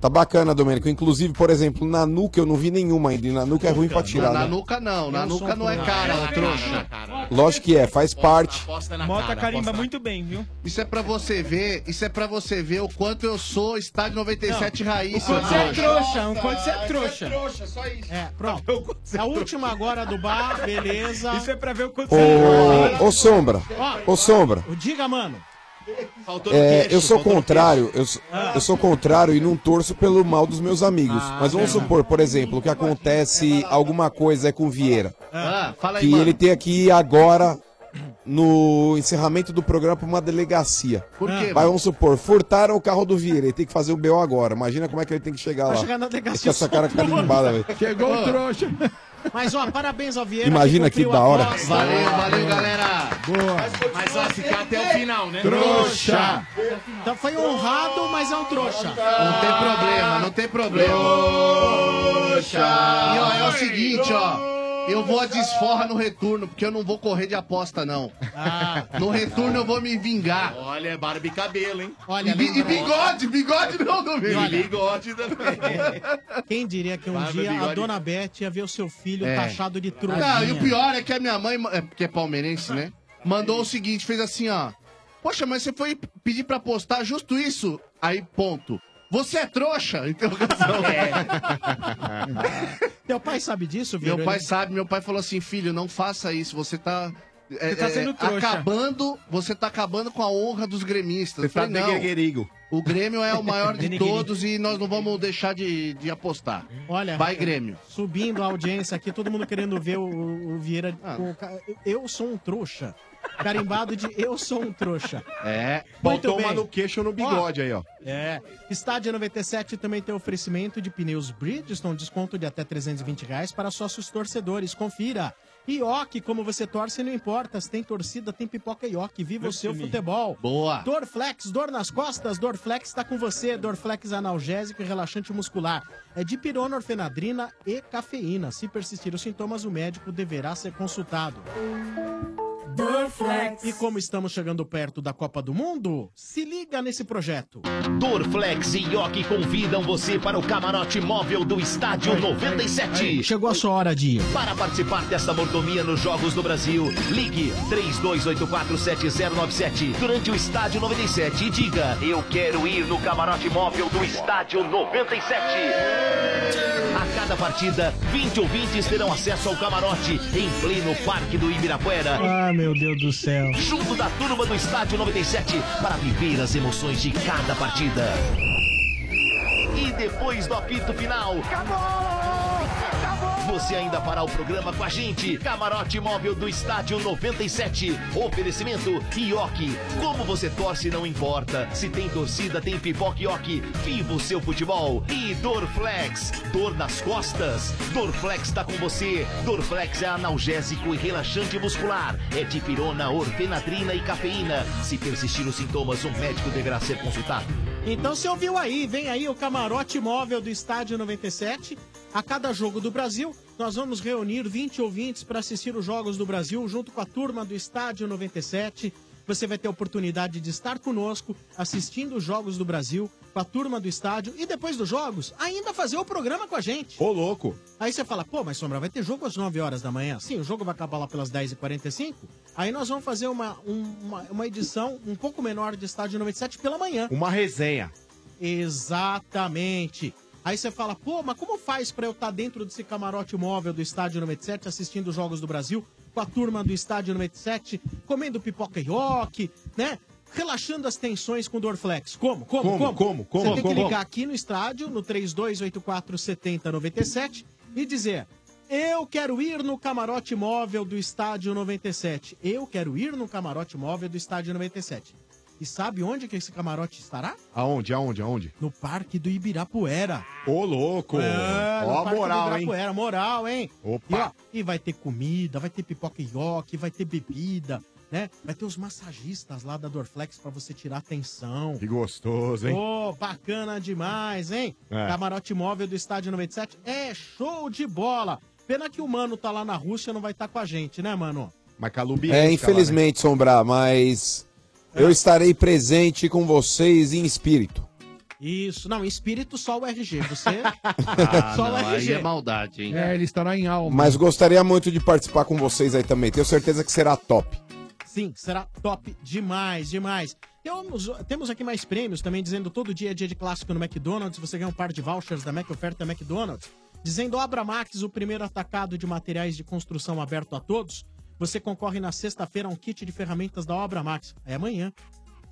Tá bacana, Domênico. Inclusive, por exemplo, na nuca eu não vi nenhuma ainda. E na nuca é ruim pra tirar, Na né? nuca não, na Eu nuca sou não é pro- cara, Não, ô é trouxa. Lógico que é, faz parte. Mota carimba muito bem, viu? Isso é pra você ver, isso é pra você ver o quanto eu sou estádio 97 raiz. o seu quanto você é trouxa. trouxa, o quanto você é trouxa. só isso. É, pronto. A última agora do *laughs* bar, beleza. Isso é pra ver o quanto Ô, ô Sombra, Ó. ô Sombra, Diga, mano. Faltou É, no eu sou faltou no contrário, eu sou, eu sou contrário e não torço pelo mal dos meus amigos. Mas vamos supor, por exemplo, que acontece alguma coisa é com o Vieira. Ah, fala aí, Que mano. ele tem aqui agora no encerramento do programa pra uma delegacia. Por quê, Ah. Vai, um- mano? vamos supor, furtaram o carro do Vieira, ele tem que fazer o BO agora. Imagina como é que ele tem que chegar Vai lá. chegar na delegacia Com essa cara só por- carimbada, velho. Chegou o trouxa. Mas, ó, parabéns ao Vieira. Imagina que cumpriu da a hora. aposta. Valeu, valeu, galera. Boa. Mas vai ficar até o final, né? Trouxa. Então foi honrado, mas é um trouxa. Não tem problema, não tem problema. E ó, é o seguinte, ó. Eu vou a desforra no retorno, porque eu não vou correr de aposta, não. Ah. No retorno eu vou me *laughs* vingar. Olha, é barba e cabelo, hein? E, bi- e bigode, bigode não E duvido. bigode também. *laughs* Quem diria que um Barba, dia a bigode. dona Beth ia ver o seu filho É. taxado de trouxa. Não, e o pior é que a minha mãe, é, que é palmeirense, né? Mandou o seguinte, fez assim, ó. Poxa, mas você foi pedir pra postar justo isso? Aí, ponto. Você é trouxa? *laughs* Interrogação. É. Teu pai sabe disso, Meu Vieira? pai Ele- sabe, meu pai falou assim, filho, não faça isso, você tá... é, Você tá é, sendo trouxa. Acabando, você tá acabando com a honra dos gremistas. Você Eu tá falei, não, neguerigo. o Grêmio é o maior de Neguerigo. todos e nós não vamos deixar de, de apostar. Olha, Vai, Grêmio. Subindo a audiência aqui, todo mundo querendo ver o, o Vieira. Ah. com o ca- eu sou um trouxa. Carimbado de eu sou um trouxa. É. Muito Botou uma bem. no queixo ou um no bigode aí, ó. É. Estádio 97 também tem oferecimento de pneus Bridgestone, desconto de até 320 reais para sócios torcedores. Confira. IOC, como você torce, não importa. Se tem torcida, tem pipoca IOC. Viva o seu futebol. Boa. Dorflex, dor nas costas, Dorflex está com você. Dorflex analgésico e relaxante muscular. É de pirona, orfenadrina e cafeína. Se persistir os sintomas, o médico deverá ser consultado. Dorflex. E como estamos chegando perto da Copa do Mundo, se liga nesse projeto. Dorflex e Yoki convidam você para o camarote móvel do Estádio 97. Chegou a sua hora de ir. Para participar desta mordomia nos Jogos do Brasil, ligue 32847097 durante o Estádio 97 e diga: Eu quero ir no camarote móvel do Estádio 97. A cada partida, 20 ouvintes terão acesso ao camarote em pleno Parque do Ibirapuera. Ah, meu Deus do céu. Junto da turma do Estádio 97 para viver as emoções de cada partida. E depois do apito final. Você ainda fará o programa com a gente. Camarote móvel do Estádio 97. Oferecimento Ioki. Como você torce, não importa. Se tem torcida, tem pipoca Ioki. Viva o seu futebol. E Dorflex. Dor nas costas. Dorflex tá com você. Dorflex é analgésico e relaxante muscular. É de pirona, orfenadrina e cafeína. Se persistir os sintomas, um médico deverá ser consultado. Então você ouviu aí, vem aí o camarote móvel do Estádio 97. A cada jogo do Brasil, nós vamos reunir 20 ouvintes para assistir os Jogos do Brasil junto com a turma do Estádio 97. Você vai ter a oportunidade de estar conosco assistindo os Jogos do Brasil com a turma do estádio e depois dos Jogos ainda fazer o programa com a gente. Ô, louco. Aí você fala, pô, mas Sombra, vai ter jogo às 9 horas da manhã? Sim, o jogo vai acabar lá pelas 10h45. Aí nós vamos fazer uma, um- uma, uma edição um pouco menor de Estádio 97 pela manhã. Uma resenha. Exatamente. Aí você fala, pô, mas como faz pra eu estar dentro desse camarote móvel do Estádio 97 assistindo os Jogos do Brasil com a turma do Estádio 97, comendo pipoca e rock, né? Relaxando as tensões com o Dorflex. Como? Como? Como? Como? Como? Como? Você tem que Como? ligar aqui no estádio, no 3284 7097 e dizer: Eu quero ir no camarote móvel do estádio 97. Eu quero ir no camarote móvel do estádio 97. E sabe onde que esse camarote estará? Aonde, aonde, aonde? No Parque do Ibirapuera. Ô, louco. É, no ó a Parque do moral, hein? Ibirapuera, moral, hein? Opa. E, ó, e vai ter comida, vai ter pipoca e ioki, vai ter bebida, né? Vai ter os massagistas lá da Dorflex pra você tirar a tensão. Que gostoso, hein? Ô, bacana demais, hein? É. Camarote móvel do Estádio 97 é show de bola. Pena que o Mano tá lá na Rússia, não vai estar com a gente, né, Mano? Mas tá Calubi. É, infelizmente, Sombra, mas eu estarei presente com vocês em espírito. Isso, não, em espírito só o RG, você... *laughs* não, aí é maldade, É, ele estará em alma. Mas gostaria muito de participar com vocês aí também. Tenho certeza que será top. Sim, será top demais, demais. Temos, temos aqui mais prêmios também, dizendo todo dia é dia de clássico no McDonald's. Você ganha um par de vouchers da Mac Oferta McDonald's. Dizendo Obra Max, o primeiro atacado de materiais de construção aberto a todos. Você concorre na sexta-feira a um kit de ferramentas da Obra Max. É amanhã.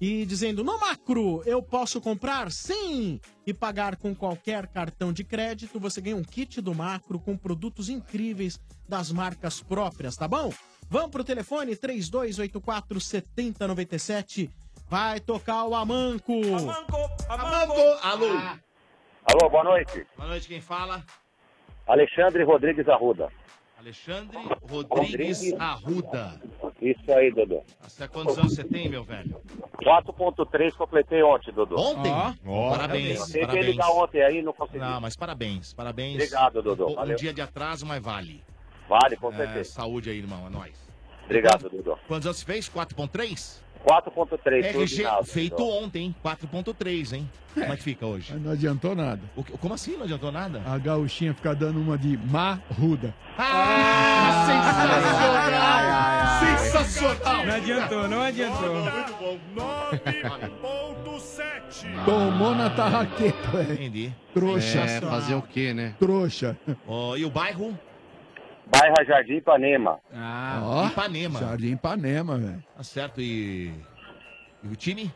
e dizendo: No macro, eu posso comprar? Sim! E pagar com qualquer cartão de crédito, você ganha um kit do macro com produtos incríveis das marcas próprias, tá bom? Vamos pro telefone 3284 7097. Vai tocar o Amanco! Amanco! Alô! Alô, boa noite. Boa noite, quem fala? Alexandre Rodrigues Arruda. Alexandre Rodrigues Arruda. Isso aí, Dodô. Há quantos anos você tem, meu velho? 4.3 completei ontem, Dodô. Ontem? Ó, parabéns, Tentei parabéns. ligar ontem é aí, não consegui. Não, mas parabéns, parabéns. Obrigado, Dodô, Um- Um, valeu. dia de atraso, mas vale. Vale, com É, certeza. saúde aí, irmão, é nóis. Obrigado, Dodô. Quantos anos você fez? 4.3? 4.3, RG tudo nada, É, feito Dodô. ontem, hein? 4.3, hein? Como é que fica hoje? Não adiantou nada. como assim não adiantou nada? A gaúchinha fica dando uma de marruda. Ah, Ah, Sensacional! Não adiantou, não adiantou. *laughs* Muito bom. 9.7. Tomou na tarraqueta, velho. Entendi. Trouxa. É, fazer o quê, né? Trouxa. Ó, e o bairro? Bairro Jardim Ipanema. Ah, Ipanema. Jardim Ipanema, velho. Tá certo, e... E o time?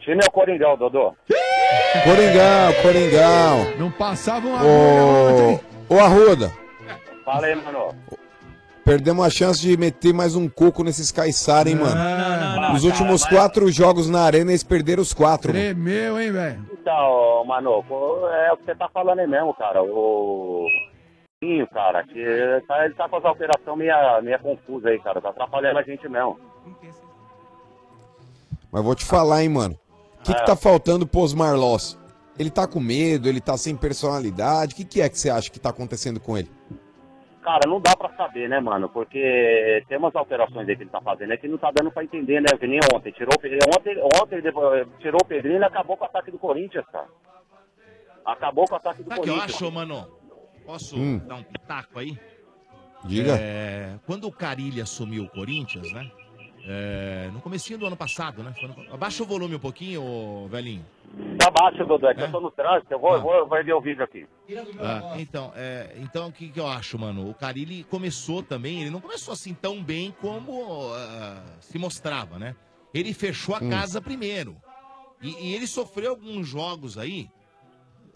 Time é o Coringão, Dodô. Coringão, Coringão. Não passava uma Ô, ô Arruda, Fala aí, mano. perdemos a chance de meter mais um coco nesses caiçara, hein, mano. não, Os cara, últimos mas- quatro jogos na arena, eles perderam os quatro. mano. Tremeu, hein, velho? Então, mano, pô, é o que você tá falando aí mesmo, cara. O. Sim, cara, que tá- ele tá com as alterações meia, meia confusa aí, cara. Tá atrapalhando a gente mesmo. Mas vou te falar, hein, mano. O que, que tá faltando pro Osmar Loss? Ele tá com medo, ele tá sem personalidade. O que, que é que você acha que tá acontecendo com ele? Cara, não dá pra saber, né, mano? Porque tem umas alterações aí que ele tá fazendo, é que não tá dando pra entender, né? Que nem ontem. Tirou, o Pe- ontem, ontem ele devo- tirou o Pedrinho e acabou com o ataque do Corinthians, cara. Acabou com o ataque do Sabe o que eu Corinthians. acho, mano? Posso Hum. dar um pitaco aí? Diga. É, quando o Carilli assumiu o Corinthians, né? É, no comecinho do ano passado, né? Foi no- Abaixa o volume um pouquinho, ô, velhinho. Tá baixo, Dodô, é que eu tô no trânsito, eu vou, eu vou, eu vou ver o vídeo aqui. Ah, então, é, então o que, que eu acho, mano? O Carilli começou também, ele não começou assim tão bem como ah, se mostrava, né? Ele fechou a Hum. casa primeiro. E, e ele sofreu alguns jogos aí.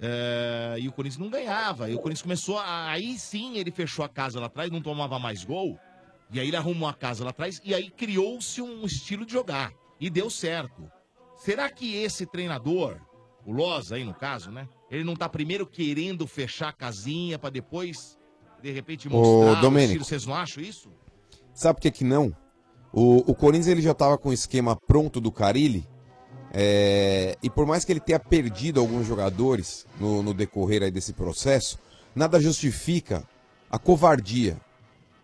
é, e o Corinthians não ganhava. E o Corinthians começou. a- aí sim ele fechou a casa lá atrás, não tomava mais gol. E aí ele arrumou a casa lá atrás. E aí criou-se um estilo de jogar. E deu certo. Será que esse treinador, o Loz aí no caso, né? Ele não tá primeiro querendo fechar a casinha pra depois, de repente, mostrar o Domênico. estilo? Vocês não acham isso? Sabe por que, que não? O, o Corinthians ele já estava com o esquema pronto do Carilli. é, e por mais que ele tenha perdido alguns jogadores no, no decorrer aí desse processo, nada justifica a covardia.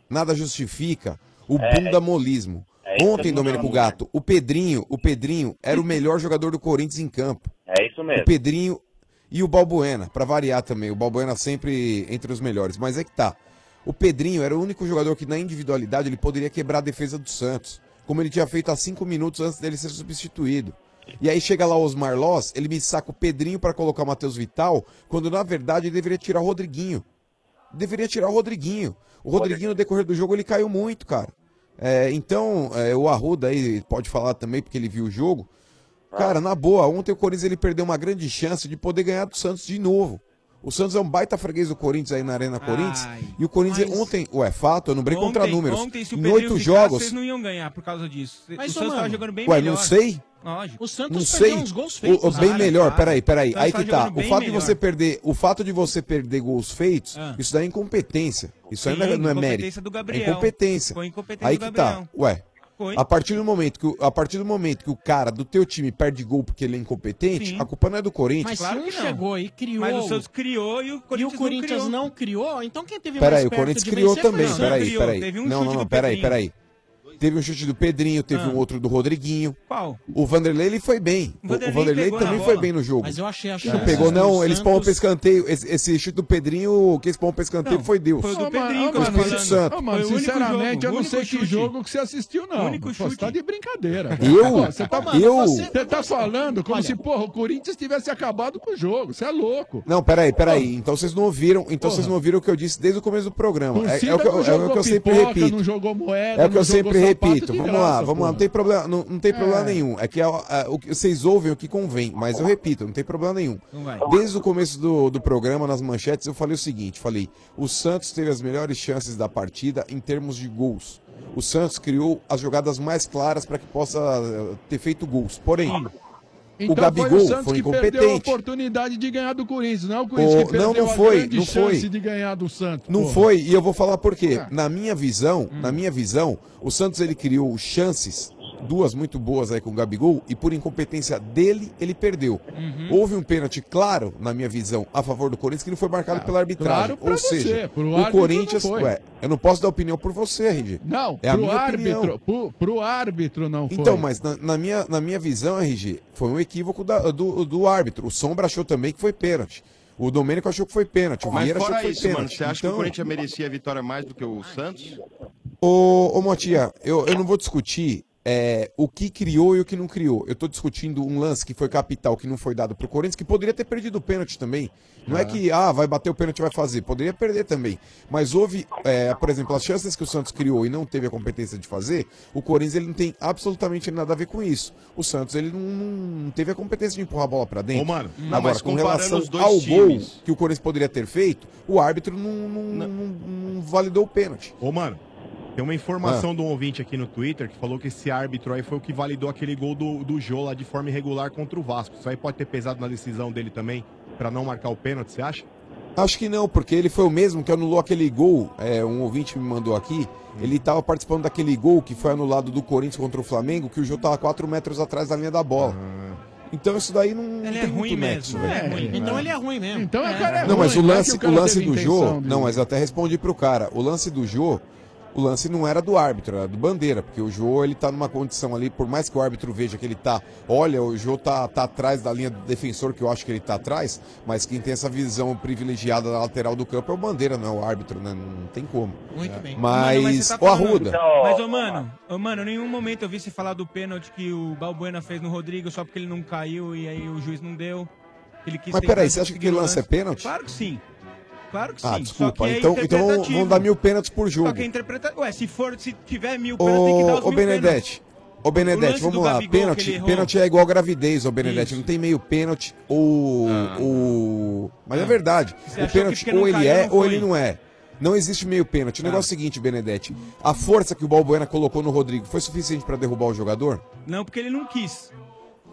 Nada justifica o É, bundamolismo. é isso Ontem, mesmo, Domênico amor. Gato, o Pedrinho, o Pedrinho *laughs* era o melhor jogador do Corinthians em campo. É isso mesmo. O Pedrinho e o Balbuena, pra variar também. O Balbuena sempre entre os melhores, mas é que tá. O Pedrinho era o único jogador que na individualidade ele poderia quebrar a defesa do Santos, como ele tinha feito há cinco minutos antes dele ser substituído. E aí chega lá o Osmar Loss, ele me saca o Pedrinho pra colocar o Matheus Vital, quando na verdade ele deveria tirar o Rodriguinho. Deveria tirar o Rodriguinho. O Rodriguinho no decorrer do jogo ele caiu muito, cara. É, então, é, o Arruda aí pode falar também, porque ele viu o jogo. Ah. Cara, na boa, ontem o Corinthians ele perdeu uma grande chance de poder ganhar do Santos de novo. O Santos é um baita freguês do Corinthians aí na Arena Corinthians. E o Corinthians é ontem, ué, fato, eu não brei contra Ontem- números. Ontem, se o em Pedrinho oito ficasse, jogos. vocês não iam ganhar por causa disso. Mas, o Santos ô, tava mano, jogando bem Ué, melhor. não sei. Lógico. O Santos Não sei. perdeu uns gols O- feitos. o, bem né? melhor, peraí, peraí. Santos Aí tava que tá. jogando O um bem fato de melhor. Ah. você perder. O fato de você perder gols feitos, isso daí é incompetência. Isso aí não é, Sim, não é mérito. incompetência do Gabriel. É incompetência. Foi incompetência aí do que Gabriel. tá. Ué. Foi. A partir, do momento que, o- a partir do momento que o cara do teu time perde gol porque ele é incompetente, Sim. a culpa não é do Corinthians. Mas se um chegou e criou. Mas o Santos criou e o E o Corinthians, Corinthians não não criou. então quem teve mais Peraí, o perto Corinthians de criou vencer foi o também. Santos. Peraí, Criou. peraí. Teve um não, chute não, não, do peraí, Pedrinho. peraí. Teve um chute do Pedrinho, teve Ah. um outro do Rodriguinho. Qual? O Vanderlei ele foi bem. O- o Vanderlei Vanderlei pegou na também bola. foi bem no jogo. Mas eu achei a Não chance pegou, do não. Ele Santos- espalmou pra escanteio. Esse, esse chute do Pedrinho, quem espalmou pra escanteio um foi Deus. Foi o do Foi Pedrinho o Espírito Santo. Ô, mano, sinceramente, eu não sei que jogo que você assistiu, não. Pô, Você tá de brincadeira. velho. Eu? Pô, Você tá, Ô, mano, Eu? você- Você tá falando como se, porra, o Corinthians tivesse acabado com o jogo. Você é louco. Não, peraí, peraí. Então vocês não ouviram. Então vocês não ouviram é o que eu disse desde o começo do programa. É, é o que eu, é o que eu sempre pipoca, não repito. jogou moeda, É o que não jogou eu sempre repito, vamos lá, vamos lá, não tem problema, não, não tem problema nenhum. É que a- a- o que vocês ouvem o que convém, mas eu repito, não tem problema nenhum. Não vai. Desde o começo do, do programa, nas manchetes, eu falei o seguinte: falei, o Santos teve as melhores chances da partida em termos de gols. O Santos criou as jogadas mais claras para que possa eh, ter feito gols. Porém, o Gabigol o foi, Então, Santos que perdeu a incompetente. oportunidade de ganhar do Corinthians, não é o Corinthians Ô, que perdeu não, não a foi, grande não foi. chance de ganhar do Santos. Não porra. Hum. foi, e eu vou falar por quê. Ah. Na minha visão, na minha visão, o Santos ele criou chances, duas muito boas aí com o Gabigol, e por incompetência dele, ele perdeu. Uhum. Houve um pênalti claro, na minha visão, a favor do Corinthians, que não foi marcado pela arbitragem. É, claro pra Ou você, seja, pro o árbitro não Corinthians. foi. Ué, eu não posso dar opinião por você, RG. Não, é a pro minha árbitro, opinião. pro, pro árbitro não foi. Então, mas na, na minha, na minha visão, RG, foi um equívoco da- do, do árbitro. O Sombra achou também que foi pênalti. O Domênico achou que foi pênalti. O Mas Vieira achou que fora foi isso, pênalti. mano, você acha que o Então- Corinthians merecia a vitória mais do que o Santos? Ô, ô Motinha, eu, eu não vou discutir é, o que criou e o que não criou. Eu tô discutindo um lance que foi capital, que não foi dado pro Corinthians, que poderia ter perdido o pênalti também. Não é que, ah, vai bater o pênalti vai fazer. Poderia perder também. Mas houve, é, por exemplo, as chances que o Santos criou e não teve a competência de fazer, o Corinthians ele não tem absolutamente nada a ver com isso. O Santos ele não, não teve a competência de empurrar a bola pra dentro. Ô, mano, não, Agora, mas com comparando relação os dois ao times. gol que o Corinthians poderia ter feito, o árbitro não, não- não- não validou o pênalti. Ô, mano, tem uma informação Ah. de um ouvinte aqui no Twitter que falou que esse árbitro aí foi o que validou aquele gol do, do Jô lá de forma irregular contra o Vasco. Isso aí pode ter pesado na decisão dele também pra não marcar o pênalti, você acha? Ah, Acho que não, porque ele foi o mesmo que anulou aquele gol. É, um ouvinte me mandou aqui. Hum. Ele estava participando daquele gol que foi anulado do Corinthians contra o Flamengo, que o Jô tava 4 metros atrás da linha da bola. Ah. Então isso daí não ele tem é muito nexo, velho. Então ele é ruim mesmo. Então é, cara é Não, mas o ruim, não é lance, que o o cara lance teve né? do Jô. intenção de- Não, mas eu até respondi pro cara. O lance do Jô, o lance não era do árbitro, era do Bandeira. Porque o Jô, ele tá numa condição ali, por mais que o árbitro veja que ele tá. Olha, o Jô tá, tá atrás da linha do defensor, que eu acho que ele tá atrás. Mas quem tem essa visão privilegiada da lateral do campo é o Bandeira, não é o árbitro, né? Não tem como. É. Muito bem. Mano, Mas. você tá o falando- Arruda. Mas, ô, mano, ô, mano, em nenhum momento eu vi você falar do pênalti que o Balbuena fez no Rodrigo só porque ele não caiu e aí o juiz não deu. Ele quis Mas tentar peraí, você acha que conseguir o aquele lance é pênalti? Claro que sim. Claro que sim. Ah, Só desculpa. que é então, então vão- vão interpretativo. dar mil pênaltis por Só jogo. que é interpreta... Ué, se, for, se tiver mil pênaltis, tem que dar os Ô, ô mil pênaltis. Benedetti. Ô O Benedetti, lance vamos do lá. Gabigol que ele Pênalti, errou. pênalti é igual gravidez, ô Benedetti. Não tem meio pênalti ou. ou... Mas Ah. é verdade. Você achou O que pênalti porque não ou ele caiu, é não ou foi? ele não é. Não existe meio pênalti. Ah. O negócio é o seguinte, Benedetti. A força que o Balbuena colocou no Rodrigo foi suficiente pra derrubar o jogador? Não, porque ele não quis.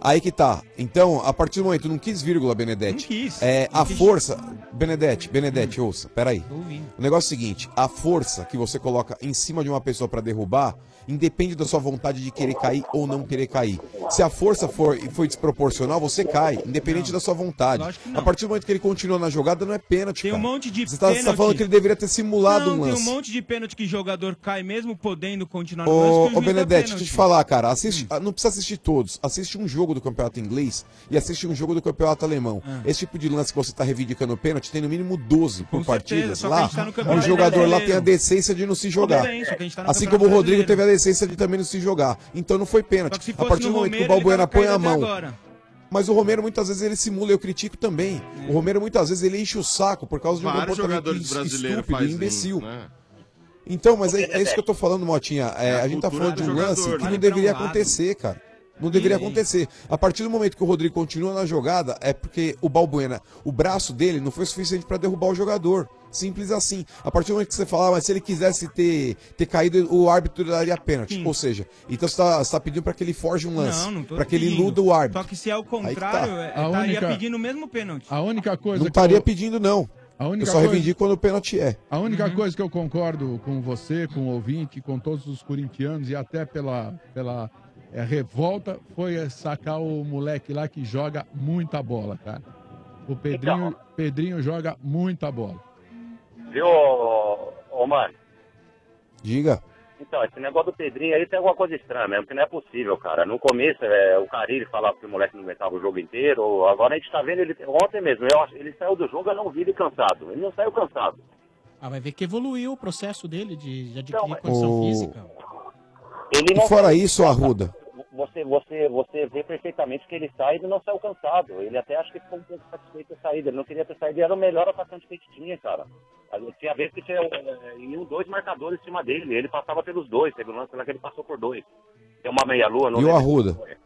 Aí que tá. Então, a partir do momento, não quis vírgula, Benedetti. Não quis. É, Não a quis. força. Benedetti, Benedetti, ouça, peraí. ouvindo. O negócio é o seguinte: a força que você coloca em cima de uma pessoa pra derrubar independe da sua vontade de querer cair ou não querer cair. Se a força for foi desproporcional, você cai, independente da sua vontade. A partir do momento que ele continua na jogada, não é pênalti. Tem um monte de você tá, você tá pênalti. falando que ele deveria ter simulado Não, um tem um lance. monte de pênalti que jogador cai mesmo podendo continuar no lance. Ô, que ô o juiz dá Benedetti, deixa eu pênalti. te falar, cara. Assiste, ah, Não precisa assistir todos. Assiste um jogo do campeonato inglês e assiste um jogo do campeonato alemão. Ah. Esse tipo de lance que você tá reivindicando o pênalti tem no mínimo 12 por partida. só que a Lá, gente tá no o campeonato jogador lá brasileiro. tem a decência de não se jogar. bem, só que a gente tá no Assim campeonato como o Rodrigo teve a decência de também não se jogar. Então não foi pênalti. A fosse partir do no momento que Romero, o ele Balbuena tava põe a caído até mão. agora. Mas o Romero muitas vezes ele simula, eu critico também. É. O Romero muitas vezes ele enche o saco por causa de um Vários comportamento jogadores brasileiros estúpido, fazem. imbecil. né? Então, mas é, é isso que eu tô falando, Motinha. É, a gente tá falando de um jogador, lance né? que Vai não pra deveria um lado. acontecer, cara. Não deveria acontecer. A partir do momento que o Rodrigo continua na jogada, é porque o Balbuena, o braço dele não foi suficiente pra derrubar o jogador. Simples assim. A partir do momento que você fala, "Ah, mas se ele quisesse ter, ter caído, o árbitro daria pênalti. Ou seja, então você tá, você tá pedindo pra que ele forge um lance. Não, não tô pra que ele pedindo. iluda o árbitro. Só que se é o Aí que tá. contrário, é- A estaria única- pedindo o mesmo pênalti. A única coisa Não que estaria eu- pedindo, não. A Eu única só coisa- reivindico quando o pênalti é. A única coisa que eu concordo com você, com o ouvinte, com todos os corintianos e até pela, pela eh, revolta foi eh, sacar o moleque lá que joga muita bola, cara. O Pedrinho, Pedrinho joga muita bola. Viu, ô, ô, mano? Diga. Então, esse negócio do Pedrinho aí tem alguma coisa estranha mesmo, que não é possível, cara. No começo, é, o Carilli falava que o moleque não aguentava o jogo inteiro. ou- Agora a gente tá vendo ele ontem mesmo. eu acho- ele saiu do jogo, eu não vi ele cansado. Ele não saiu cansado. Ah, vai ver que evoluiu o processo dele de, de adquirir condição Então, O- física. Ele E fora isso, Arruda. Você, você, você vê perfeitamente que ele sai e não saiu cansado. Ele até acha que ficou um pouco satisfeito da saída. Ele não queria ter saído. Ele era o melhor atacante que a gente tinha, cara. Tinha vez que tinha eh, iam dois marcadores em cima dele. Ele passava pelos dois. Teve um lance lá que ele passou por dois. Tem uma meia-lua. não E o lembro Arruda? quem foi.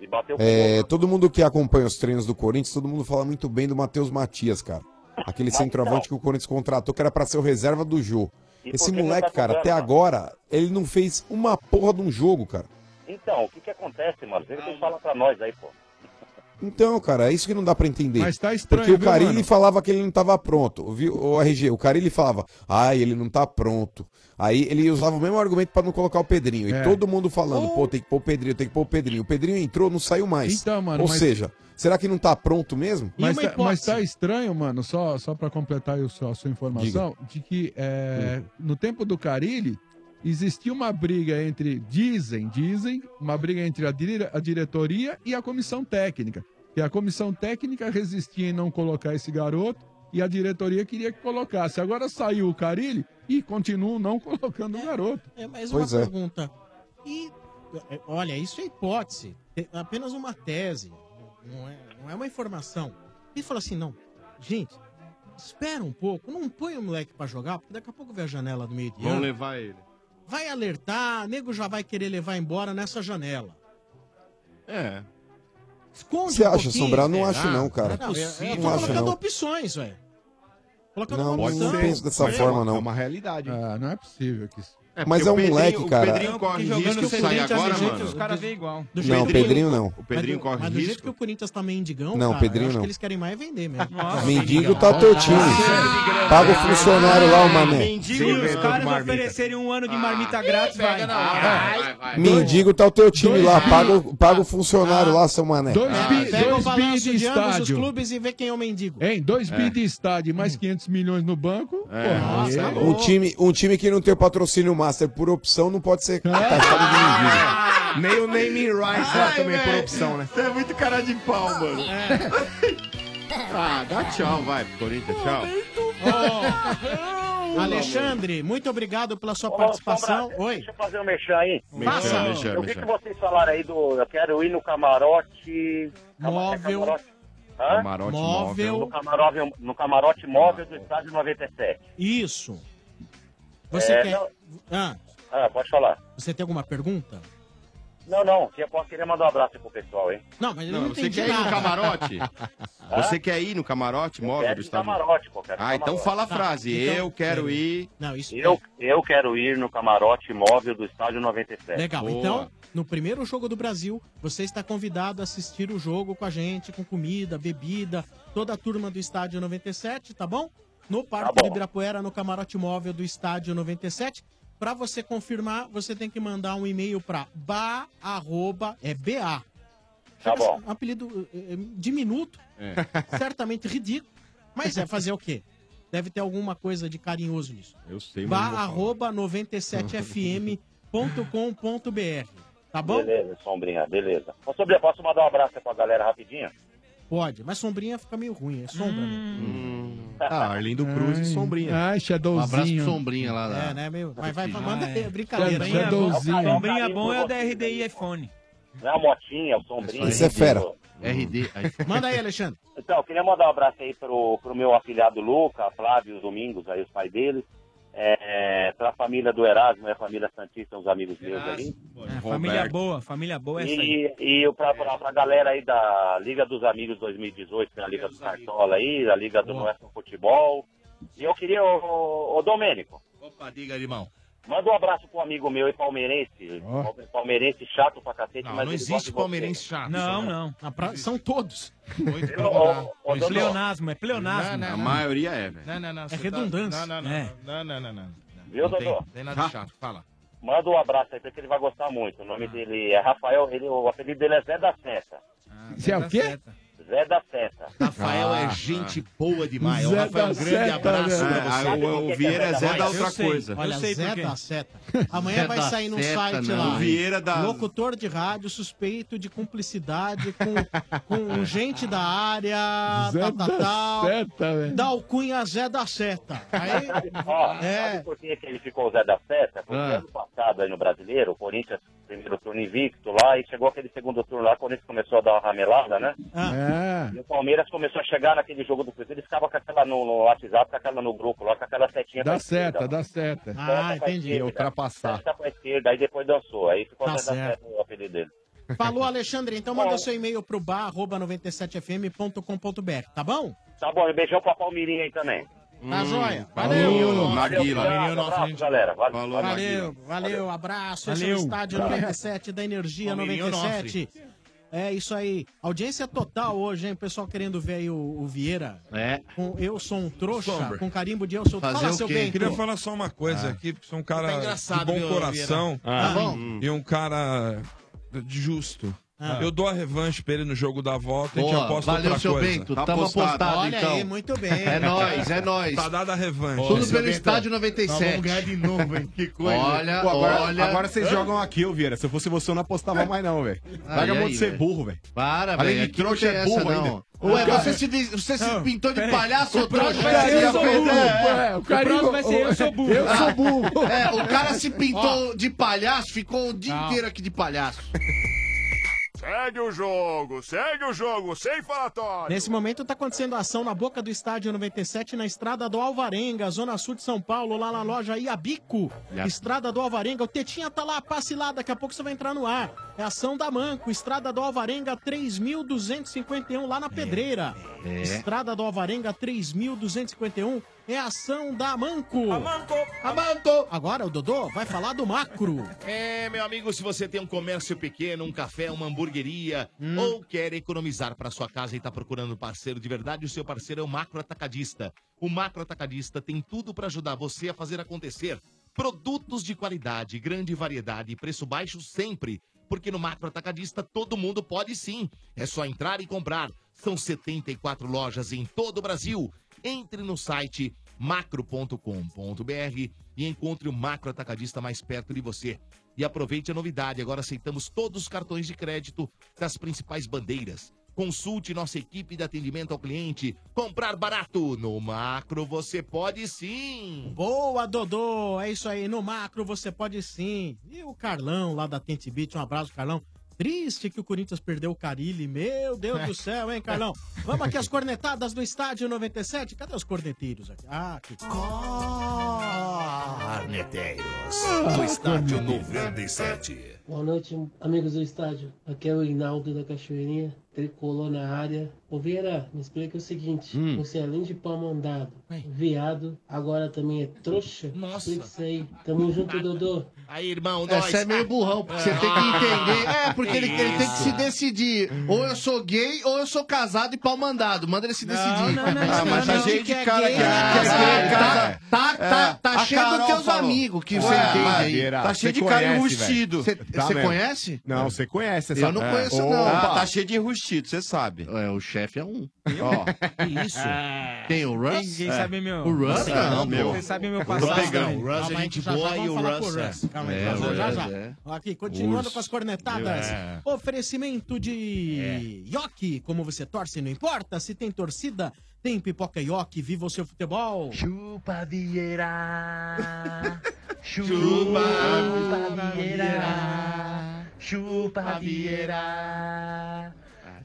E bateu É, todo mundo que acompanha os treinos do Corinthians, todo mundo fala muito bem do Matheus Matias, cara. Aquele centroavante que o Corinthians contratou, que era pra ser o reserva do Jô. E por Esse que não moleque, tá cara, jogando, até mano? agora, ele não fez uma porra de um jogo, cara. Então, o que que acontece, mano? Ele tem que falar pra nós aí, pô. Então, cara, é isso que não dá pra entender. Mas tá estranho, Porque o viu, Carilli mano? falava que ele não tava pronto, viu? O RG, o Carilli falava, ai, ele não tá pronto. Aí ele usava o mesmo argumento pra não colocar o Pedrinho. É. E todo mundo falando, pô, tem que pôr o Pedrinho, tem que pôr o Pedrinho. O Pedrinho entrou, não saiu mais. Então, mano, Ou mas- seja, será que não tá pronto mesmo? Mas, tá, mas tá estranho, mano, só, só para completar aí o seu- a sua informação, de que é, no tempo do Carilli existia uma briga entre, dizem, dizem, uma briga entre a, dire- a diretoria e a comissão técnica. E a comissão técnica resistia em não colocar esse garoto e a diretoria queria que colocasse. Agora saiu o Carilli e continuam não *laughs* colocando o garoto. É mais Pois uma é. pergunta. E, é, olha, isso é hipótese. É apenas uma tese. Não é, não é uma informação. E fala assim, não. Gente, espera um pouco. Não põe o moleque pra jogar, porque daqui a pouco vem a janela do meio de Vão ano. levar ele. Vai alertar, nego já vai querer levar embora nessa janela. É. Esconde Você um acha, pouquinho, Sombra? Eu não será? acho não, cara. Não, eu, eu tô Não acho colocando não. opções, velho. Colocando Não, uma não opção. penso dessa É, forma, não. uma realidade. Ah, não é possível que isso. É, Mas porque é um o Pedrinho- moleque, o cara. Pedrinho Pedrinho corre Porque jogando risco, sem sai gente, agora, assim, gente, mano. os caras vê igual. Do Não, jeito- Pedrinho não. O Pedrinho mas, corre mas do risco. jeito que o Corinthians tá mendigão, Não, cara, Pedrinho eu acho não. que eles querem mais é vender mesmo. Mendigo tá tortinho. Paga o funcionário lá, o mané. Mendigo e os caras oferecerem um ano de marmita grátis, vai. Mendigo tá o teu time lá. Paga o, paga o funcionário lá, seu mané. Ah, Pega o balanço bi de, de ambos os estádio. clubes e vê quem é o mendigo. Hum. Hein, dois É. bi de estádio e mais 500 milhões no banco. É, porra, aí- tá um, time, um time que não tem o patrocínio master por opção não pode É. ser Ah, taxado de mendigo. Nem o naming rights lá também, por opção, né? Você é muito cara de pau, mano. ah, dá tchau, vai, pro Corinthians, tchau. Ó, Alexandre, muito obrigado pela sua participação. Sombra, Oi. Deixa eu fazer um merchan aí. Merchan, Faça. merchan, Eu vi merchan. que vocês falaram aí do. Eu quero ir no camarote. Móvel. Camarote, Hã? Camarote Móvel. móvel. No camarote, no camarote móvel do estádio 97. Isso. Você É, quer. não- Ah, Ah, pode falar. você tem alguma pergunta? Não, não. Eu posso querer mandar um abraço aí pro pessoal, hein? Não, mas eu Não, não, você entendi quer ir no nada. *laughs* camarote? *laughs* Você quer ir no camarote móvel quero do ir no estádio? camarote, pô, quero ir no Ah, então camarote. fala a Tá, frase. então- eu quero ir. Não, isso Eu, eu quero ir no camarote móvel do estádio 97. Legal, então, no primeiro jogo do Brasil, você está convidado a assistir o jogo com a gente, com comida, bebida, toda a turma do Estádio 97, tá bom? No Parque do Ibirapuera, no camarote móvel do Estádio 97. Para você confirmar, você tem que mandar um e-mail para ba, arroba, é ba. Tá Chega a bom. ser Um apelido eh, eh, diminuto, É. certamente ridículo, mas é fazer o quê? Deve ter alguma coisa de carinhoso nisso Eu sei, mas não vou falar. barra 97fm.com.br. Tá bom? Beleza, Sombrinha, beleza. Ô, Sombrinha, posso mandar um abraço aí pra galera rapidinho? Pode, mas sombrinha fica meio ruim, é sombra. Né? Ah, Arlindo Cruz e Sombrinha. Ai, Shadowzinho. Um abraço pro Sombrinha lá da- É, né, meu? Vai, vai, vai, Ah, manda é. ver, brincadeira, hein? Sombrinha bom- Sombrinha. Sombrinha bom é o da RDI iPhone. né? Não é a motinha, o Sombrinha. Isso é fera. RD. *laughs* Manda aí, Alexandre. Então, eu queria mandar um abraço aí pro, pro meu afilhado Luca, Flávio, os Domingos, aí os pais deles. É, pra família do Erasmo e a família Santista, uns amigos meus aí. É, família boa, família boa é essa aí. E, e pra, pra, pra galera aí da Liga dos Amigos 2018, que é a Liga do Cartola aí, a Liga do Noé Futebol. E eu queria, ô, ô, ô Domênico, Opa, diga, irmão. manda um abraço pro amigo meu aí, palmeirense. É Palmeirense chato pra cacete, mas não ele gosta existe de você. palmeirense chato. Não, senhor. não. Na pra- São todos. ô, É Pleonasmo, é pleonasmo. A maioria é, velho. Não, não, não. É redundância. Não, não, não. Não, não, não, não. Viu, Não tem- Dodô? tem nada de chato, fala. Manda um abraço aí, porque ele vai gostar muito. O nome dele é Rafael, ele, o apelido dele é Zé da Seta. Você Tá é o quê? Zé da Seta. Rafael Ah, é gente boa demais. Ó, Zé Rafael, da um grande Seta, abraço né? pra você. Ah, o- o Vieira é Zé da outra Eu sei, coisa. eu Olha, sei Zé por quê. da Seta. Amanhã Zé vai da sair num Seta, site não. lá. O Vieira da- Locutor de rádio suspeito de cumplicidade com, *laughs* com gente da área. Zé tal, tal, da tal. Seta, velho. Dá o cunha Zé da Seta. Aí, É. Ah. Ó, sabe por que que ele ficou Zé da Seta? Porque ano passado aí no Brasileiro, o Corinthians primeiro turno invicto lá, e chegou aquele segundo turno lá, quando eles começou a dar uma ramelada, né? Ah. Ah. E o Palmeiras começou a chegar naquele jogo do Cruzeiro, eles ficavam com aquela no, no WhatsApp, com aquela no grupo lá, com aquela É, setinha Dá pra esquerda. seta, dá seta. Ah, entendi. É ultrapassar. Seta pra esquerda, aí depois dançou, aí ficou Tá atrás da certo. seta o apelido dele. Falou, Alexandre, então manda seu e-mail pro bar@97fm.com.br, tá bom? Tá bom, e beijão pra Palmirinha aí também. Tá joia. Valeu, Valeu. Maguila. Valeu, abraço, galera. Valeu, Valeu, valeu, abraço. Esse é o Valeu. Estádio 97 da Energia Palmeirinho 97. É isso aí. Audiência total hoje, hein? O pessoal querendo ver aí o, o Vieira. É. Com Eu Sou um Trouxa, Sombra. com carimbo de Eu Sou um Fala, seu bem. Queria falar só uma coisa Ah. aqui, porque sou um cara Tá de engraçado, bom viu, coração Vieira? Ah. Tá Uhum. bom. e um cara de justo. Ah. Eu dou a revanche pra ele no jogo da volta e te Boa, aposto valeu, outra seu coisa. Bento, Tá tamo apostado. apostado, Olha então. aí, muito bem. É nóis, é nóis. Tá dada a revanche. Tudo pelo estádio 97. Tá Que coisa. Olha, Pô, agora, olha. agora vocês Hã? jogam aqui, ô Vieira. Se eu fosse você, eu não apostava mais, não, velho. Ai, Larga a mão ai, de ser velho. burro, velho. Para, Além velho, de que trouxa, não é tem burro essa, ainda. não. Ué, Cara, você se, vi- você se Não, pintou de peraí. palhaço, ô O próximo trouxa? vai ser eu sou É, burro, é. pô. O cara- próximo vai ser eu sou burro. Eu sou burro. É, *laughs* o cara se Ó. pintou de palhaço, ficou o dia Não. inteiro aqui de palhaço. Segue o jogo, segue o jogo, sem falatório. Nesse momento tá acontecendo a ação na boca do estádio 97, na estrada do Alvarenga, zona sul de São Paulo, lá na loja Iabico. Iabico. Estrada do Alvarenga, o Tetinha tá lá, passe lá, daqui a pouco você vai entrar no ar. É ação da Manco, estrada do Alvarenga 3251, lá na Pedreira. é. Estrada do Alvarenga 3251, é ação da Manco. Amanco! Amanco! Agora o Dodô vai falar do macro. É, meu amigo, se você tem um comércio pequeno, um café, uma hamburgueria ou quer economizar para sua casa e está procurando um parceiro de verdade, o seu parceiro é o Macro Atacadista. O Macro Atacadista tem tudo para ajudar você a fazer acontecer. Produtos de qualidade, grande variedade e preço baixo sempre. Porque no Macro Atacadista todo mundo pode sim. É só entrar e comprar. São 74 lojas em todo o Brasil. Entre no site macro.com.br e encontre o macro atacadista mais perto de você. E aproveite a novidade, agora aceitamos todos os cartões de crédito das principais bandeiras. Consulte nossa equipe de atendimento ao cliente. Comprar barato no macro você pode sim. Boa, Dodô! É isso aí, no macro você pode sim. E o Carlão lá da Tente Beat, um abraço, Carlão. Triste que o Corinthians perdeu o Carilli, meu Deus do céu, hein, Carlão? Vamos aqui as cornetadas do estádio 97. Cadê os corneteiros aqui? Ah, aqui. Arneteiros, Ah, do estádio 97. Boa noite, amigos do estádio. Aqui é o Hinaldo da Cachoeirinha, tricolor na área. Ô Vieira, me explica o seguinte: Hum. você além de pau mandado, veado, agora também é trouxa? Nossa. Explica isso aí. Tamo junto, Dodô. Aí, irmão, nós. Você é meio burrão, porque você tem que entender. É, porque ele, ele tem que se decidir. Ou eu sou gay, ou eu sou casado e pau mandado. Manda ele se decidir. não, não, Ah, mas não, tá não. cheio de Que é cara gay, que acha que é Casado. gay, cara. Tá, tá, tá, É, a tá cheio Carol dos teus falou. amigos que Ué, você é gay mas, aí. Vieira, Tá você cheio de cara conhece, enrustido. velho. Você- Tá Você mesmo. conhece? Não, você conhece essa É. Eu não conheço, não. Ah, Opa. tá cheio de enrustido, você sabe. É, o chefe é um. Ó. Que isso? Tem o Russ? Ninguém É. sabe meu. O Russ Vocês não, sabem- meu. Vocês sabem meu O passado. Russ não, também. o Russ é Calma aí, gente já boa já e vamos o falar com Russ é. Calma aí, É, já o já, já, Russ já. é. Aqui, continuando Urso. com as cornetadas. É. Oferecimento de Yoki. Como você torce, não importa. Se tem torcida, tem pipoca Yoki. Viva o seu futebol. Chupa *laughs* Vieira. Chupa, Vieira. Chupa Vieira.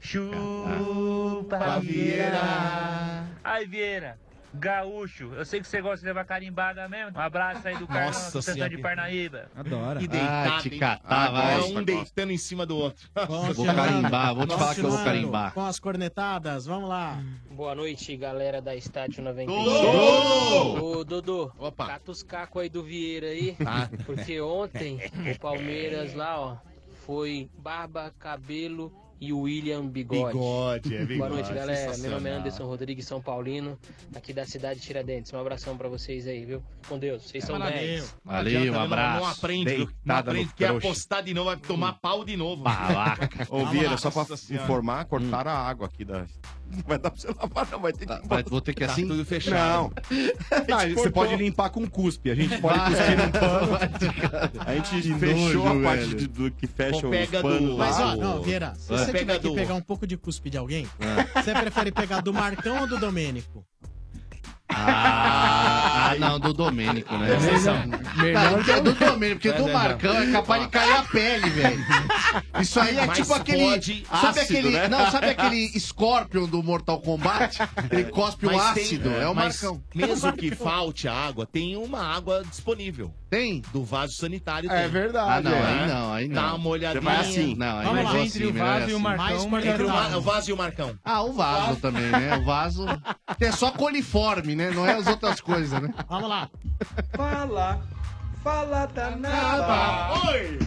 Chupa Vieira. Ai, Vieira. Gaúcho, eu sei que você gosta de levar carimbada mesmo. Um abraço aí do Carlão, Nossa do Santana Senhora. de Parnaíba. Adora. Que Ah, deitado, te hein? catar, vai. é. um deitando em cima do outro. Vou carimbar, vou te falar que eu vou carimbar. Com as cornetadas, vamos lá. Boa noite, galera da Estádio 97. Dodô! Ô, Dodô, cata os cacos aí do Vieira aí, Tá. porque ontem o Palmeiras lá, ó, foi barba, cabelo e o William Bigode. Bigode, é Boa bigode, noite, galera. Meu nome é sensacional. Anderson Rodrigues, São Paulino, aqui da cidade de Tiradentes. Um abração pra vocês aí, viu? Com Deus, vocês são É, Valeu. 10. Não adianta, né? Não- Não aprende, não Deitada aprende, no quer trouxa. apostar de novo, vai tomar pau de novo. Balaca. Ô, Vieira, só pra Hum. Nossa Senhora. informar, cortaram a água aqui da. Não vai dar pra você lavar, não. Vai ter que. Vai, vou ter que tá assim? *laughs* tudo fechado. Não. Ah, você pode limpar com cuspe. A gente pode cuspir num pano. A gente Que fechou nojo, a parte velho. de- do que fecha Ou o pega pano do- lá. Mas, ó, o- Não, Vieira, se você tiver que *laughs* pegar um pouco de cuspe de alguém, você prefere pegar do Marcão ou do Domênico? Ah, não, do Domênico, né? É melhor- Melhor que é do Domênico, porque É, do né, Marcão é não. capaz de cair a pele, velho. Isso aí é Mas tipo aquele. pode Sabe ácido, aquele. né? Não, sabe aquele Scorpion do Mortal Kombat? Ele cospe o É, Mas tem- ácido, é o mas Marcão. Mesmo *laughs* que falte a água, tem uma água disponível. Tem? Do vaso sanitário. É tem. verdade, Ah, não, é. aí não, aí Dá não. uma olhadinha. Você vai assim. Não, aí Vamos não lá, vou entre assim, o melhor vaso é e o assim. Marcão, Mais Marcão. entre o, va- o vaso e o Marcão. Ah, o vaso também, né? O vaso. É só coliforme, né? Não é as outras coisas, né? Vamos lá. Fala, fala danaba. Oi!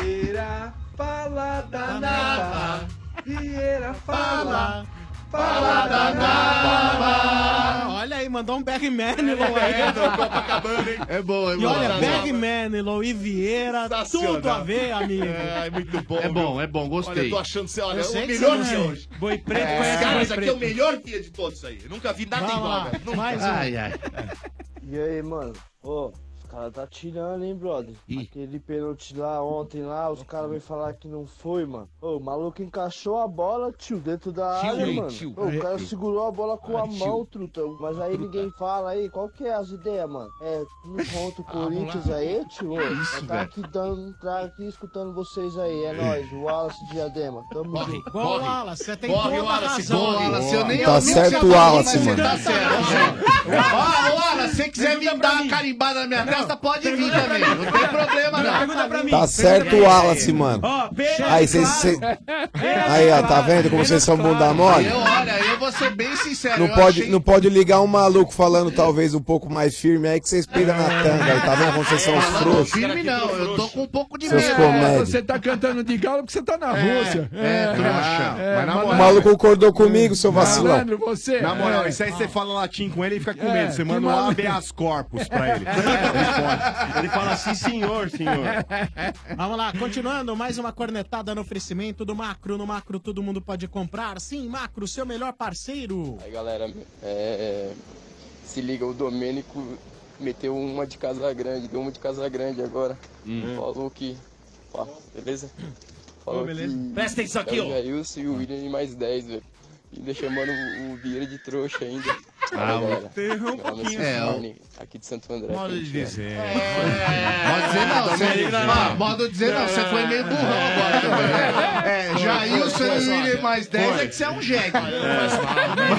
Vieira, fala danaba. Vieira, fala. Fala danaba. Olha aí, mandou um Barry Manilow aí. É, do Copacabana, hein? É bom, é E bom. olha, Barry Manilow e Vieira, tudo a ver, amigo. É, muito bom. É bom, é bom, gostei. Olha, eu tô achando você, olha, Eu o sei que melhor você dia não é. hoje. Boi preto é. conhece Esse cara, boi esse aqui é preto. o melhor dia de todos aí. Eu nunca vi nada Vai igual, lá, velho. Nunca. mais um. Ai, ai. E aí, mano? Ô, os caras tá tirando, hein, brother? Aquele pênalti lá ontem lá, os caras vêm falar que não foi, mano. Ô, o maluco encaixou a bola, tio, dentro da Tio, área, hein, mano. tio. É, Ô, o cara Ai, tio. segurou a bola com Ah, Ai, a tio. mão, trutão. Mas aí ninguém fala aí, qual que é as ideias, mano? É, tudo contra o Corinthians aí, tio? É Que isso, Eu tava velho? aqui dando, tava um aqui escutando vocês aí, é nóis, o Wallace Diadema. Tamo junto. Boa, Wallace, você tem Corre, toda a Wallace, razão. corre. Wallace, eu nem Tá eu nem certo sei o falar, Wallace, mas mano. Tá certo. Ó, Wallace, se você quiser vir dar uma carimbada na minha testa, pode vir também. Não tem problema, não. Pergunta pra mim. Tá certo o Wallace, mano. Aí vocês. cê- Aí, ó, tá vendo como vocês são bunda mole? Eu, olha, eu vou ser bem sincero. Não eu pode, achei- não pode ligar um maluco falando talvez um pouco mais firme aí que vocês piram na tanga. Aí, tá vendo como vocês são frouxos? É. Firme não, eu tô com um pouco de Seus medo. comédia. Você tá cantando de galo porque você tá na Rússia. É, trouxa. Mas na moral, O maluco concordou comigo, Tá seu vacilão. Malandro, você. Na moral, É. isso aí você fala latim com ele e fica com É, medo. Você que manda um malandro. habeas corpus pra ele. Ele fala assim, senhor, senhor. *laughs* Vamos lá, continuando, mais uma cornetada no oferecimento do Macro. No Macro todo mundo pode comprar. Sim, Macro, seu melhor parceiro. Aí galera, é, se liga, o Domênico meteu uma de Casa Grande, deu uma de Casa Grande agora. Hum. Falou que. Ó, beleza? Falou Ô, beleza. que Presta atenção aqui, é o ó. Jailson e o William e mais 10, velho. Ainda chamando o, o Vieira de trouxa ainda. Ah, Olha, galera, o- errou um meu nome pouquinho. É, É, o- Simone, aqui de Santo André. Modo que a de gente é. dizer. É. Pode dizer não, você... ah, modo dizer não, você foi meio burrão agora também. É, Jailson e William mais 10 é que você é um jegue. né?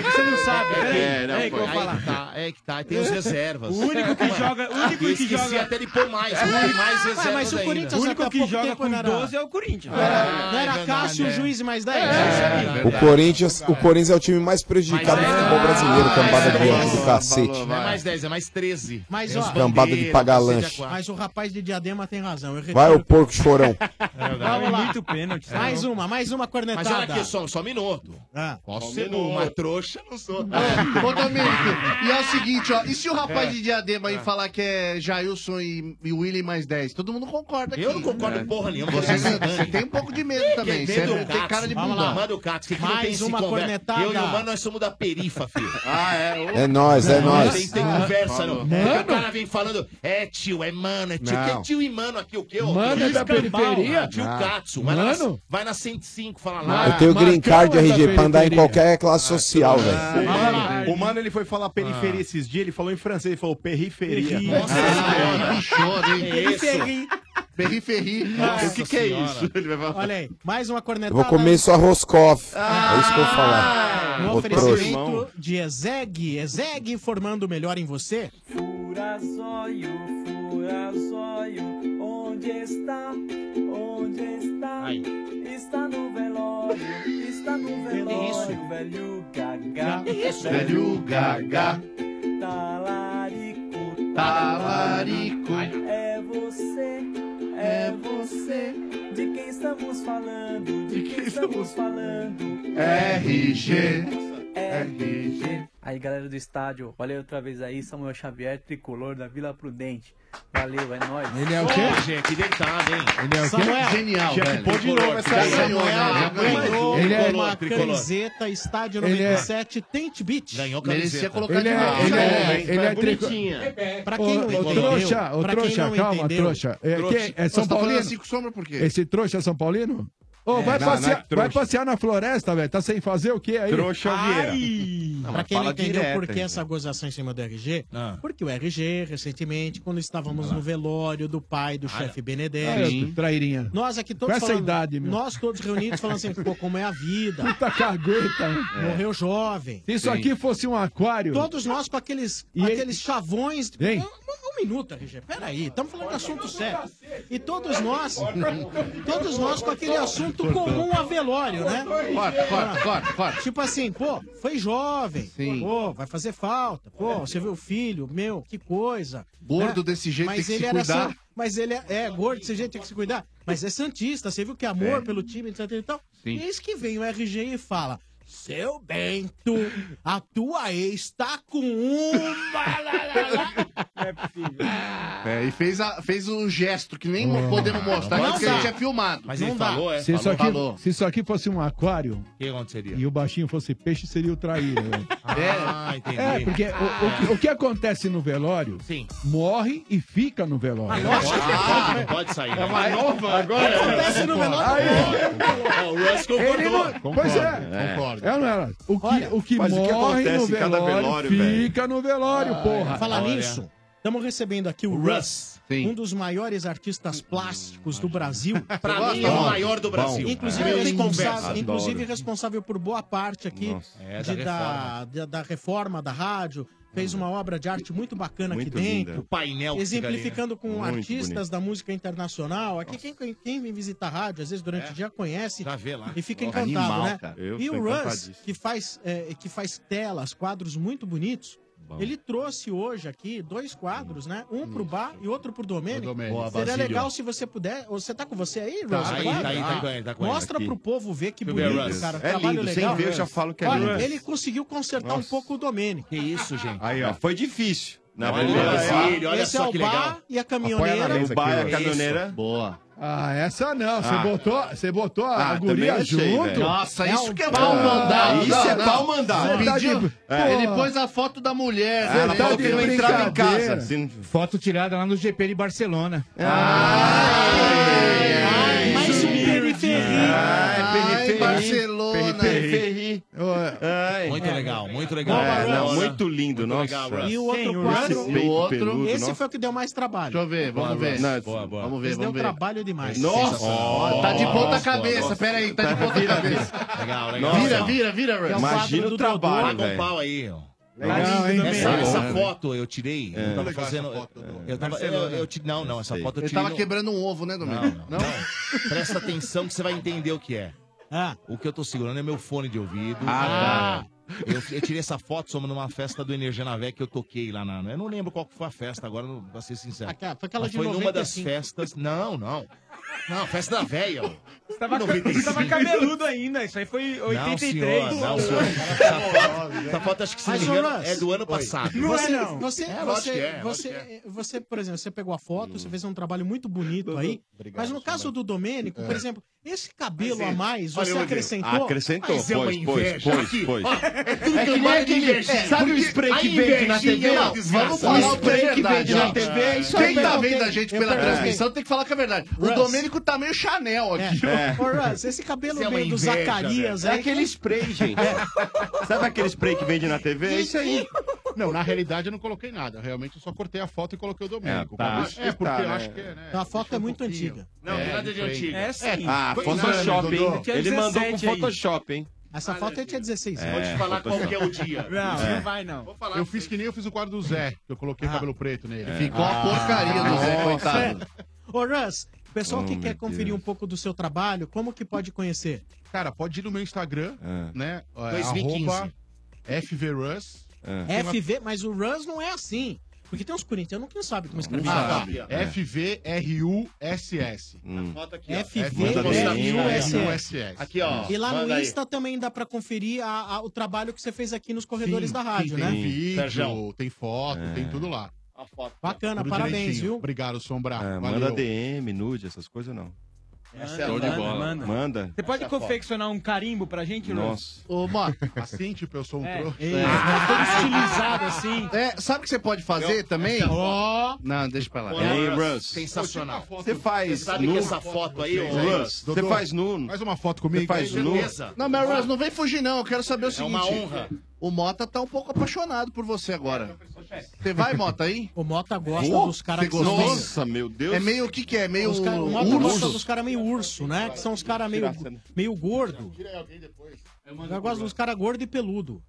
Você não sabe, peraí. É Peraí que eu vou falar. que tá, é que tá. Tem os reservas. O único que joga- o único Eu que esqueci joga- até de pôr mais. É. pôr mais Ah, reservas mas o ainda. Corinthians O único até há que pouco joga tempo com não era- 12 é o Corinthians. Ah, Não era é verdade, Cássio, é. juiz e mais é. 10? O Corinthians, o Corinthians é o time mais prejudicado é. do futebol brasileiro, cambada de bandido do cacete. Não é mais 10, é mais 13. Mas, Tem ó, os Cambada de bandeiros, pagar cacete a lanche. quatro. Mas o rapaz de diadema tem razão. Eu Vai, retiro o porco chorão. Vamos lá. É Muito pênalti, tá mais bom. uma, mais uma cornetada. Mas olha aqui, só, só um minuto. Ah. Posso Só um ser minuto. uma trouxa, não sou. É. Ô, Domênico, e é o seguinte, ó. E se o rapaz É. de diadema aí É. falar que é Jailson e, e William mais 10? Todo mundo concorda aqui. É. Eu não concordo com porra nenhuma. é Você, Vocês você tem um pouco de medo também. Você Medo é- tem Cax. cara de Vamos lá, bundão. manda o Cax. Que que não Mais tem esse uma conversa? cornetada. Eu e o Mano, nós somos da perifa, filho. Ah, é. É nóis, é Não, nóis. Tem, tem conversa, não. Mano? Porque O cara vem falando, é tio, é mano, é tio. Não. Que é tio e mano aqui, o quê? ô? Mano Tio é da Escambau, periferia? Tio Não. Katsu. Vai, lá na, Mano? vai na 105, fala lá. Eu tenho green card Marcão é da RG pra andar em periferia. qualquer classe Ah, social, velho. Mano, o mano ele foi falar Ah. periferia esses dias, ele falou em francês, ele falou periferia. Nossa é senhora. Bichona, É hein? Periferri. Periferri. Nossa O que, que é senhora. isso? Ele vai falar. Olha aí, mais uma Eu cornetada. vou comer sua Roscoff. É isso que eu vou Ah, falar. No Ô trouxa. oferecimento de Ezeg, Ezeg informando melhor em você. Fura zóio, fura zóio, onde está? Onde está? Está no velório, está no velório, velho gaga. Velho gaga. Talarico, talarico. É você, é você. De quem estamos falando? De quem estamos falando? É. RG. RG. Aí, galera do estádio, valeu outra vez aí, Samuel Xavier, tricolor da Vila Prudente. Valeu, é nóis. Ele é o quê? Ô, que deitado, hein? Ele é o quê? Samuel, Genial, já velho. pô de novo essa aí. Tricolor, Já né? ganhou. Tricolor, Ele é- uma tricolor. camiseta, estádio Ele é- 97, Tente Beach. Ganhou camiseta. Ele é- ele é- ele é bonitinha. Pra quem não Ô, entendeu, trouxa, ô, pra quem trouxa, não calma, entendeu, trouxa. É, Trouxa. quem- é Ô, São você tá falando Paulino? assim com sombra por quê? Esse trouxa é São Paulino? Ô, vai, não, não é passear, trouxa. vai passear na floresta, velho. Tá sem fazer o quê aí? Trouxa é o Vieira. pra quem não entendeu por que essa gozação em cima do RG, porque o RG, recentemente, quando estávamos no velório do pai do chefe Benedetti, Olha, Trairinha. nós aqui todos Com essa falando- idade, meu. nós todos reunidos falando assim, pô, como é a vida. Puta cagueta. Morreu jovem. Se isso aqui fosse um aquário. Todos nós com aqueles, aqueles chavões. Hein? Um, um minuto, RG. Peraí, estamos falando de assunto sério. E todos nós, *laughs* todos nós com aquele assunto comum a velório, né? Corta, corta, corta, Tipo assim, pô, foi jovem. Pô, vai fazer falta. Pô, você vê o filho, meu, que coisa. É. né? Gordo desse jeito mas tem que ele se era cuidar. san- Mas ele é, é gordo desse jeito tem que se cuidar. Mas é santista, você viu que amor pelo time, etc e tal. É. Sim. E eis que vem o RG e fala... Seu Bento, a tua ex tá com uma... É, e fez, a, fez o gesto que nem podemos mostrar, Não porque dá. a gente é filmado. é, Mas ele Não dá. falou, Se isso, aqui, se isso aqui fosse um aquário O é? que aconteceria? e o baixinho fosse peixe, seria o traíra. velho. *laughs* Ah, entendi. É, porque o, o que- o que acontece no velório morre e fica no velório. Ah, não pode sair. né? É uma nova agora. Acontece no velório. Ó, Ah, O Russ Ah, Ele não- concordou. Pois é. Concordo. É ou não era? O que, o que mas o que morre no acontece em cada velório, velório, fica no velório, porra. Ah, é. Falar nisso, estamos recebendo aqui o Russ, um dos maiores artistas plásticos do Brasil. Pra mim é o maior do Brasil. Inclusive, Não tem conversa. responsável, Adoro. inclusive responsável por boa parte aqui Nossa. É, de- da, da da, da reforma da rádio. Uhum. Fez uma obra de arte muito bacana Muito aqui linda. dentro. O painel que fica ali, Exemplificando né? com Muito artistas bonito. da música internacional. Aqui quem, quem- quem vem visitar a rádio, às vezes É. durante o dia, conhece e fica Nossa. encantado, Animal, né? cara. Eu e tô o Russ, encantadíssimo. que faz, é, que faz telas, quadros muito bonitos, ele trouxe hoje aqui dois quadros, né? Um pro Bar e outro pro Domênico. Domênico. Boa, Seria Basílio. legal se você puder. Você tá com você aí, Russ? Tá, o aí, quadro? tá aí, tá com ele, tá com ele Mostra aqui. pro povo ver que Deixa eu ver, bonito, Russ. cara. É trabalho lindo, legal. sem ver eu já falo que é Olha, lindo. ele conseguiu consertar um pouco o Domênico. Que isso, gente. Aí, ó. Foi difícil. Na Olha, verdade. Basílio, olha Esse só é o que legal. bar e a caminhoneira. Apoia na mesa O bar e a aqui, ó. caminhoneira. Isso. Boa. Ah, essa não. Você Ah. botou, você botou a Ah, guria também achei, junto. velho. Nossa, isso um que é pau mandado. Isso é pau mandado. Você tá de- Pediu- É. Ele pôs a foto da É mulher. né? tá Ele falou que não entrava em casa. assim. Foto tirada lá no GP de Barcelona. Ah. mais um periferi. Ai, Barcelona. Periferi. Ai. Muito legal, muito legal. É, não, Russ. muito lindo, nossa. Tá. E o Tem outro o quadro, Russ, peito o outro, peludo, esse nossa. foi o que deu mais trabalho. Deixa eu ver, vamos ver. Não, Vamos ver, Esse deu vamos ver. trabalho demais. Nossa, Sensacional. ó, tá de Ó, ponta nossa, cabeça, nossa. pera aí, tá de ponta cabeça. Legal, legal. Vira, vira, é vira, Russ. Russ. Imagina o trabalho, Paga um velho. pau aí, ó. Legal, Essa- hein? essa, Bem, essa bom, né, foto eu tirei. Eu É. tava Legal essa fazendo. Eu tava. Eu, Barcelona. eu ti- não, não, essa foto eu Ele tirei. tava no- quebrando um ovo, né, Domingo? Não, Presta atenção que você vai entender o que é. O que eu tô segurando é meu fone de ouvido. Ah, Eu, eu tirei essa foto somos numa festa do Energia na Vé que eu toquei lá na. né? Eu não lembro qual que foi a festa, agora, não- pra ser sincero. Aquela- foi aquela Mas de foi numa das 95. festas. Não, não. Não, festa da véia. ó. Você tava, 95. você tava cabeludo ainda, isso aí foi 83. Não, senhor, não, senhor. Essa foto, essa foto acho que se não Mas, me ô, engano, Russ, é do ano passado. Você, Você, É, lógico você, que é, você, lógico você, por exemplo, você pegou a foto, você fez um trabalho muito bonito aí. Obrigado, mas no caso do Domênico, por É. exemplo, esse cabelo Mas é- a mais, Olha, você eu odeio. acrescentou. Acrescentou, Mas é uma pois, inveja. pois, pois, Aqui, *laughs* pois. ó, É tudo que eu nem gosto aquele- de inveja. é, sabe o Porque spray a que vende na invejinha- TV? Não, Vamos falar o o spray spray que vende na TV, TV, isso Quem é tá verdade. vendo a gente Eu pela perguntei. transmissão tem que falar que é verdade. O Russ. Domênico tá meio Chanel aqui. É. Ô, Russ, esse cabelo Isso é uma meio do inveja, Zacarias velho. aí. É aquele spray, gente. É. *laughs* Sabe aquele spray que vende na TV? É isso aí. Não, na realidade eu não coloquei nada. Realmente eu só cortei a foto e coloquei o Domênico. É, tá. Mas É, porque Tá, eu né? acho que é, né? A foto é muito antiga. Não, É, nada de diferente. antiga. É, É, sim. Ah, Foi Photoshop, nada, Dodô. hein? Tinha Ele mandou com 17 aí. Photoshop, hein? Essa foto eu tinha 16 É, Vou te falar qual Photoshop. que é o dia. Não, É. não vai não. eu fiz que nem eu fiz o quadro do Zé, que eu coloquei cabelo preto nele. Ah. É. Ficou uma porcaria do Zé, é, coitado. Ô, Russ, pessoal Oh, que meu quer conferir um pouco do seu trabalho, como que pode conhecer? Cara, pode ir no meu Instagram, né? É, 2015. arroba FVRus. É. Tem uma- FV, mas o Russ não é assim. Porque tem uns corintianos que não sabem como escrever. Ah, isso. tá. FVRUSS. FVRUSS. Aqui, ó. E lá no Manda aí. Insta também dá pra conferir a- a- o trabalho que você fez aqui nos corredores da rádio, tem né? vídeo, Sérgio. tem foto, É. tem tudo lá. Bacana, Tudo parabéns, direitinho. viu? Obrigado, Sombra. Ah, Valeu. manda DM, nude, essas coisas não. Manda, Show de manda, é bola. é manda. Manda. Você é é pode confeccionar um carimbo pra gente, Lu? Nossa. Ô, Mó. Assim, tipo, eu sou um É, trouxa. é, Ah. tá todo estilizado assim. É, sabe o que você pode fazer Eu- também? Essa Ó. Não, deixa pra lá. Olha, Ei, Russ, Russ. Sensacional. Você faz Você sabe nu? que essa foto aí, é ô Russ, Russ, Você faz nu? Faz uma foto comigo. Você faz aí, nu? beleza? Não, mas Russ, não vem fugir, não. Eu quero saber o seguinte. uma honra. O Mota tá um pouco apaixonado por você agora. Você vai, Mota, aí? O Mota gosta Oh, dos caras você que gostou? são- Nossa, meu É meio o que que é? Meio Os cara- o Mota urso? gosta dos caras meio urso, né? Que são os caras meio, meio gordo. Eu gosto dos caras gordo e peludo.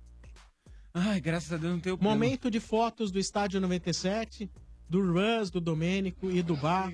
Ai, graças a Deus não tenho Momento de fotos do estádio 97, do Russ, do Domênico e do Bar.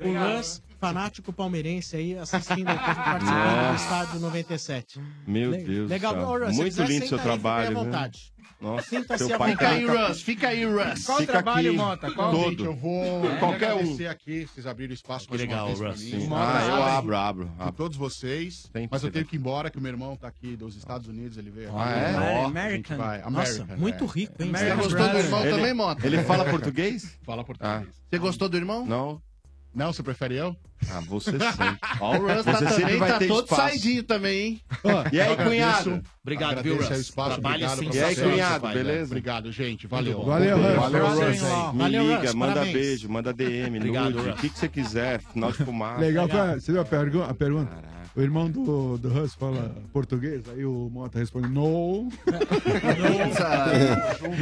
O Russ, fanático palmeirense aí, assistindo, participando do Nossa. estádio 97. Meu Le- Deus. Legal, do céu. Ô, Russ, se Muito quiser, lindo seu senta aí, fica aí à trabalho. viu? vontade. Nossa, Senta-se seu à pai tá vontade. Fica aí, Russ, fica aí, Russ. tá Qual Fica trabalho, aqui Mota? Qual? Gente, Todo. eu vou É. Qualquer um. agradecer aqui, vocês abriram espaço mais legal, uma vez pra Russ. mim. Sim. Uma Ah, eu honra abro, abro, com abro. todos vocês. Tem que mas eu ser, tenho que ir embora, que o meu irmão tá aqui dos Estados Unidos, ele veio Ah, aqui. é? Ó, American. a gente vai. Nossa, American, muito é. rico, hein? American Você gostou do Brother. irmão também, Mota? Ele fala português? Fala português. Você gostou do irmão? Não. Não, você prefere eu? Ah, você sempre. *laughs* Ó, o Russ tá Você também, sempre vai tá ter todo espaço. saidinho também, hein? E aí, cunhado? Obrigado, viu, Russ? Trabalho obrigado sem pela sucesso, sua cunhado, vai, né? beleza? Obrigado, gente. Valeu. Valeu, Um Russ. beijo. Valeu, Parabéns, Russ. hein? Me Valeu, liga, Russ, manda parabéns. beijo, manda DM, Obrigado, nude, o Russ. que, que você quiser, final de fumaça. Ah, Legal, pra- você viu a, pergu- a pergunta? O irmão do, do Russ fala português, aí o Mota responde: No.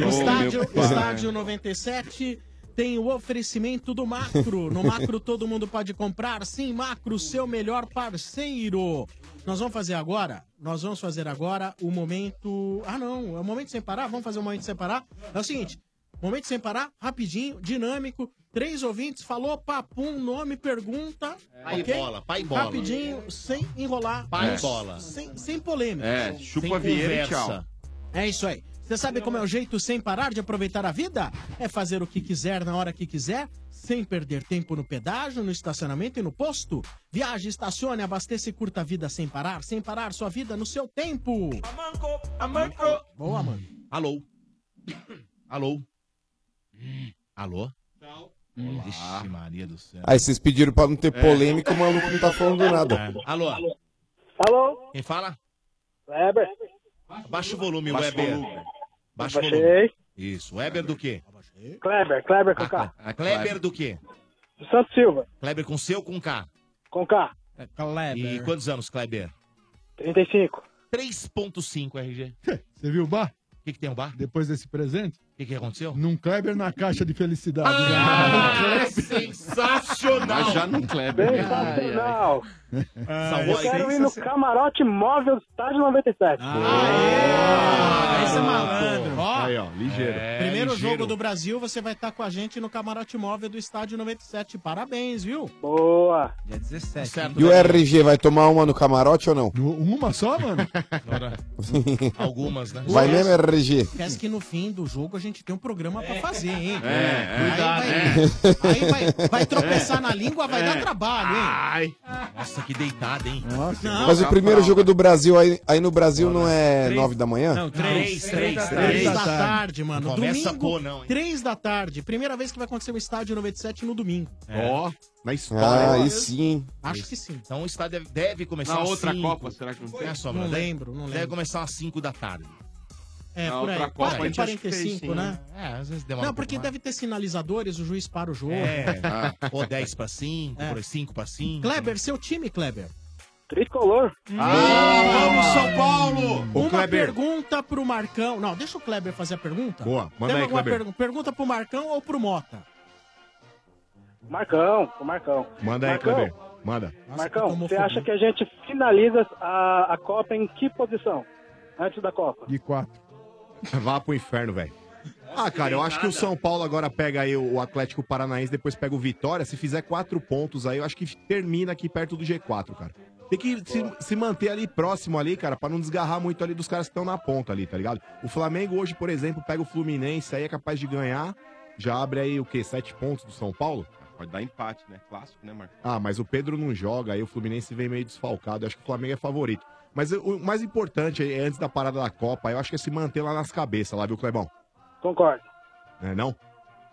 O estádio, estádio 97 tem o oferecimento do Macro. No Macro todo mundo pode comprar. Sim, Macro, seu melhor parceiro. Nós vamos fazer agora, nós vamos fazer agora o momento... Ah, não, é o momento sem parar? Vamos fazer o momento sem parar? É o seguinte, momento sem parar, rapidinho, dinâmico. Três ouvintes, falou, papum, nome, pergunta. É. Pai ok? bola, pai bola. Rapidinho, sem enrolar. Pai É. bola. Sem, sem polêmica. É, chupa a Vieira e tchau. É isso aí. Você sabe como é o jeito sem parar de aproveitar a vida? É fazer o que quiser na hora que quiser, sem perder tempo no pedágio, no estacionamento e no posto. Viaje, estacione, abasteça e curta a vida sem parar, sem parar sua vida no seu tempo. Amanco, amanco. Boa, mano. Alô. Alô. Alô. Olá. Vixe, Maria do céu. Aí vocês pediram pra não ter É. polêmica, o maluco não tá falando nada. Alô. Alô. Quem fala? Weber. *laughs* Baixa o volume, Baixa o Weber. volume. Baixa o Abaixei. volume. Isso. Weber do quê? Kleber, Kleber Ah, com K. A Kleber do quê? Do Santos Silva, Kleber com C ou com K? com K. Kleber. E quantos anos, Kleber? 35. 3.5, RG. Você viu o bar? O que, tem o bar? Depois desse presente? O que, aconteceu? Num Kleber na caixa de felicidade. É sensacional! Mas já não Kleber. né? Sensacional. Salvou Eu aí, quero ir no camarote móvel do estádio 97. Ah, Aí você é malandro. Ó, É, Aí, ó, ligeiro. primeiro jogo do Brasil, você vai estar com a gente no camarote móvel do Estádio 97. Parabéns, viu? Tá né? Boa. Dia 17. E o RG vai tomar uma no camarote ou não? Uma só, *laughs* mano? Algumas, né? Vai mesmo, RG? Esquece que no fim do jogo a gente tem um programa pra fazer, hein? É, aí, cuidado, vai, né? aí vai, vai tropeçar É. na língua, vai É. dar trabalho, hein? Ai. Nossa, que deitada, hein? Não. tá Mas o primeiro jogo do Brasil aí, aí no Brasil não é nove da manhã? Não, né? Ah, três, três, três. Três da tarde, mano. Não domingo, começa com não, hein? Três da tarde. Primeira vez que vai acontecer o estádio 97 no domingo. Ó, É. na Ah, história. aí sim. Acho que sim. Então o estádio deve- deve começar Na às outra cinco. Copa, será que não tem? É, Sombra, Não deve- lembro, não Deve lembro. começar às 5 da tarde. É, Na por aí. outra Copa a 4 gente e acho que 45, fez, sim, né? É, às vezes demora Não, um porque pouco deve ter sinalizadores, o juiz para o jogo. *laughs* É, ah, *laughs* ou 10 pra 5, por 5 pra 5. Kleber, seu time, Kleber. Hum. Tricolor. Ah! vamos, São Paulo! Uma Ô, Kleber. pergunta pro Marcão. Não, deixa o Kleber fazer a pergunta. Boa, manda Tem aí, alguma Kleber. pergunta? Pergunta pro Marcão ou pro Mota? Marcão, o Marcão. Manda aí, Marcão, Kleber. Manda. Marcão, você acha que a gente finaliza a, a Copa em que posição? Antes da Copa. De quatro. Vá pro inferno, velho. Ah, cara, eu acho que o São Paulo agora pega aí o Atlético Paranaense, depois pega o Vitória. Se fizer quatro pontos aí, eu acho que termina aqui perto do G4, cara. Tem que se, se manter ali próximo ali, cara, pra não desgarrar muito ali dos caras que estão na ponta ali, tá ligado? O Flamengo hoje, por exemplo, pega o Fluminense, aí é capaz de ganhar. Já abre aí o quê? Sete pontos do São Paulo? Pode dar empate, né? Clássico, né, Marcos? Ah, mas o Pedro não joga, aí o Fluminense vem meio desfalcado. Eu acho que o Flamengo é favorito. Mas o o mais importante é antes da parada da Copa, eu acho que é se manter lá nas cabeças, lá, viu, Clebão? Concordo. Não é não?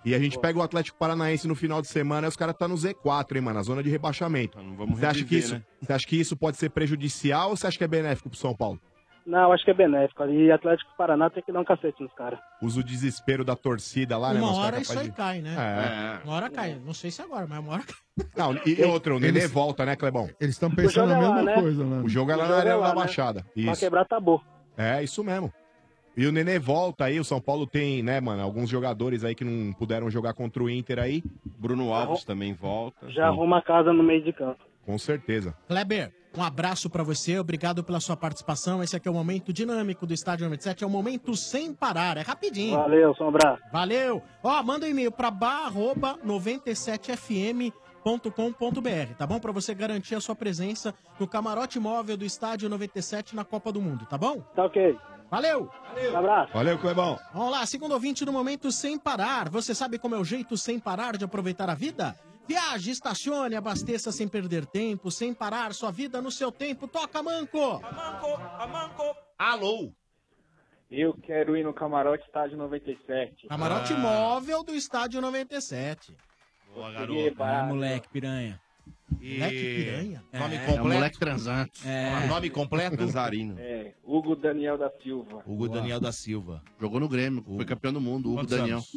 E a gente pega o Atlético Paranaense no final de semana e os caras estão tá no Z4, hein, mano? Na zona de rebaixamento. Você acha, que Ah, reviver, isso, né? você acha que isso pode ser prejudicial ou você acha que é benéfico pro São Paulo? Não, acho que é benéfico. E Atlético Paraná tem que dar um cacete nos caras. Usa o desespero da torcida lá, né? Uma mano? Os caras hora capaz isso aí de- cai, né? É. Uma hora cai. Não sei se agora, mas uma hora cai. Não, e outra, o Nenê Eles- volta, né, Clebão? Eles estão é pensando a mesma coisa, né? O jogo é lá na Arena da Baixada. Pra Isso. quebrar tabu. É, isso mesmo. E o Nenê volta aí, o São Paulo tem, né, mano, alguns jogadores aí que não puderam jogar contra o Inter aí. Bruno Alves também volta. Já arruma a casa no meio de campo. Com certeza. Kleber, um abraço pra você, obrigado pela sua participação. Esse aqui é o momento dinâmico do Estádio 97, é o momento sem parar, é rapidinho. Valeu, um Sombra. Valeu. Ó, manda um e-mail pra bar@97fm.com.br, tá bom? Pra você garantir a sua presença no camarote móvel do Estádio 97 na Copa do Mundo, tá bom? Tá ok. Valeu. Valeu. Um abraço. Valeu, Clebão. Vamos lá, segundo ouvinte do momento sem parar. Você sabe como é o jeito sem parar de aproveitar a vida? Viaje, estacione, abasteça sem perder tempo, sem parar sua vida no seu tempo. Toca, Manco! Alô! Eu quero ir no camarote estádio 97. Camarote móvel do Estádio 97. Boa, Ah, moleque, piranha. Moleque piranha? Nome É, completo? é um moleque transante. É. Nome completo? Transarino. É, Hugo Daniel da Silva. Hugo Daniel da Silva. Jogou no Grêmio, foi campeão do mundo, Hugo Quantos Daniel. anos?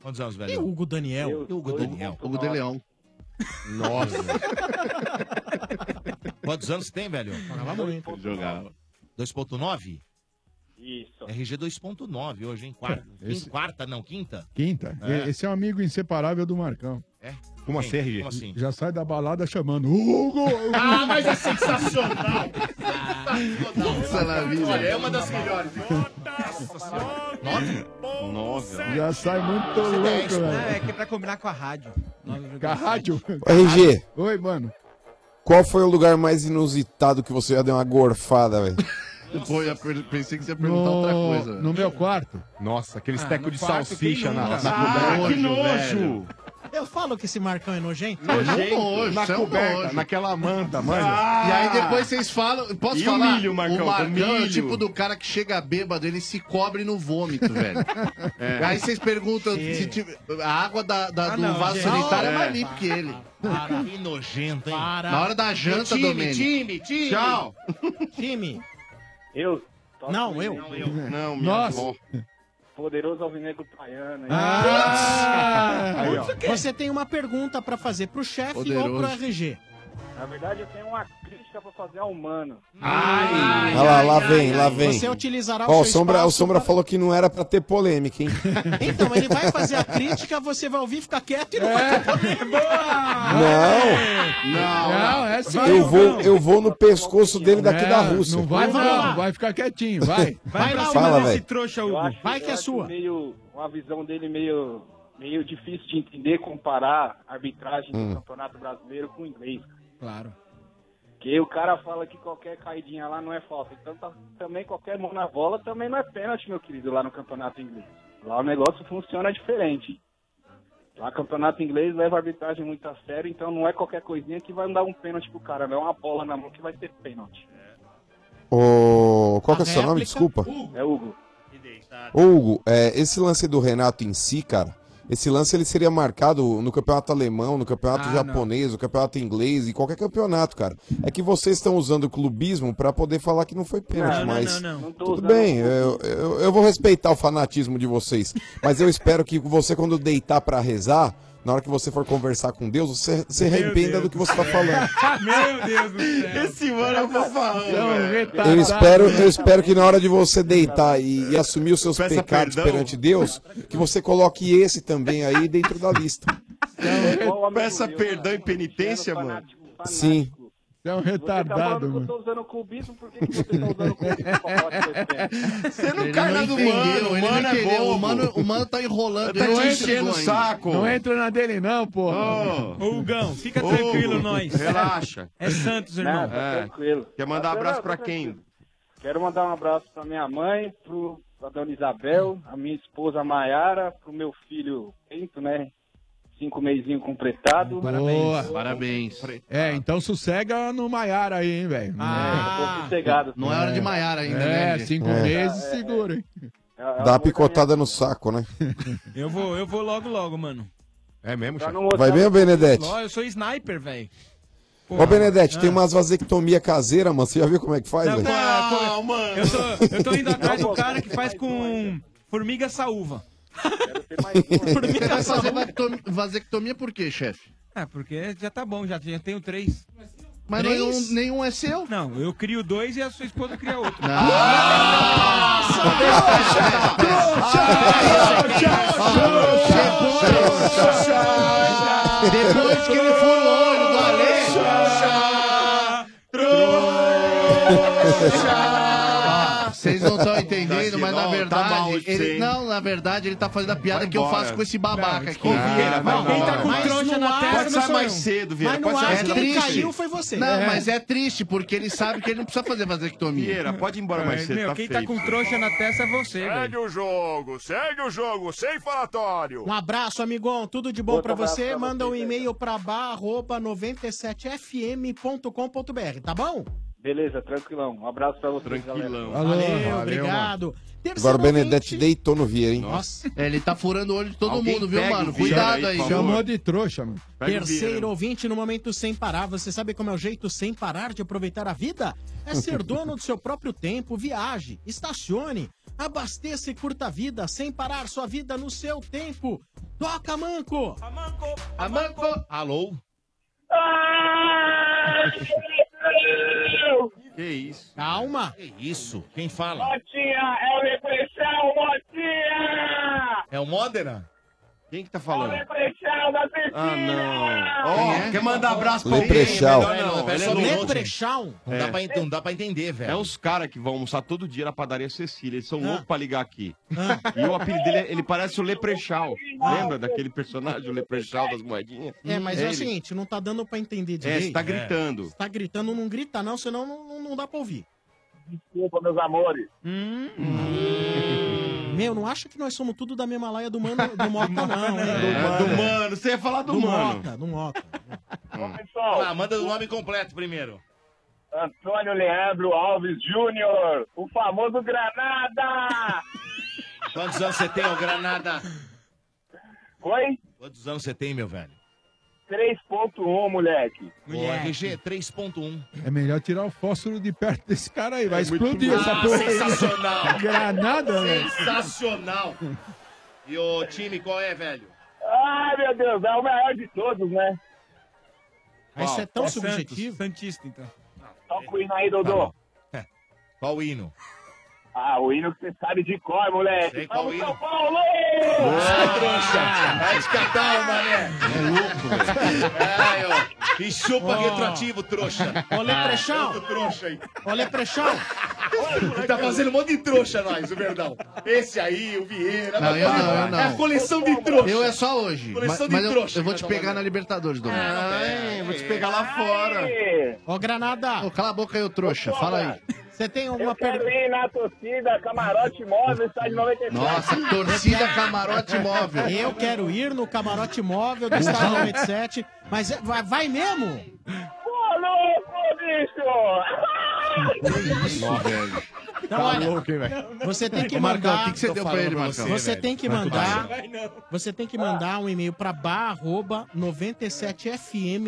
Quantos anos, E velho? Hugo Daniel? Eu- Hugo eu- Daniel. Hugo de Leão. Nossa. *laughs* *laughs* Quantos anos tem, velho? Jogava muito. Jogava. 2.9? Isso. RG 2.9 hoje, hein? *laughs* Quarta. Em quarta, não, quinta? Quinta. É. E- Esse é um amigo inseparável do Marcão. É? Como Quem? assim, RG? Como assim? Já sai da balada chamando Hugo! Ah, mas é sensacional! Maravilha. Olha, é uma das melhores. Nove? Nove. Já sai muito louco, É, é velho. que é pra combinar com a rádio. Com a rádio. Ô, RG. é Oi, mano. Qual foi o lugar mais inusitado que você já deu uma gorfada, velho? Depois eu per- pensei que você ia perguntar outra coisa. No, no meu quarto. Nossa, aquele Ah, teco no de quarto, salsicha quem na, nunca? na Ah, coberta. que nojo! Eu falo que esse Marcão é nojento. Nojento. Na isso é um coberta, nojo. naquela manta, mano. E aí depois vocês falam. Posso Ah! E o falar? milho, Marcão? o Marcão é o Milho. tipo do cara que chega bêbado, ele se cobre no vômito, velho. É. Aí vocês perguntam se tive- a água da, da- Ah, do não, vaso gente. sanitário é Não, mais é. limpa que ele. Que nojento, hein? Na hora da janta, time, Domênico. time, time. Tchau. Time. Eu? Não, eu. Não, eu. Não, minha Nossa. avó. Poderoso Alvinegro Praiana. Ah! Aí, Putz, Você tem uma pergunta pra fazer pro chefe ou Poderoso. pro RG? Na verdade, eu tenho uma crítica pra fazer ao humano. Ah, Olha lá, lá vem, lá vem. Você utilizará o Ó, seu Sombra, o espaço Sombra pra- falou que não era pra ter polêmica, hein? Então, ele vai fazer a crítica, você vai ouvir, ficar quieto e não vai ter problema. Não! Não. Não, é sim. Eu vou, eu vou no pescoço dele daqui da Rússia. É, Não vai, Vai não. lá. Vai ficar quietinho, vai. Vai lá, Fala, Hugo, velho. trouxa, Hugo. Vai que é sua. Meio, uma visão dele meio, meio difícil de entender, comparar a arbitragem Hum. do Campeonato Brasileiro com o inglês. Claro. Porque o cara fala que qualquer caidinha lá não é falta. Então tá- também qualquer mão na bola também não é pênalti, meu querido, lá no campeonato inglês. Lá o negócio funciona diferente. Lá campeonato inglês leva a arbitragem muito a sério, então não é qualquer coisinha que vai dar um pênalti pro cara, não é uma bola na mão que vai ser pênalti. Ô, qual que Tá é o seu nome? Desculpa. É Hugo. Ô, Hugo, é, esse lance do Renato em si, cara, esse lance ele seria marcado no campeonato alemão, no campeonato Ah, japonês, no campeonato inglês, em qualquer campeonato, cara. É que vocês estão usando o clubismo pra poder falar que não foi pênalti, Não, não, mas. não, não. Não tô Tudo usando bem, eu, eu, eu vou respeitar o fanatismo de vocês, mas eu espero que você, quando deitar pra rezar, na hora que você for conversar com Deus, você se Meu arrependa Deus do que você tá falando. Meu Deus do céu. Esse mano é um fofarrão, velho. Eu espero, eu espero que na hora de você deitar e, e assumir os seus tá. Peça pecados perdão. perante Deus, que você coloque esse também aí dentro da lista. Peça perdão e penitência, mano. Sim. É um retardado, tá Eu tô usando o clubismo, por que, que você tá usando o clubismo pra falar que foi pênalti? Você não cai na do mano, o mano é bobo. O mano tá enrolando, Tá ele não te enchendo o entrou ainda. saco. Não é- entra na dele, não, pô. Ô. Ô, Hugão, fica Ô, tranquilo, nós. Relaxa. É. É Santos, irmão. Não, tá tranquilo. Quer mandar Tá abraço pra quem? tranquilo, tá tranquilo. Quero mandar um abraço pra minha mãe, pro, pra dona Isabel, a minha esposa Maiara, pro meu filho Pinto, né? Cinco meizinho completado. Parabéns. Parabéns. É, então sossega no Maiara aí, hein, velho. Ah. Tô sossegado. Não é hora de Maiara ainda, é, né? cinco É. meses, segura, hein? É eu Dá uma vou picotada no saco, né? Eu vou, eu vou logo, logo, mano. É mesmo, Tá chefe? Vai mesmo, Benedetti? Ó, Eu sou sniper, velho. Ô, Benedetti, Ah. tem umas vasectomia caseira, mano. Você já viu como é que faz, velho? Não, mano. Eu tô, eu tô indo atrás do cara que faz com formiga saúva. Você *laughs* vai fazer saúva. vasectomia, vasectomia por quê, chefe? Ah, porque já tá bom, já, já tenho três. Mas um, nenhum- é seu? Não, eu crio dois e a sua esposa cria outro. Ah, Depois que ele for o olho do Ah, Vocês não estão entendendo, mas na verdade. ele, não, na verdade, ele tá fazendo a piada que eu embora. faço com esse babaca aqui. Vieira, vai Alguém embora. tá com trouxa na não testa, Pode sair sou mais eu. cedo, Vieira, pode sair mais cedo. triste. Quem caiu foi você. Não, É. mas é triste, porque ele sabe que ele não precisa fazer vasectomia. Vieira, pode ir embora mais cedo, Meu, quem tá com trouxa na testa é você, velho. Segue o jogo, segue o jogo, sem falatório. Um abraço, amigão. Tudo de bom Outro pra abraço você. pra Manda um e-mail pra bar@97fm.com.br, tá bom? Beleza, tranquilão. Um abraço pra vocês, Tranquilão. galera. Valeu, obrigado. Agora o Benedetti deitou no Vieira, hein? Nossa. Ele tá furando o olho de todo Alguém mundo, viu, pega mano? o Vieira Cuidado aí. Chamou de trouxa, mano. Terceiro ouvinte no momento sem parar. Você sabe como é o jeito sem parar de aproveitar a vida? É *laughs* ser dono do seu próprio tempo. Viaje, estacione, abasteça e curta a vida sem parar sua vida no seu tempo. Toca, Manco! Amanco! Alô? Que isso? Calma. Que isso? Quem fala? Motinha, é o repressão, Motinha! É o Modena? Quem que tá É o falando? repressão da Ah, piscina! não. Ó, quer mandar abraço pra Leprechal. alguém? Melhor não, É melhor não. Leprechal? É. Não, dá pra ent- não dá pra entender, velho. Ah. É os caras que vão almoçar todo dia na padaria Cecília. Eles são loucos pra ligar aqui. E o apelido dele, é- ele parece o Leprechal. Lembra daquele personagem, o Leprechal das moedinhas? É, mas é, o ele. seguinte, não tá dando pra entender É, direito. você tá gritando. Você tá gritando, não grita não, senão não, não- não dá pra ouvir. Hum. Desculpa, meus amores. Meu, não acha que nós somos tudo da mesma laia do mano, do Mota não, né? É, do mano, você ia Ah, falar do, mano. Mota, do *laughs* Mota. Ah, manda o nome completo primeiro. Antônio Leandro Alves Júnior, o famoso Granada! *laughs* Quantos anos você tem, ô Granada? Oi? Quantos anos você tem, meu velho? 3.1, moleque. Ô, RG, 3.1. É melhor tirar o fósforo de perto desse cara aí. Vai explodir muito- essa Ah, porra. aí. né? sensacional. *laughs* Granada, velho. Sensacional. E o time qual é, velho? Ah. Ai, meu Deus, é o maior de todos, né? Mas isso é tão subjetivo. Santista, então. Toca o hino aí, Dodô. Qual o hino? Ah, o hino que você sabe de cor, moleque. Sei qual Vamos, Ah, hino. São Paulo! trouxa. Vai escatar o mané. É louco, velho. Ai, ó. E chupa retroativo, trouxa. Ô, Leprechal. Tanto trouxa aí. Ô, Leprechal. Tá fazendo um monte de trouxa nós, o Verdão. Esse aí, o Vieira. Não, eu não, eu não. É a coleção de trouxa. Eu é só hoje. Mas, Coleção de mas eu, trouxa, eu vou né, te pegar na Libertadores, Ah, Dom. É, vou te pegar lá fora. Ô, Granada. cala a boca aí, ô trouxa. Fala aí. Você tem um alguma pergunta? Eu quero ir na torcida, camarote móvel, estádio 97. Nossa, torcida camarote móvel. Eu quero ir no camarote móvel do Estádio 97, mas é- vai, vai mesmo? Ô, louco, bicho! Então, Tá olha, louco, hein, velho? você tem que Ô, Marcão, mandar... o que que você deu pra falando ele, Marcão? Você velho? tem que Vai tudo mandar... bem. Você tem que mandar um e-mail pra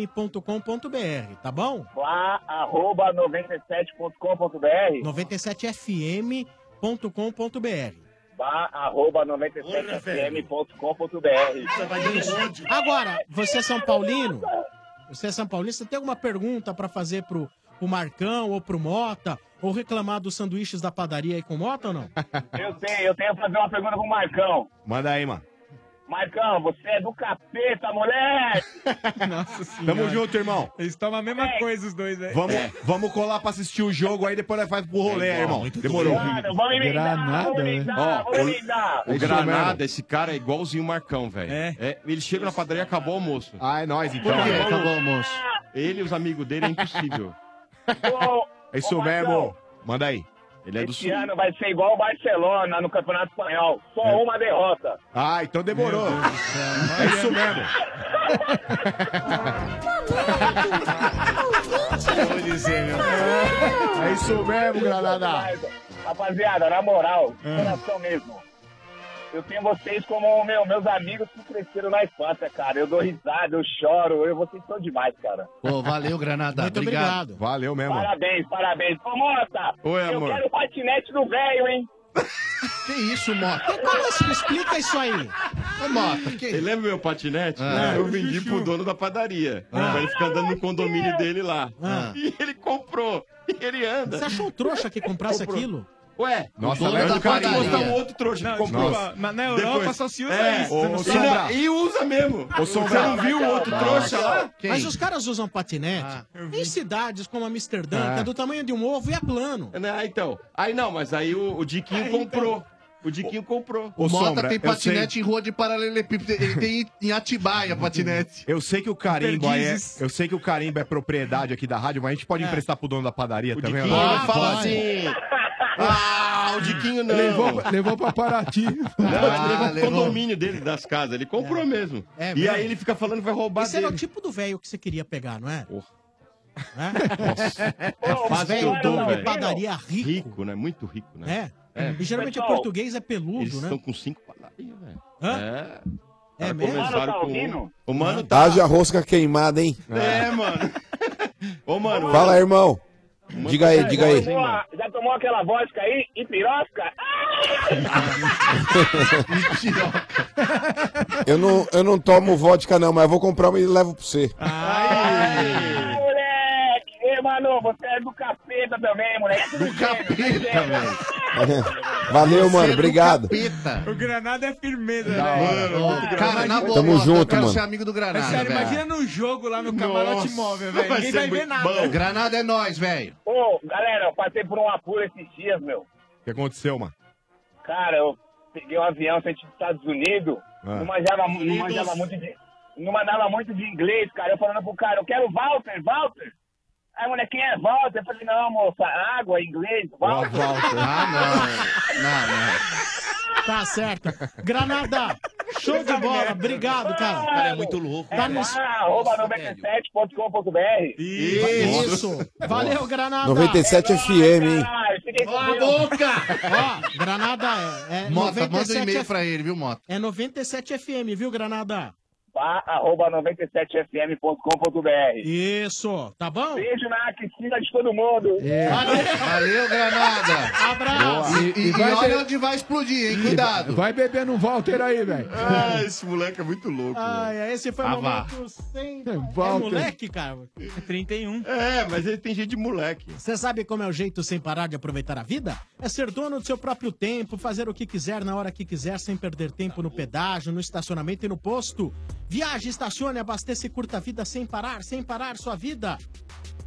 bar@97fm.com.br, tá bom? Lá, arroba 97.com.br. 97fm.com.br. Vá, arroba 97fm.com.br. Agora, você é São Paulino? Você é São Paulino? Você tem alguma pergunta pra fazer pro, pro Marcão ou pro Mota? Ou reclamar dos sanduíches da padaria aí com o Mota ou *laughs* não? Eu tenho, eu tenho que fazer uma pergunta pro Marcão. Manda aí, mano. Marcão, você é do capeta, moleque! Nossa senhora. Tamo junto, irmão. Eles tomam a mesma É. coisa, os dois, né? velho. Vamos, vamos colar pra assistir o jogo, aí depois nós faz pro rolê, É, irmão. muito Demorou. bem. Claro, vamos emendar, Granada, vamos emendar, Ó, vamos emendar. o, o É Isso Granada, mesmo. esse cara é igualzinho o Marcão, velho. É. Ele chega na padaria e acabou o almoço. Ah, é nóis, então. É, acabou o almoço. Ah! Ele e os amigos dele é impossível. é isso ô, mesmo. Manda aí. Ele é do Esse sul. ano vai ser igual o Barcelona no Campeonato Espanhol. Só É. uma derrota. Ah, então demorou. É isso mesmo. Vou dizer, meu. É isso mesmo, Granada. Ah. Rapaziada, na moral, coração mesmo. eu tenho vocês como meu, meus amigos que cresceram na infância, cara. Eu dou risada, eu choro, eu, vocês são demais, cara. Pô, valeu, Granada. Muito obrigado. Valeu mesmo. Parabéns, parabéns. Ô, moça! Oi, eu amor. quero o patinete do velho, hein? *laughs* Que isso, Mota? Como é que explica isso aí? Ô, Mota, que Ele lembra meu patinete? né? Ah. Eu vendi pro dono da padaria. Pra ele ficar andando no condomínio dele lá. Ah. E ele comprou. E *laughs* ele anda. Você achou um trouxa que comprasse Comprou. aquilo? Ué, Nossa, o leva dono da do carinho. padaria. mostrar um outro trouxa Não, que comprou. É, desculpa, mas na Europa só se usa isso, Ô, você não ô, sabe. Sombra, E usa mesmo. Ô, Você não viu o outro trouxa lá? Ah, Mas os caras usam patinete em cidades como Amsterdã, Ah. que é do tamanho de um ovo e é plano. Ah, então. Aí não, mas aí o, o Diquinho comprou. O Diquinho comprou. O Mota tem patinete em rua de paralelepípedo. Ele tem em É Atibaia patinete. Eu sei que o carimbo aí é, Perdizes. eu sei que o carimbo é propriedade aqui da rádio, mas a gente É. pode emprestar pro dono da padaria também. Diquinho, agora? ele fala Pode. assim. Ah, o Diquinho não. Levou- levou pra Paraty. Não, ele levou Ah, pro levou. condomínio dele, das casas. Ele comprou mesmo. É e mesmo? aí ele fica falando que vai roubar Esse era o dele. tipo do velho que você queria pegar, não é? Né? *laughs* É a fase que eu tô, velho. padaria rico. Rico, né? Muito rico, né? É. E geralmente Pessoal, o português é peludo, Eles né? estão com cinco palavras, velho. É. É Cara, mesmo? começaram Mano, tá com ouvindo? um. O mano tá. Haja rosca queimada, hein? É, mano. Ô, mano. Fala, irmão. Diga aí, Já diga *laughs* aí. tomou tá a- já tomou aquela vodka aí? E pirosca? Eu não, eu não tomo vodka, não, mas eu vou comprar uma e levo pra você. Ah, moleque! Ei, mano, você é do capeta também, moleque. Do capeta, velho. Valeu, é mano. Obrigado. O Granada é firmeza, Da hora. velho. Ó, Muito cara, Granada. na boa, Tamo Mota, eu junto, quero mano. ser amigo do Granada, É sério, velho. imagina num jogo lá no camarote móvel, velho. Ninguém vai ver nada. Granada é nós, velho. Ô, galera, eu passei por um apuro esses dias, meu. O que aconteceu, mano? Cara, eu peguei um avião, senti dos Estados Unidos, Ah. não manjava, mu- não Unidos. manjava muito de. Não mandava muito de inglês, cara. Eu falando pro cara, eu quero Walter, Walter. Aí, mulher, quem é Walter? Eu falei, não, moça, água, inglês, Walter. *laughs* Tá certo. Granada, show de bola. Obrigado, cara. cara é muito louco. Tá no... ah, Arroba 97.com.br. Isso. Valeu, Granada. 97 FM, hein? Ó, boca! Ó, Granada é. é Mota, manda um e-mail 97 pra ele, viu, Mota? É 97 FM, viu, Granada? Vá, arroba 97fm.com.br. Isso, tá bom? Beijo na aquecida de todo mundo. Valeu, *laughs* Granada. Abraço. E, e- E vai e olha ter- onde vai explodir, hein? Cuidado. Vai beber no Walter aí, velho. Ah, esse moleque é muito louco. Ai, ai, esse foi o Ah, vá. momento sem. É Walter. moleque, cara. É 31. É, mas ele tem jeito de moleque. Você sabe como é o jeito sem parar de aproveitar a vida? É ser dono do seu próprio tempo, fazer o que quiser na hora que quiser, sem perder tempo no pedágio, no estacionamento e no posto. Viaje, estacione, abasteça e curta a vida sem parar, sem parar sua vida.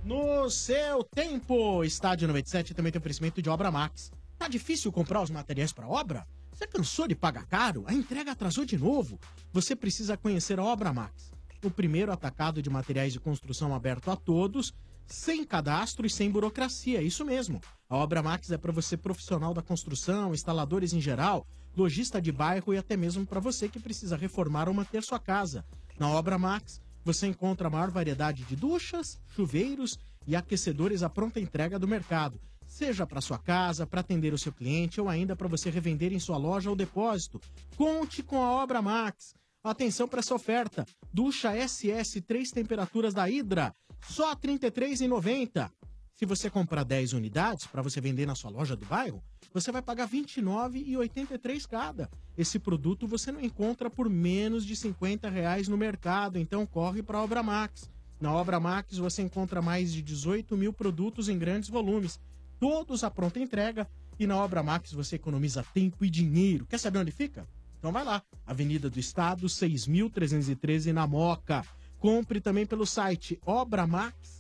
No seu tempo! Estádio 97 também tem oferecimento de Obra Max. Tá difícil comprar os materiais para obra? Você cansou de pagar caro? A entrega atrasou de novo? Você precisa conhecer a Obra Max, o primeiro atacado de materiais de construção aberto a todos, sem cadastro e sem burocracia, isso mesmo. A Obra Max é para você profissional da construção, instaladores em geral, lojista de bairro e até mesmo para você que precisa reformar ou manter sua casa. Na Obra Max, você encontra a maior variedade de duchas, chuveiros e aquecedores à pronta entrega do mercado, seja para sua casa, para atender o seu cliente ou ainda para você revender em sua loja ou depósito. Conte com a Obra Max. Atenção para essa oferta. Ducha SS 3 temperaturas da Hidra, só R$ 33,90. Se você comprar 10 unidades para você vender na sua loja do bairro, você vai pagar R$ 29,83 cada. Esse produto você não encontra por menos de R$ 50 reais no mercado, então corre para a Obra Max. Na Obra Max você encontra mais de 18 mil produtos em grandes volumes, todos à pronta entrega, e na Obra Max você economiza tempo e dinheiro. Quer saber onde fica? Então vai lá, Avenida do Estado, 6.313 na Moca. Compre também pelo site obramax.com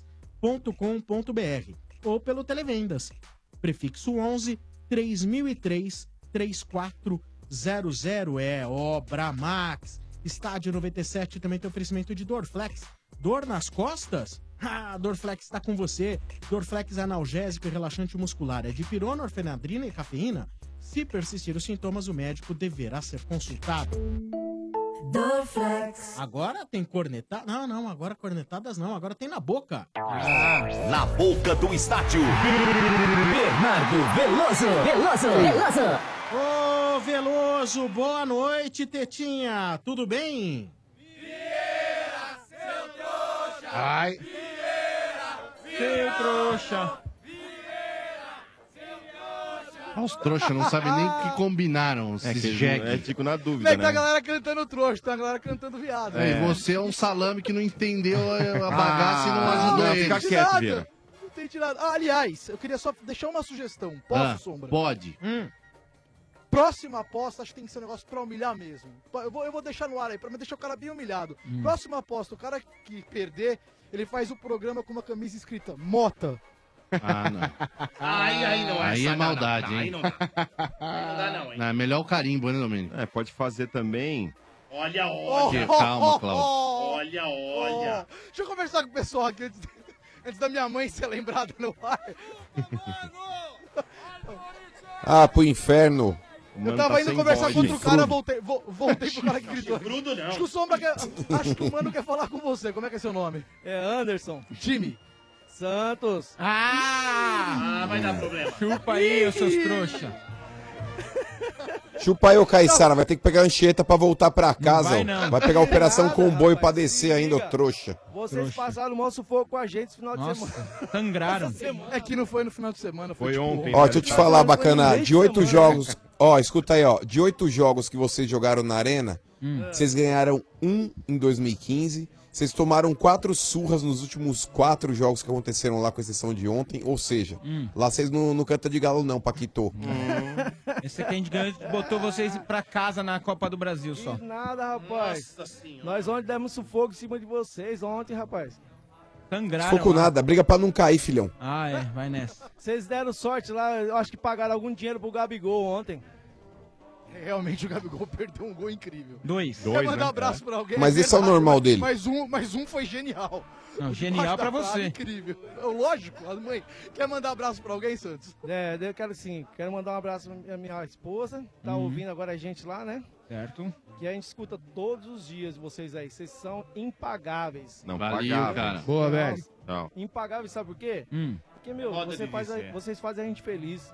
com.br ou pelo Televendas, prefixo 11 3003 3400 é Obra Max. Estádio 97 também tem oferecimento de Dorflex. Dor nas costas? Ah, Dorflex está com você. Dorflex é analgésico e relaxante muscular é de pirona, orfenadrina e cafeína. Se persistir os sintomas, o médico deverá ser consultado. Dorflex. Agora tem cornetada? Não, não, agora cornetadas não, agora tem na boca. Ah. Na boca do estádio. Bernardo Veloso. Veloso. Veloso. Ô, Veloso, boa noite, Tetinha. Tudo bem? Ai. Seu trouxa. Olha Os trouxas não sabem nem o que combinaram. É, Esses que eles jegue. não- é, fico na dúvida, Vem, né? tá, galera? cantando trouxa, tem uma galera cantando viado. É, E você é um salame que não entendeu a a bagaça e não Ah, ajudou não, ele. fica quieto, Vieira. Não tem tirado. Ah, aliás, eu queria só deixar uma sugestão. Posso, Ah, Sombra? Pode. Próxima aposta, acho que tem que ser um negócio pra humilhar mesmo. Pa- Eu vou, eu vou deixar no ar aí, pra deixar o cara bem humilhado. Hum. Próxima aposta, o cara que perder, ele faz o programa com uma camisa escrita Mota. Ah, não. Aí, aí não Aí é maldade, Aí hein? não dá. Tá Não dá, não, Não, é melhor o carimbo, né, Domênico? É, pode fazer também. Olha, olha. Calma, Cláudio. Olha, olha. Oh, Deixa eu conversar com o pessoal aqui antes, *laughs* antes da minha mãe ser lembrada no ar. Ah, pro inferno. Eu tava tá indo conversar com outro cara, voltei, vo- voltei pro cara que gritou. Chifrudo não. Acho que o Sombra quer, acho que o Mano quer falar com você. Como é que é seu nome? É Anderson. Jimmy. Santos. Ah! vai dar problema. Chupa aí, ô seus trouxa. Chupa aí, ô Caissara, vai ter que pegar a ancheta pra voltar pra casa. vai, ó. não. vai pegar a Operação Comboio pra descer ainda, ô trouxa. Vocês passaram o maior sufoco com a gente esse final de Nossa, semana. Sangraram. É que não foi no final de semana. Foi, tipo, Ó, deixa eu te falar, bacana. De oito jogos. Ó, escuta aí, ó. De oito jogos que vocês jogaram na Arena, Hum. vocês ganharam um em 2015. Vocês tomaram quatro surras nos últimos quatro jogos que aconteceram lá, com exceção de ontem. Ou seja, Hum. lá vocês não, não canta de galo, não, Paquito. Esse aqui a gente ganhou, botou vocês pra casa na Copa do Brasil só. Nada, rapaz. Nós ontem demos sufoco em cima de vocês ontem, rapaz. Sangraram. Foco lá. nada, briga pra não cair, filhão. Ah, é, vai nessa. Vocês deram sorte lá, eu acho que pagaram algum dinheiro pro Gabigol ontem. Realmente o Gabigol *laughs* perdeu um gol incrível. Dois. né? Quer mandar um abraço pra alguém? né? Mas esse é o verdade, normal mas- dele. Mas um, mas um foi genial. Não, O genial debaixo da pra trave, você. Incrível. É Lógico, a mãe. Quer mandar um abraço pra alguém, Santos? É, eu quero sim, quero mandar um abraço pra minha- minha esposa, tá Uhum. ouvindo agora a gente lá, né? Certo? Que a gente escuta todos os dias vocês aí, vocês são impagáveis. Não, Valeu, pagava. cara. Boa, velho. Não. Impagáveis, sabe por quê? Hum. Porque, meu, Roda você de faz a- vice, é. vocês fazem a gente feliz,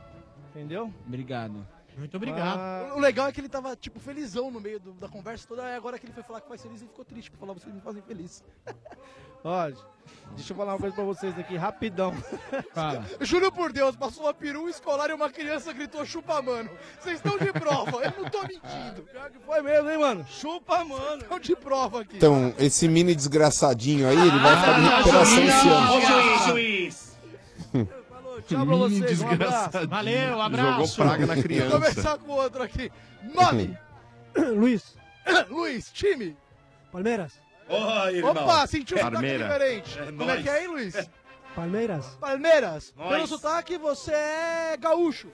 entendeu? Obrigado. Muito Ah, O legal é que ele tava, tipo, felizão no meio do- da conversa toda. Aí agora que ele foi falar que faz feliz, ele ficou triste por falar vocês me fazem feliz. *laughs* Ó, deixa eu falar uma coisa pra vocês aqui, rapidão. *laughs* Fala. Juro por Deus, passou uma peru escolar e uma criança gritou chupa, mano. Vocês estão de prova, eu não tô mentindo. Pior que foi mesmo, hein, mano? Chupa, mano. Estão de prova aqui. Então, esse mini desgraçadinho aí, ele Ah, vai Ah, ficar de recuperação esse ano. juiz. Tchau pra vocês, um abraço. desgraçadinho. Valeu, abraço. Jogou praga na criança. Vou conversar com o outro aqui. Nome. Luiz. *coughs* Luiz, time. Palmeiras. Opa, sentiu um sotaque Palmeira. diferente. É Como é nóis. que é aí, Luiz? Palmeiras? Palmeiras. Nós. Pelo sotaque, você é gaúcho.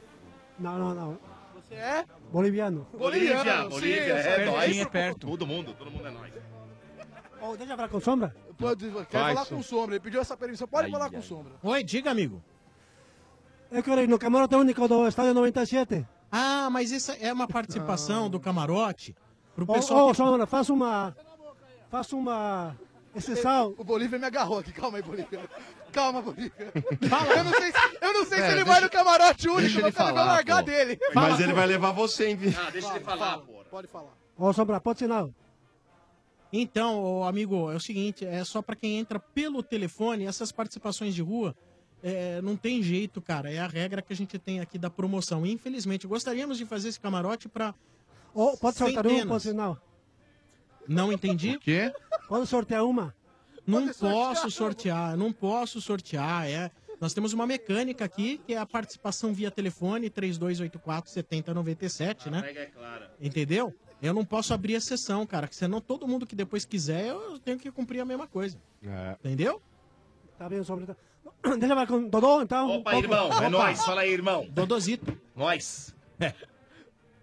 Não, não, não. Você é Boliviano. boliviano. sim, eu sou gaúcho. perto. é Todo mundo, todo mundo é nóis. Ô, deixa eu falar com sombra? Pode, quer Vai, falar Sombra. com o Sombra, ele pediu essa permissão. Pode Ai, falar ai. com o Sombra. Oi, diga, amigo. É Eu quero ir no camarote único do estádio 97. Ah, mas essa é uma participação do camarote pro Ô, pessoal. ô, Sombra, faça uma... Faça uma... Exceção. O Bolívia me agarrou aqui. Calma aí, Bolívia. Calma, Bolívia. Fala. Eu não sei, se- eu não sei É, se ele deixa- vai no camarote único, deixa ele mas cara vai falar, largar pô. dele. Mas ele vai levar você, hein, Ah, Vieira? Ah, deixa ele falar, pô. Pode falar. Ô, Sombra, pode sinal. Então, ô, amigo, é o seguinte, é só pra quem entra pelo telefone, essas participações de rua, é, não tem jeito, cara. É a regra que a gente tem aqui da promoção. Infelizmente, gostaríamos de fazer esse camarote pra. Pode soltar um, centenas. pode sinal. Não entendi? O quê? Pode sortear uma? Não posso sortear, não posso sortear. É. Nós temos uma mecânica aqui, que é a participação via telefone 3284 7097, né? É clara. Entendeu? Eu não posso abrir a sessão, cara, que senão todo mundo que depois quiser, eu tenho que cumprir a mesma coisa. É. Entendeu? Tá bem, Sombra. *clears throat* Deixa eu falar com o Dodô, então. Opa, irmão, é nóis. Fala aí, irmão. Dodozito. Nós. *laughs*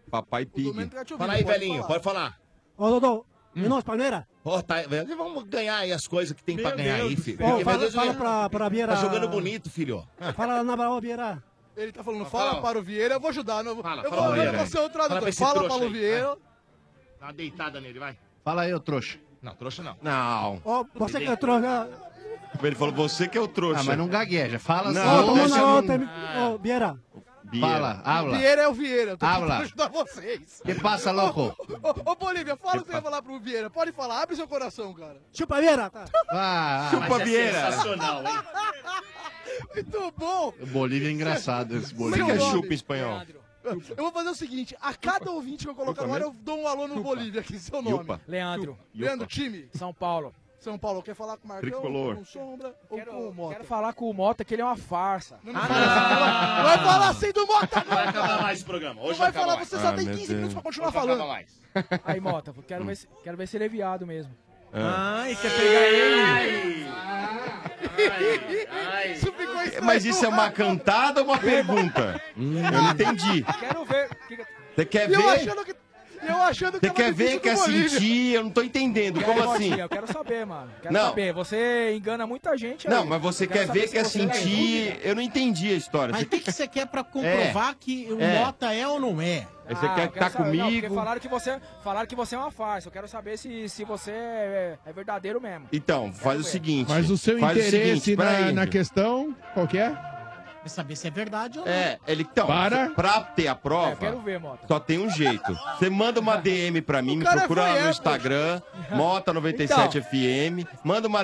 Papai Pig. tá Fala aí, velhinho. Pode falar. Hum. Ô, Dodô, e nós, Palmeiras? Ó, tá, velho, vamos ganhar aí as coisas que tem pra Meu ganhar Deus aí, do filho. céu. Ó, Porque, meu fala- Deus, fala eu- pra- pra Vieira- Tá jogando bonito, filho. Fala na Baró, Vieira. Ele tá falando, fala, para o Vieira, eu vou ajudar. Não, eu fala, vou, eu Vieira. vou ser o Fala pra tradutor. esse Fala, trouxa Paulo aí. Vieira. Dá uma deitada nele, vai. Fala aí, ô trouxa. Não, trouxa não. Não. Ó, você que é trouxa. Ele falou, você que é o trouxa. Ah, mas não gagueja. Fala Não, assim. né? toma deixa na eu outra. Ô, Vieira. Fala, habla. O Vieira é o Vieira. Eu tô Habla. tentando ajudar vocês. Que passa, louco? Ô, ô, Bolívia, fala o que você ia falar pro Vieira. Pode falar, abre seu coração, cara. Chupa Vieira, tá? Ah, Chupa mas é Vieira. sensacional, hein? *laughs* Muito bom. Bolívia é engraçado esse Bolívia. Como é que é chupa chupa em espanhol? Eu vou fazer o seguinte, a cada ouvinte que eu colocar Chupa né? agora, eu dou um alô no Bolívia aqui, seu nome. Chupa. Leandro. Chupa. Leandro, time? São Paulo. São Paulo, quer falar com o Marcão, Tricolor. com o Sombra ou com o Mota? Quero falar com o Mota que ele é uma farsa. Não, não vai falar assim do Mota agora. Vai acabar mais esse programa. Hoje vai falar, você só Ah, tem meu 15 Deus. minutos pra continuar Hoje falando. acaba Aí, Mota, quero ver, se, quero ver se ele é viado mesmo. Ah. e quer pegar ele? Isso ficou estranho. Mas isso é uma cantada ou uma pergunta? Eu não entendi. Quero ver. Você quer E eu ver? achando que... e Eu achando que é Você quer ver, quer sentir? Eu não tô entendendo. Como assim? Eu quero saber, mano. Quero Não. saber. Você engana muita gente. aí. Não, mas você Eu quero quer saber ver, se quer você é sentir. Eu não entendi a história. Mas Você o que, que você quer pra comprovar É. que o É. Mota é ou não é? Aí você Ah, quer eu quero que tá saber- não, porque comigo. falaram, que você, falaram que você é uma farsa. Eu quero saber se, se você é, é verdadeiro mesmo. Então, faz o seguinte. Mas o seu faz interesse seguinte, na, peraí, na Índio. questão, qual que é? Pra saber se é verdade ou não. É, ele então, Para. pra ter a prova, É, quero ver, Mota. só tem um jeito. Você manda uma DM pra mim, me cara procura foi lá no épico. *laughs* Instagram, Mota97FM, manda uma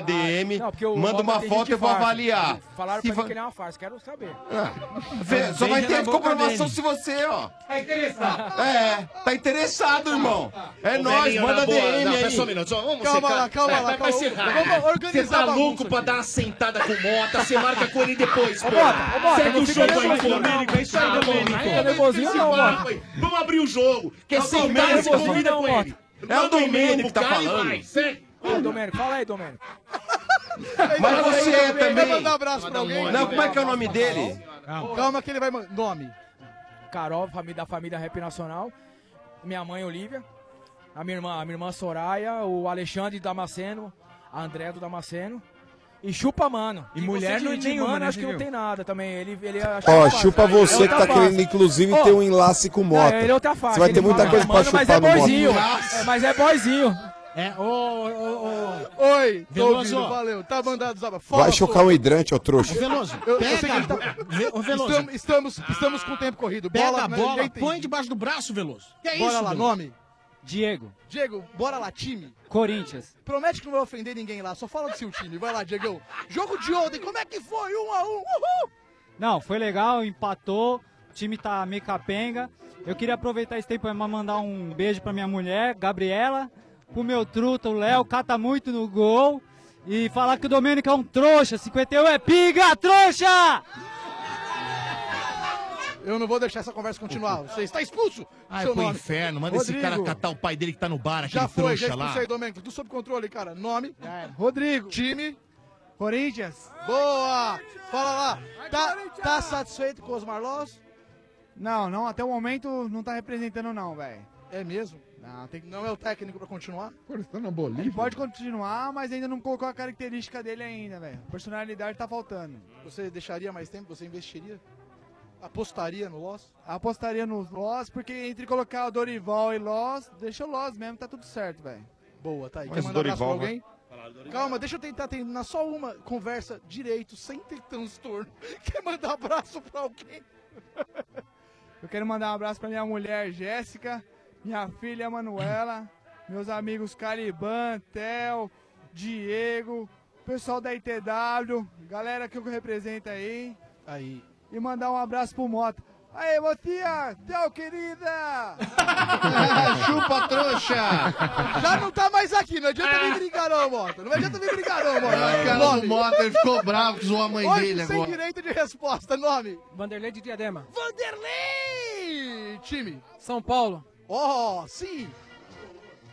Então. DM, Ah, Não, porque o Mota manda uma tem foto gente e eu vou farsa. avaliar. Falaram Se pra va- mim que ele é uma farsa. Quero saber. Ah, vê, só vai Beija ter na a boca comprovação dele. se você, ó. É interessado. É, tá interessado, irmão. É Ô, nóis, velhinho, manda na boa. DM Não, aí. pera só um minuto, só, vamos Calma secar. lá, calma Vai, lá, vai, vai calma. serrar. Vamos organizar Você tá a bagunça louco pra dar uma sentada com o Mota, você marca com ele depois, Ô, pô. Mota, ô, Mota, Segue não o fica jogo aí, nervoso, pô. Domênico, é isso aí, Tá Ah, Domênico. Mota, Fica aí nervosinho, esse não, papo Mota. aí. Vamos abrir o jogo. Quer Tá Não, sentar, se Domênico, convida não, com Mota. ele. É o Domênico que tá cara, e vai, falando. segue. Ô, Domênico, fala aí, Domênico. Mas você é também. Vai mandar um abraço pra alguém? Não, como é que é o nome dele? Calma que ele vai mandar. Nome. Carol, fami- da família Rap Nacional. Minha mãe, Olivia. A minha irmã, a minha irmã Soraya, o Alexandre Damasceno, a André do Damasceno. E chupa mano. E mulher você não de- de nenhuma, mano, né, acho que não viu? tem nada também. Ele, ele acha Ó, que é chupa fácil. você Ele é que tá outra querendo, fase. inclusive, Ô, ter um enlace com o não, Mota. ele é outra Você fase, vai ele ter muita fala, coisa pra mano, mas chupar é no Mota. boyzinho. Nossa. É, mas é boyzinho. É, ô, ô, ô. Oi, tô Veloso. ouvindo, valeu. Tá mandado desabafo. Fala, Vai chocar pô. um hidrante, ó trouxa. Eu- Veloso, eu pega. sei que ele tá- Ve- ô, Veloso. Estamos, estamos, estamos com o tempo corrido. Pega bola, a né? bola, Ninguém tem- põe debaixo do braço, Veloso. Que é Bora isso, lá, Veloso? nome. Diego, Diego, bora lá, time. Corinthians. Promete que não vai ofender ninguém lá, só fala do seu time. Vai lá, Diegão. Jogo de ontem, como é que foi? Um a um, uhul! Não, foi legal, empatou. O time tá meio capenga. Eu queria aproveitar esse tempo pra mandar um beijo pra minha mulher, Gabriela, pro meu truta, o Léo, cata muito no gol. E falar que o Domênico é um trouxa, 51 é piga, trouxa! Eu não vou deixar essa conversa continuar. Você está expulso! Ai, Ah, seu é pro nome. inferno, manda esse cara catar o pai dele que tá no bar, aquele Já foi, já é trouxa lá. expulsei, Domênico. Tudo sob controle, cara. Nome? Rodrigo. Time? Corinthians. Boa! Fala lá. Tá, tá satisfeito com os Marlos? Não, não, até o momento não tá representando não, velho. É mesmo? Não, tem... não é o técnico pra continuar? Pô, ele tá na Bolívia. Pode continuar, mas ainda não colocou a característica dele ainda, velho. Personalidade tá faltando. Você deixaria mais tempo? Você investiria? Apostaria no Loss? Apostaria no Loss, porque entre colocar o Dorival e Loss, deixa o Loss mesmo, tá tudo certo, velho. Boa, tá aí. Mas um Quer mandar o abraço pra Dorival, alguém? né? Calma, deixa eu tentar terminar só uma conversa direito, sem ter *laughs* transtorno. Quer um mandar abraço pra alguém? Eu quero mandar um abraço pra minha mulher, Jéssica, minha filha, Manuela, meus amigos Caliban, Theo, Diego, pessoal da ITW, galera que eu represento aí. Aí. E mandar um abraço pro Mota. Aê, Motinha! Tchau, querida! *laughs* Chupa trouxa! Já não tá mais aqui, não adianta vir brigar não, Mota. Não adianta vir brigar não, Mota. Ah, cara Nome. do Mota, ele ficou bravo que zoou a mãe Hoje, dele sem agora. direito de resposta, nome. Vanderlei de Diadema. Vanderlei! Time. São Paulo. Oh, sim.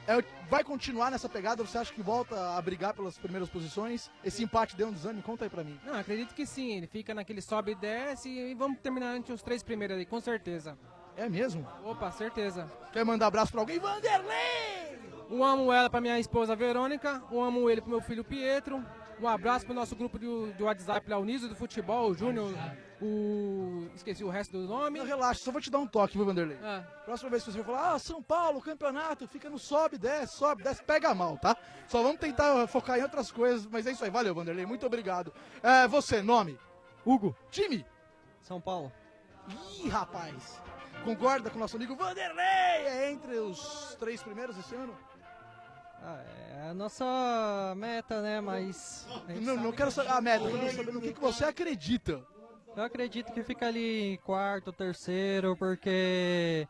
É, vai continuar nessa pegada? Você acha que volta a brigar pelas primeiras posições? Esse empate deu um desânimo? Conta aí pra mim. Não, acredito que sim. Ele fica naquele sobe e desce e vamos terminar entre os três primeiros aí, com certeza. É mesmo? Opa, certeza. Quer mandar abraço pra alguém? Vanderlei! Um amo ela pra minha esposa Verônica, um amo ele pro meu filho Pietro. Um abraço pro nosso grupo de, de WhatsApp lá, Uniso do Futebol, o Júnior, o. esqueci o resto do nome. Não, relaxa, só vou te dar um toque, viu, Vanderlei? Ah. Próxima vez que você for falar, ah, São Paulo, campeonato, fica no sobe, desce, sobe, desce, pega mal, tá? Só vamos tentar focar em outras coisas, mas é isso aí. Valeu, Vanderlei, muito obrigado. É, você, nome? Hugo. Time? São Paulo. Ih, rapaz! Concorda com o nosso amigo Vanderlei? É entre os três primeiros esse ano? Ah, é a nossa meta, né? Mas. Não, não quero saber a meta, eu quero saber no que, você acredita. né? Eu acredito que fica ali em quarto, terceiro, porque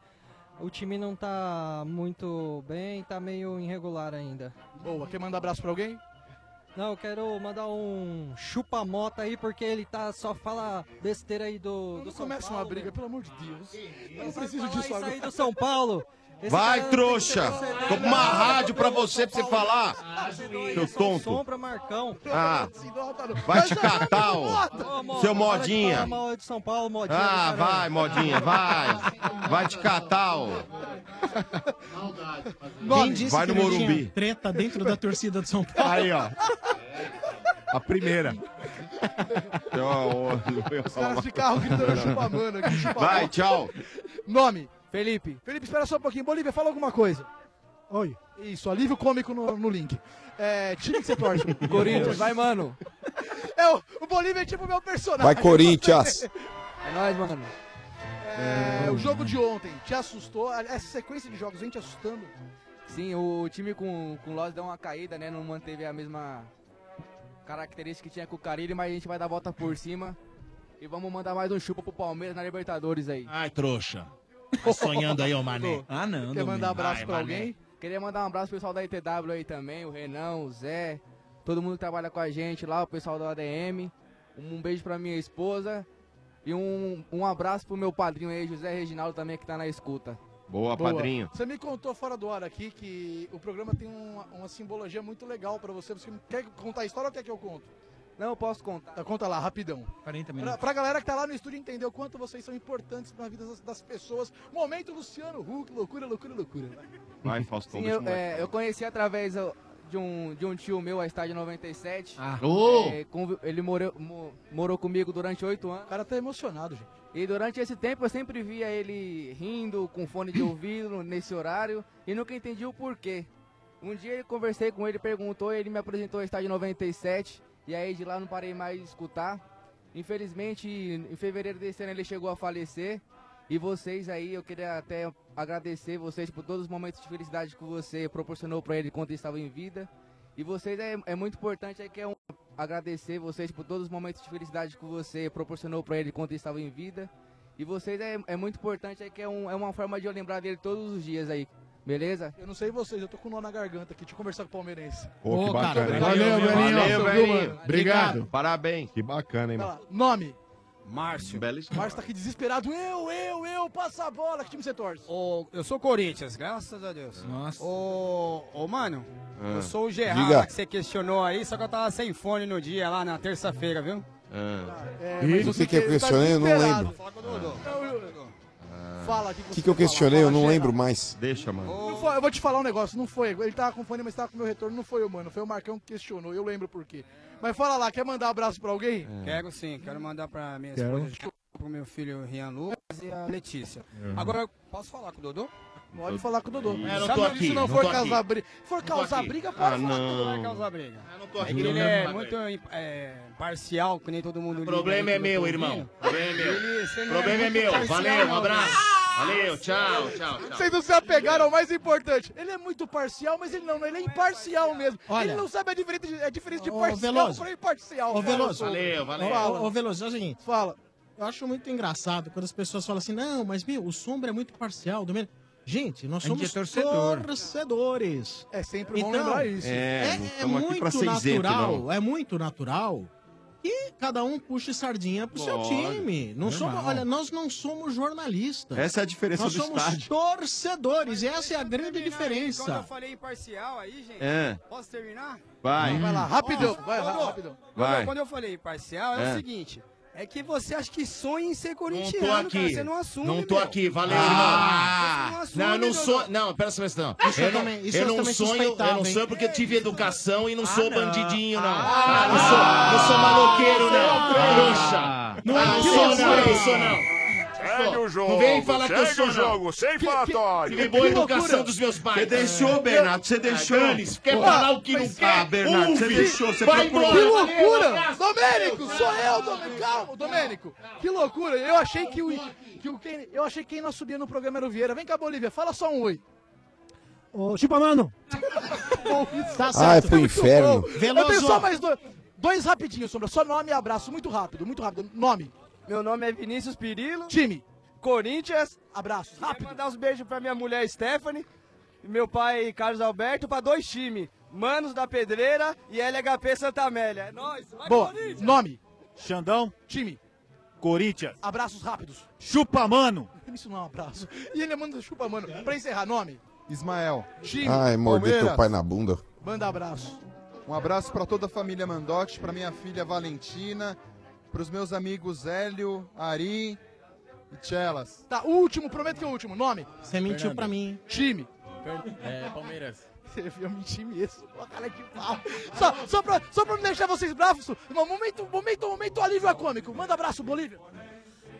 o time não tá muito bem, tá meio irregular ainda. Boa, quer mandar abraço pra alguém? Não, eu quero mandar um chupa-mota aí, porque ele tá só fala besteira aí do, do São Começa uma Paulo, briga, meu. pelo amor de Deus. Eu não preciso Falar disso isso agora. aí do São Paulo. Esse cara é um Vai, não tem que ser trouxa! cancelado. Tô com uma rádio pra você, pra você falar. Seu só um tonto. Sombra, Marcão. Ah. Vai te catar, ô. Seu modinha. Mal de São Paulo, modinha. Ah, do caralho. vai, modinha, vai. Vai te catar, ô. Quem disse Vai que no não tinha Morumbi. treta dentro da torcida do *laughs* São Paulo? Aí, ó. A primeira. Os caras de carro gritando chupa mano aqui, chupa Vai, mano. tchau. Nome? Felipe. Felipe, espera só um pouquinho. Bolívia, fala alguma coisa. Oi. Isso, alívio cômico no, no link. É, time que você torce. Corinthians, vai, mano. É, o, o Bolívia é tipo meu personagem. Vai, Corinthians. É nóis, mano. É, o jogo de ontem te assustou? Essa sequência de jogos vem te assustando? Sim, o time com, com o Loz deu uma caída, né? Não manteve a mesma característica que tinha com o Carilli, mas a gente vai dar a volta por cima. E vamos mandar mais um chupa pro Palmeiras na Libertadores aí. Ai, trouxa. Tá sonhando aí, ô Mané. Ah, não, Quer mandar Domingos. abraço Ai, pra Mané. alguém? Queria mandar um abraço pro pessoal da ITW aí também, o Renan, o Zé, todo mundo que trabalha com a gente lá, o pessoal da ADM. Um beijo pra minha esposa e um, um abraço pro meu padrinho aí, José Reginaldo também, que tá na escuta. Boa, padrinho. Você me contou fora do ar aqui que o programa tem uma, uma simbologia muito legal pra você. Você quer contar a história ou quer que eu conto? Não, eu posso contar. conta tá lá, rapidão. 40 Pra, minutos. pra galera que tá lá no estúdio entender o quanto vocês são importantes na vida das, das pessoas. Momento Luciano Huck, loucura, loucura, loucura. Vai, Faustão. Sim, deixa eu, o moleque é, eu conheci através ó, de um, de um tio meu, a Estádio 97. Ah. Oh! ele morou, mo- morou comigo durante oito anos. O cara tá emocionado, gente. E durante esse tempo eu sempre via ele rindo, com fone de ouvido, *laughs* nesse horário, e nunca entendi o porquê. Um dia eu conversei com ele, perguntou, ele me apresentou a Estádio 97, e aí de lá não parei mais de escutar. Infelizmente, em fevereiro desse ano ele chegou a falecer. E vocês aí, eu queria até agradecer vocês por todos os momentos de felicidade que você proporcionou para ele quando ele estava em vida. E vocês é, é muito importante aí que é um, agradecer vocês por todos os momentos de felicidade que você proporcionou para ele quando ele estava em vida. E vocês é, é muito importante aí que é, um, é uma forma de eu lembrar dele todos os dias aí. Beleza? Eu não sei vocês, eu tô com nó na garganta aqui de conversar com o palmeirense. Pô, que Muito bacana. obrigado. Valeu, Valeu, Belinho. viu, Valeu, mano? Obrigado. Parabéns. Que bacana, hein, mano. Nome? Márcio. Bela história. Márcio tá aqui desesperado. Eu, eu, eu, passa a bola. Que time você torce? Eu sou Corinthians, graças a Deus. Nossa. Ô, ô mano, Ah. eu sou o Gerard Diga. que você questionou aí, só que eu tava sem fone no dia lá na terça-feira, viu? Ah. É, Ih, mas o que você tá que eu que- questionei? Eu não desesperado. lembro. Ah. Fala aqui O que, que eu questionei? Eu não lembro mais. Deixa, mano. Não foi, eu vou te falar um negócio, não foi. Ele tava com fone, mas tava com meu retorno. Não foi eu, mano. Foi o Marcão que questionou. Eu lembro por quê. Mas fala lá, quer mandar um abraço pra alguém? Quero sim, quero mandar pra minha Quero. esposa, Ju, pro meu filho Rian Lucas e a Letícia. Uhum. Agora, posso falar com o Dodô? Pode falar com o Dodô. É, não Se a tô notícia aqui, não não for tô causar aqui. briga. For Não tô causar aqui. briga, Ah, pode falar. não. Vai causar briga. não tô É aqui. que ele Não é lembro muito é, parcial, que nem todo mundo liga. Problema né? aí, é todo meu, mundo irmão. liga. Problema é Ele- você meu. não Problema é muito meu. parcial, Valeu, um não. abraço. Valeu, tchau, tchau, tchau. Ah! Vocês não se apegaram ao mais importante. Ele é muito parcial, mas ele não, ele é imparcial mesmo. Olha. ele não sabe a diferença de, a diferença de Ô, parcial Veloso. pra imparcial. Ô, Veloso. Fala. Ô, ô, Veloso, é o seguinte. Fala. Eu acho muito engraçado quando as pessoas falam assim, não, mas meu, o Sombra é muito parcial. Do mesmo. Gente, nós A gente um somos é torcedor. torcedores. É sempre bom lembrar isso. É, É, não é estamos aqui muito pra ser isento, natural, não. é muito natural que cada um puxe sardinha pro seu Lógico, time. Não somos, normal. olha, nós não somos jornalistas. Essa é a diferença nós do somos estádio. torcedores, e essa é a grande Quando eu diferença. falei imparcial aí, gente, É. posso terminar? Vai. Vai lá, rapidão, Ó, vai lá, Dodô, rapidão. Dodô, Vai. Quando eu falei imparcial, é, É. o seguinte, é que você acha que sonha em ser Não tô corintiano, cara, aqui. você não assume, Não tô meu. aqui, valeu, Ah, irmão. você não Não, eu assume, não sou. Dodô. Não, pera só, um instante, Isso não. eu Eu não, também- isso eu eu não também Ah, sonho, eu suspeitava, não hein? sonho porque eu tive educação e não sou bandidinho, não. Ah, Ah, não sou, é não sou maloqueiro, não. Ah, Trouxa. Ah, Não sou, não, não sou, não. Segue o jogo. Não vem falar que eu segue sou, o não. jogo, sem falatório. Que boa educação dos meus pais. É. Ah, Você deixou, Bernardo, você deixou. Quer Porra, falar o que não mas quer? ah, Bernardo, você Ouve. deixou, você Vai procurou. embora. Que loucura! Domênico, sou eu, Domênico. Calma, Domênico. Que loucura. Eu achei que o que o quem, eu achei que quem nós subia no programa era o Vieira. Vem cá, Bolívia, fala só um oi. Ô, chupa, mano. Tá certo. Ah, é pro inferno. Eu tenho Veloso. só mais dois, dois rapidinho, Sombra. Só nome e abraço, muito rápido, muito rápido. Nome. Meu nome é Vinícius Pirillo. Time. Corinthians. Abraço. Rápido. mandar uns beijos pra minha mulher Stephanie, e meu pai Carlos Alberto, pra dois times. Manos da Pedreira e LHP Santa Amélia. É nóis. Vai, Boa. Nome. Xandão. Time. Corinthians. Abraços rápidos. Chupa, mano. Isso não é um abraço. E ele manda chupa, mano. Pra encerrar, nome. Ismael. Time. Ai, morder teu Palmeiras. pai na bunda. Manda abraço. Um abraço pra toda a família Mandotti, pra minha filha Valentina, pros meus amigos Hélio, Ari e Chelas. Tá, o último, prometo que é o último. Nome. Você mentiu pra mim. Time. É, Palmeiras. *laughs* Você viu mentir mesmo, uma cara de pau. Só, só, pra, só pra não deixar vocês bravos, no momento, momento, momento alívio cômico. Manda abraço, Bolívia.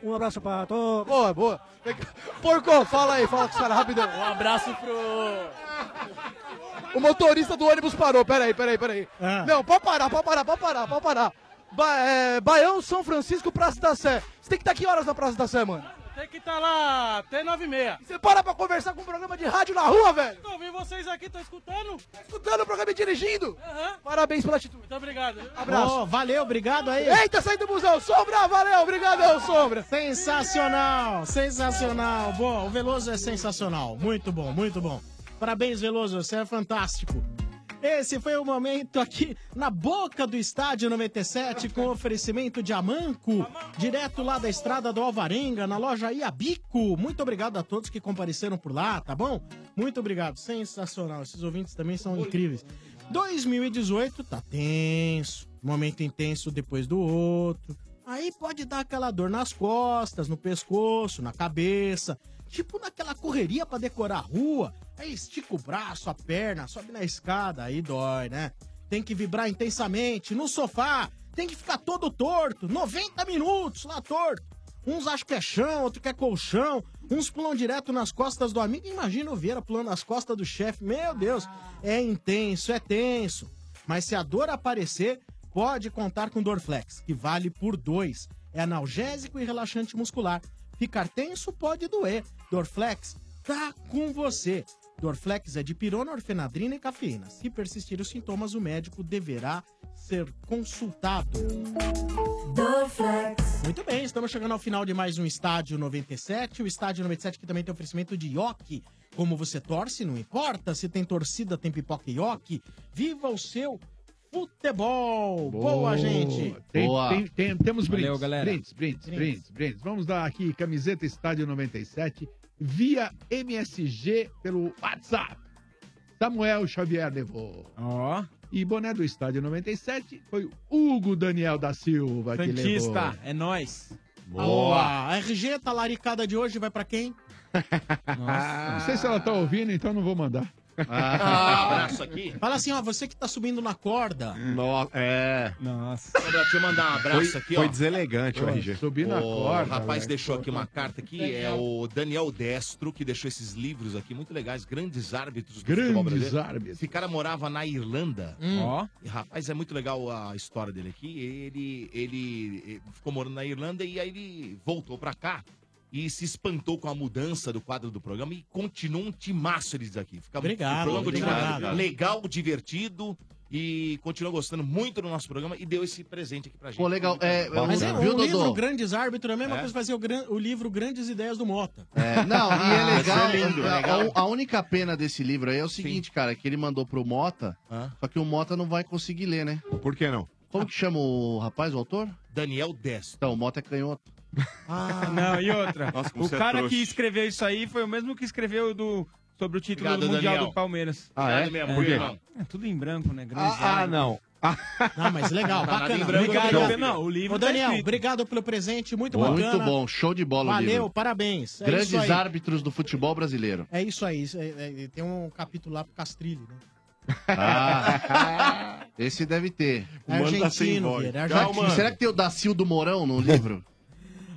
Um abraço pra todos. Boa, boa. Vem cá. Porco, fala aí, fala com os caras rápido. Um abraço pro. O motorista do ônibus parou, peraí, peraí, peraí. É. Não, pode parar, pode parar, pode parar, pode parar. Ba é, Baião, São Francisco, Praça da Sé. Você tem que estar que horas na Praça da Sé, mano? Tem que tá estar lá até 9 e meia. Você para pra conversar com um programa de rádio na rua, velho? Tá Tô ouvindo vocês aqui, tô escutando. Escutando o programa e dirigindo? Parabéns pela atitude. Muito obrigado. Abraço. Ô, valeu, obrigado aí. Eita, saí do busão. Sombra, valeu, obrigado, Sombra. Sensacional, sensacional. Bom, o Veloso é sensacional. Muito bom, muito bom. Parabéns, Veloso, você é fantástico. Esse foi o momento aqui na boca do estádio 97 com oferecimento de Amanco, direto lá da estrada do Alvarenga, na loja Iabico. Muito obrigado a todos que compareceram por lá, tá bom? Muito obrigado, sensacional. Esses ouvintes também são incríveis. 2018 tá tenso, momento intenso depois do outro. Aí pode dar aquela dor nas costas, no pescoço, na cabeça. Tipo naquela correria pra decorar a rua. Aí estica o braço, a perna, sobe na escada, aí dói, né? Tem que vibrar intensamente no sofá, tem que ficar todo torto, 90 minutos lá torto. Uns acham que é chão, outro que é colchão. Uns pulam direto nas costas do amigo. Imagina o Vieira pulando nas costas do chefe. Meu Deus, é intenso, é tenso. Mas se a dor aparecer, pode contar com Dorflex, que vale por dois. É analgésico e relaxante muscular. Ficar tenso pode doer. Dorflex tá com você. Dorflex é de pirona, orfenadrina e cafeína. Se persistir os sintomas, o médico deverá ser consultado. Muito bem, estamos chegando ao final de mais um Estádio 97. O Estádio 97 que também tem oferecimento de Yoki. Como você torce, não importa. Se tem torcida, tem pipoca e Yoki. Viva o seu futebol! Boa, gente! Tem- tem- tem- temos brindes. Valeu, galera. Brindes, brindes, Brindes. brindes, brindes, Vamos dar aqui camiseta Estádio 97 via MSG pelo WhatsApp. Samuel Xavier levou. Ó. E boné do Estádio 97 foi o Hugo Daniel da Silva que levou. Santista, é nóis. Boa! A RG talaricada de hoje vai pra quem? Não sei se ela tá ouvindo, então não vou mandar. Ah, Ah. Um um abraço aqui. Fala assim, ó, você que tá subindo na corda. Nossa, é. Nossa. Deixa eu mandar um abraço Foi- aqui, ó. foi deselegante o RG. Subi na corda, O rapaz velho. deixou aqui uma carta que é Daniel. o Daniel Destro, que deixou esses livros aqui muito legais, Grandes Árbitros do Grandes Futebol Brasileiro. Árbitros. Esse cara morava na Irlanda. Hum. Ó. E, rapaz, é muito legal a história dele aqui. Ele, ele, eh, ficou morando na Irlanda e aí ele voltou pra cá. E se espantou com a mudança do quadro do programa e continua um timaço, ele diz aqui. Fica Obrigado, o programa obrigado. continua Obrigado. legal, divertido e continua gostando muito do nosso programa e deu esse presente aqui pra gente. Pô, legal. É, Mas é, viu, o Dodô? livro Grandes Árbitros é a mesma É. coisa que fazer o, gran- o livro Grandes Ideias do Mota. É, não, e *laughs* Ah, é legal. a, legal. a única pena desse livro aí é o seguinte, cara, que ele mandou pro Mota, só que o Mota não vai conseguir ler, né? Por que não? Como que chama o rapaz, o autor? Daniel Destro. Então, o Mota é canhoto. Ah. Não, e outra. Nossa, como o você é cara trouxa. que escreveu isso aí foi o mesmo que escreveu do, sobre o título Obrigado, do Mundial Daniel. do Palmeiras. Ah, é? Obrigado mesmo, é, irmão. é tudo em branco, né? Grande Ah, *laughs* ah, não. Não, mas legal, Não, nada bacana. em branco, obrigado. não. Não, o livro Ô, tá Daniel, escrito. obrigado pelo presente, muito Boa. bacana. Muito bom, show de bola o Valeu, livro. parabéns. É isso Grandes aí. árbitros do *laughs* futebol brasileiro. É isso aí. isso é- é- tem um capítulo lá pro Castrilli, né? Ah, esse deve ter. O mano tá sem Argentino, voz. Vieira, é Será que- argentino. Será que tem o Dacil do Mourão no livro?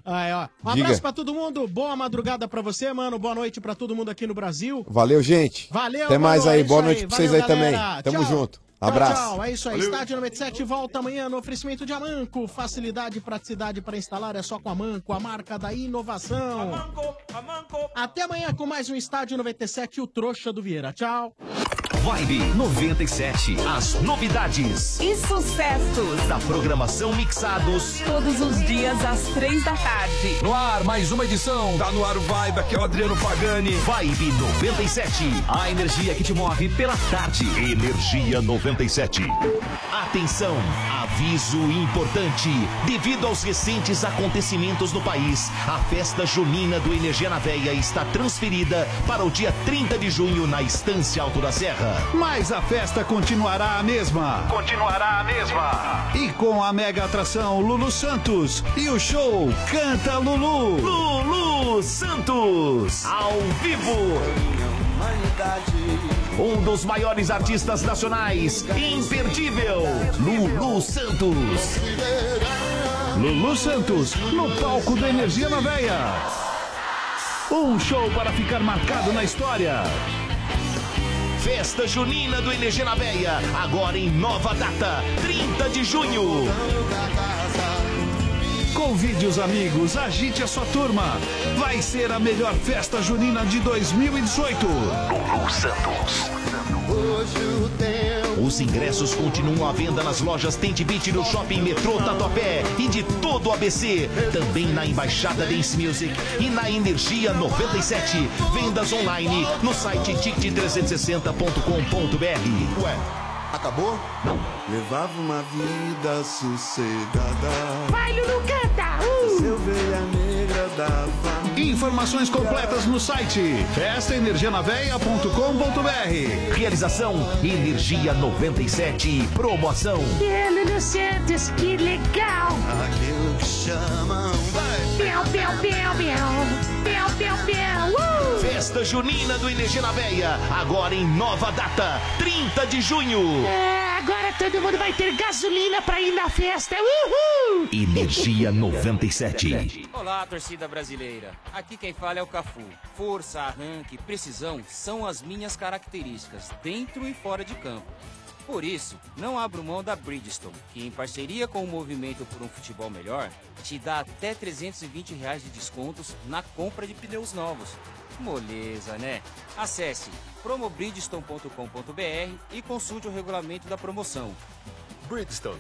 Aí, ó. Um Diga. abraço pra todo mundo. Boa madrugada pra você, mano. Boa noite pra todo mundo aqui no Brasil. Valeu, gente. Valeu, Até mais mano, é aí. isso Boa noite pra Valeu, vocês aí galera. também. Tamo Tchau. junto. Tchau, Abraço. Tchau, é isso aí. Valeu. Estádio 97 volta amanhã no oferecimento de Amanco. Facilidade e praticidade para instalar é só com a Amanco, a marca da inovação. Amanco, Amanco. Até amanhã com mais um Estádio 97 e o Trouxa do Vieira. Tchau. Vibe 97. As novidades E sucessos. da programação Mixados. Todos os dias às três da tarde. No ar, mais uma edição. Tá no ar o Vibe, aqui é o Adriano Pagani. Vibe 97. A energia que te move pela tarde. Energia 97. Atenção, aviso importante. Devido aos recentes acontecimentos no país, a festa junina do Energia na Veia está transferida para o dia 30 de junho na Estância Alto da Serra. Mas a festa continuará a mesma. Continuará a mesma. E com a mega atração Lulu Santos e o show Canta Lulu. Lulu Santos, ao vivo. Um dos maiores artistas nacionais, imperdível, Lulu Santos. Lulu Santos, no palco da Energia na Veia. Um show para ficar marcado na história. Festa Junina do Energia na Veia, agora em nova data, 30 de junho. Convide os amigos, agite a sua turma. Vai ser a melhor festa junina de 2018. Lulu Santos. Os ingressos continuam à venda nas lojas Tente Beat do Shopping Metrô Tatuapé e de todo o ABC. Também na Embaixada Dance Music e na Energia 97. Vendas online no site ticket360.com.br. Ué, acabou? Não. Levava uma vida sossegada. Vai, Lulu, canta! uh! Eu veio a negra da família. Informações completas no site festaenergianaveia.com.br. Realização Energia 97. Promoção. É, Lulu Santos, que legal! Aquilo que chamam. Piau, piau, piau, piau! Piau, piau, piau! Uh! Festa Junina do Energia na Veia, agora em nova data, 30 de junho. É, agora todo mundo vai ter gasolina pra ir na festa! Uhul! Energia 97. Olá, torcida brasileira. Aqui quem fala é o Cafu. Força, arranque, precisão são as minhas características, dentro e fora de campo. Por isso, não abro mão da Bridgestone, que em parceria com o Movimento por um Futebol Melhor, te dá até 320 reais de descontos na compra de pneus novos. Moleza, né? Acesse promobridgestone.com.br e consulte o regulamento da promoção. Bridgestone,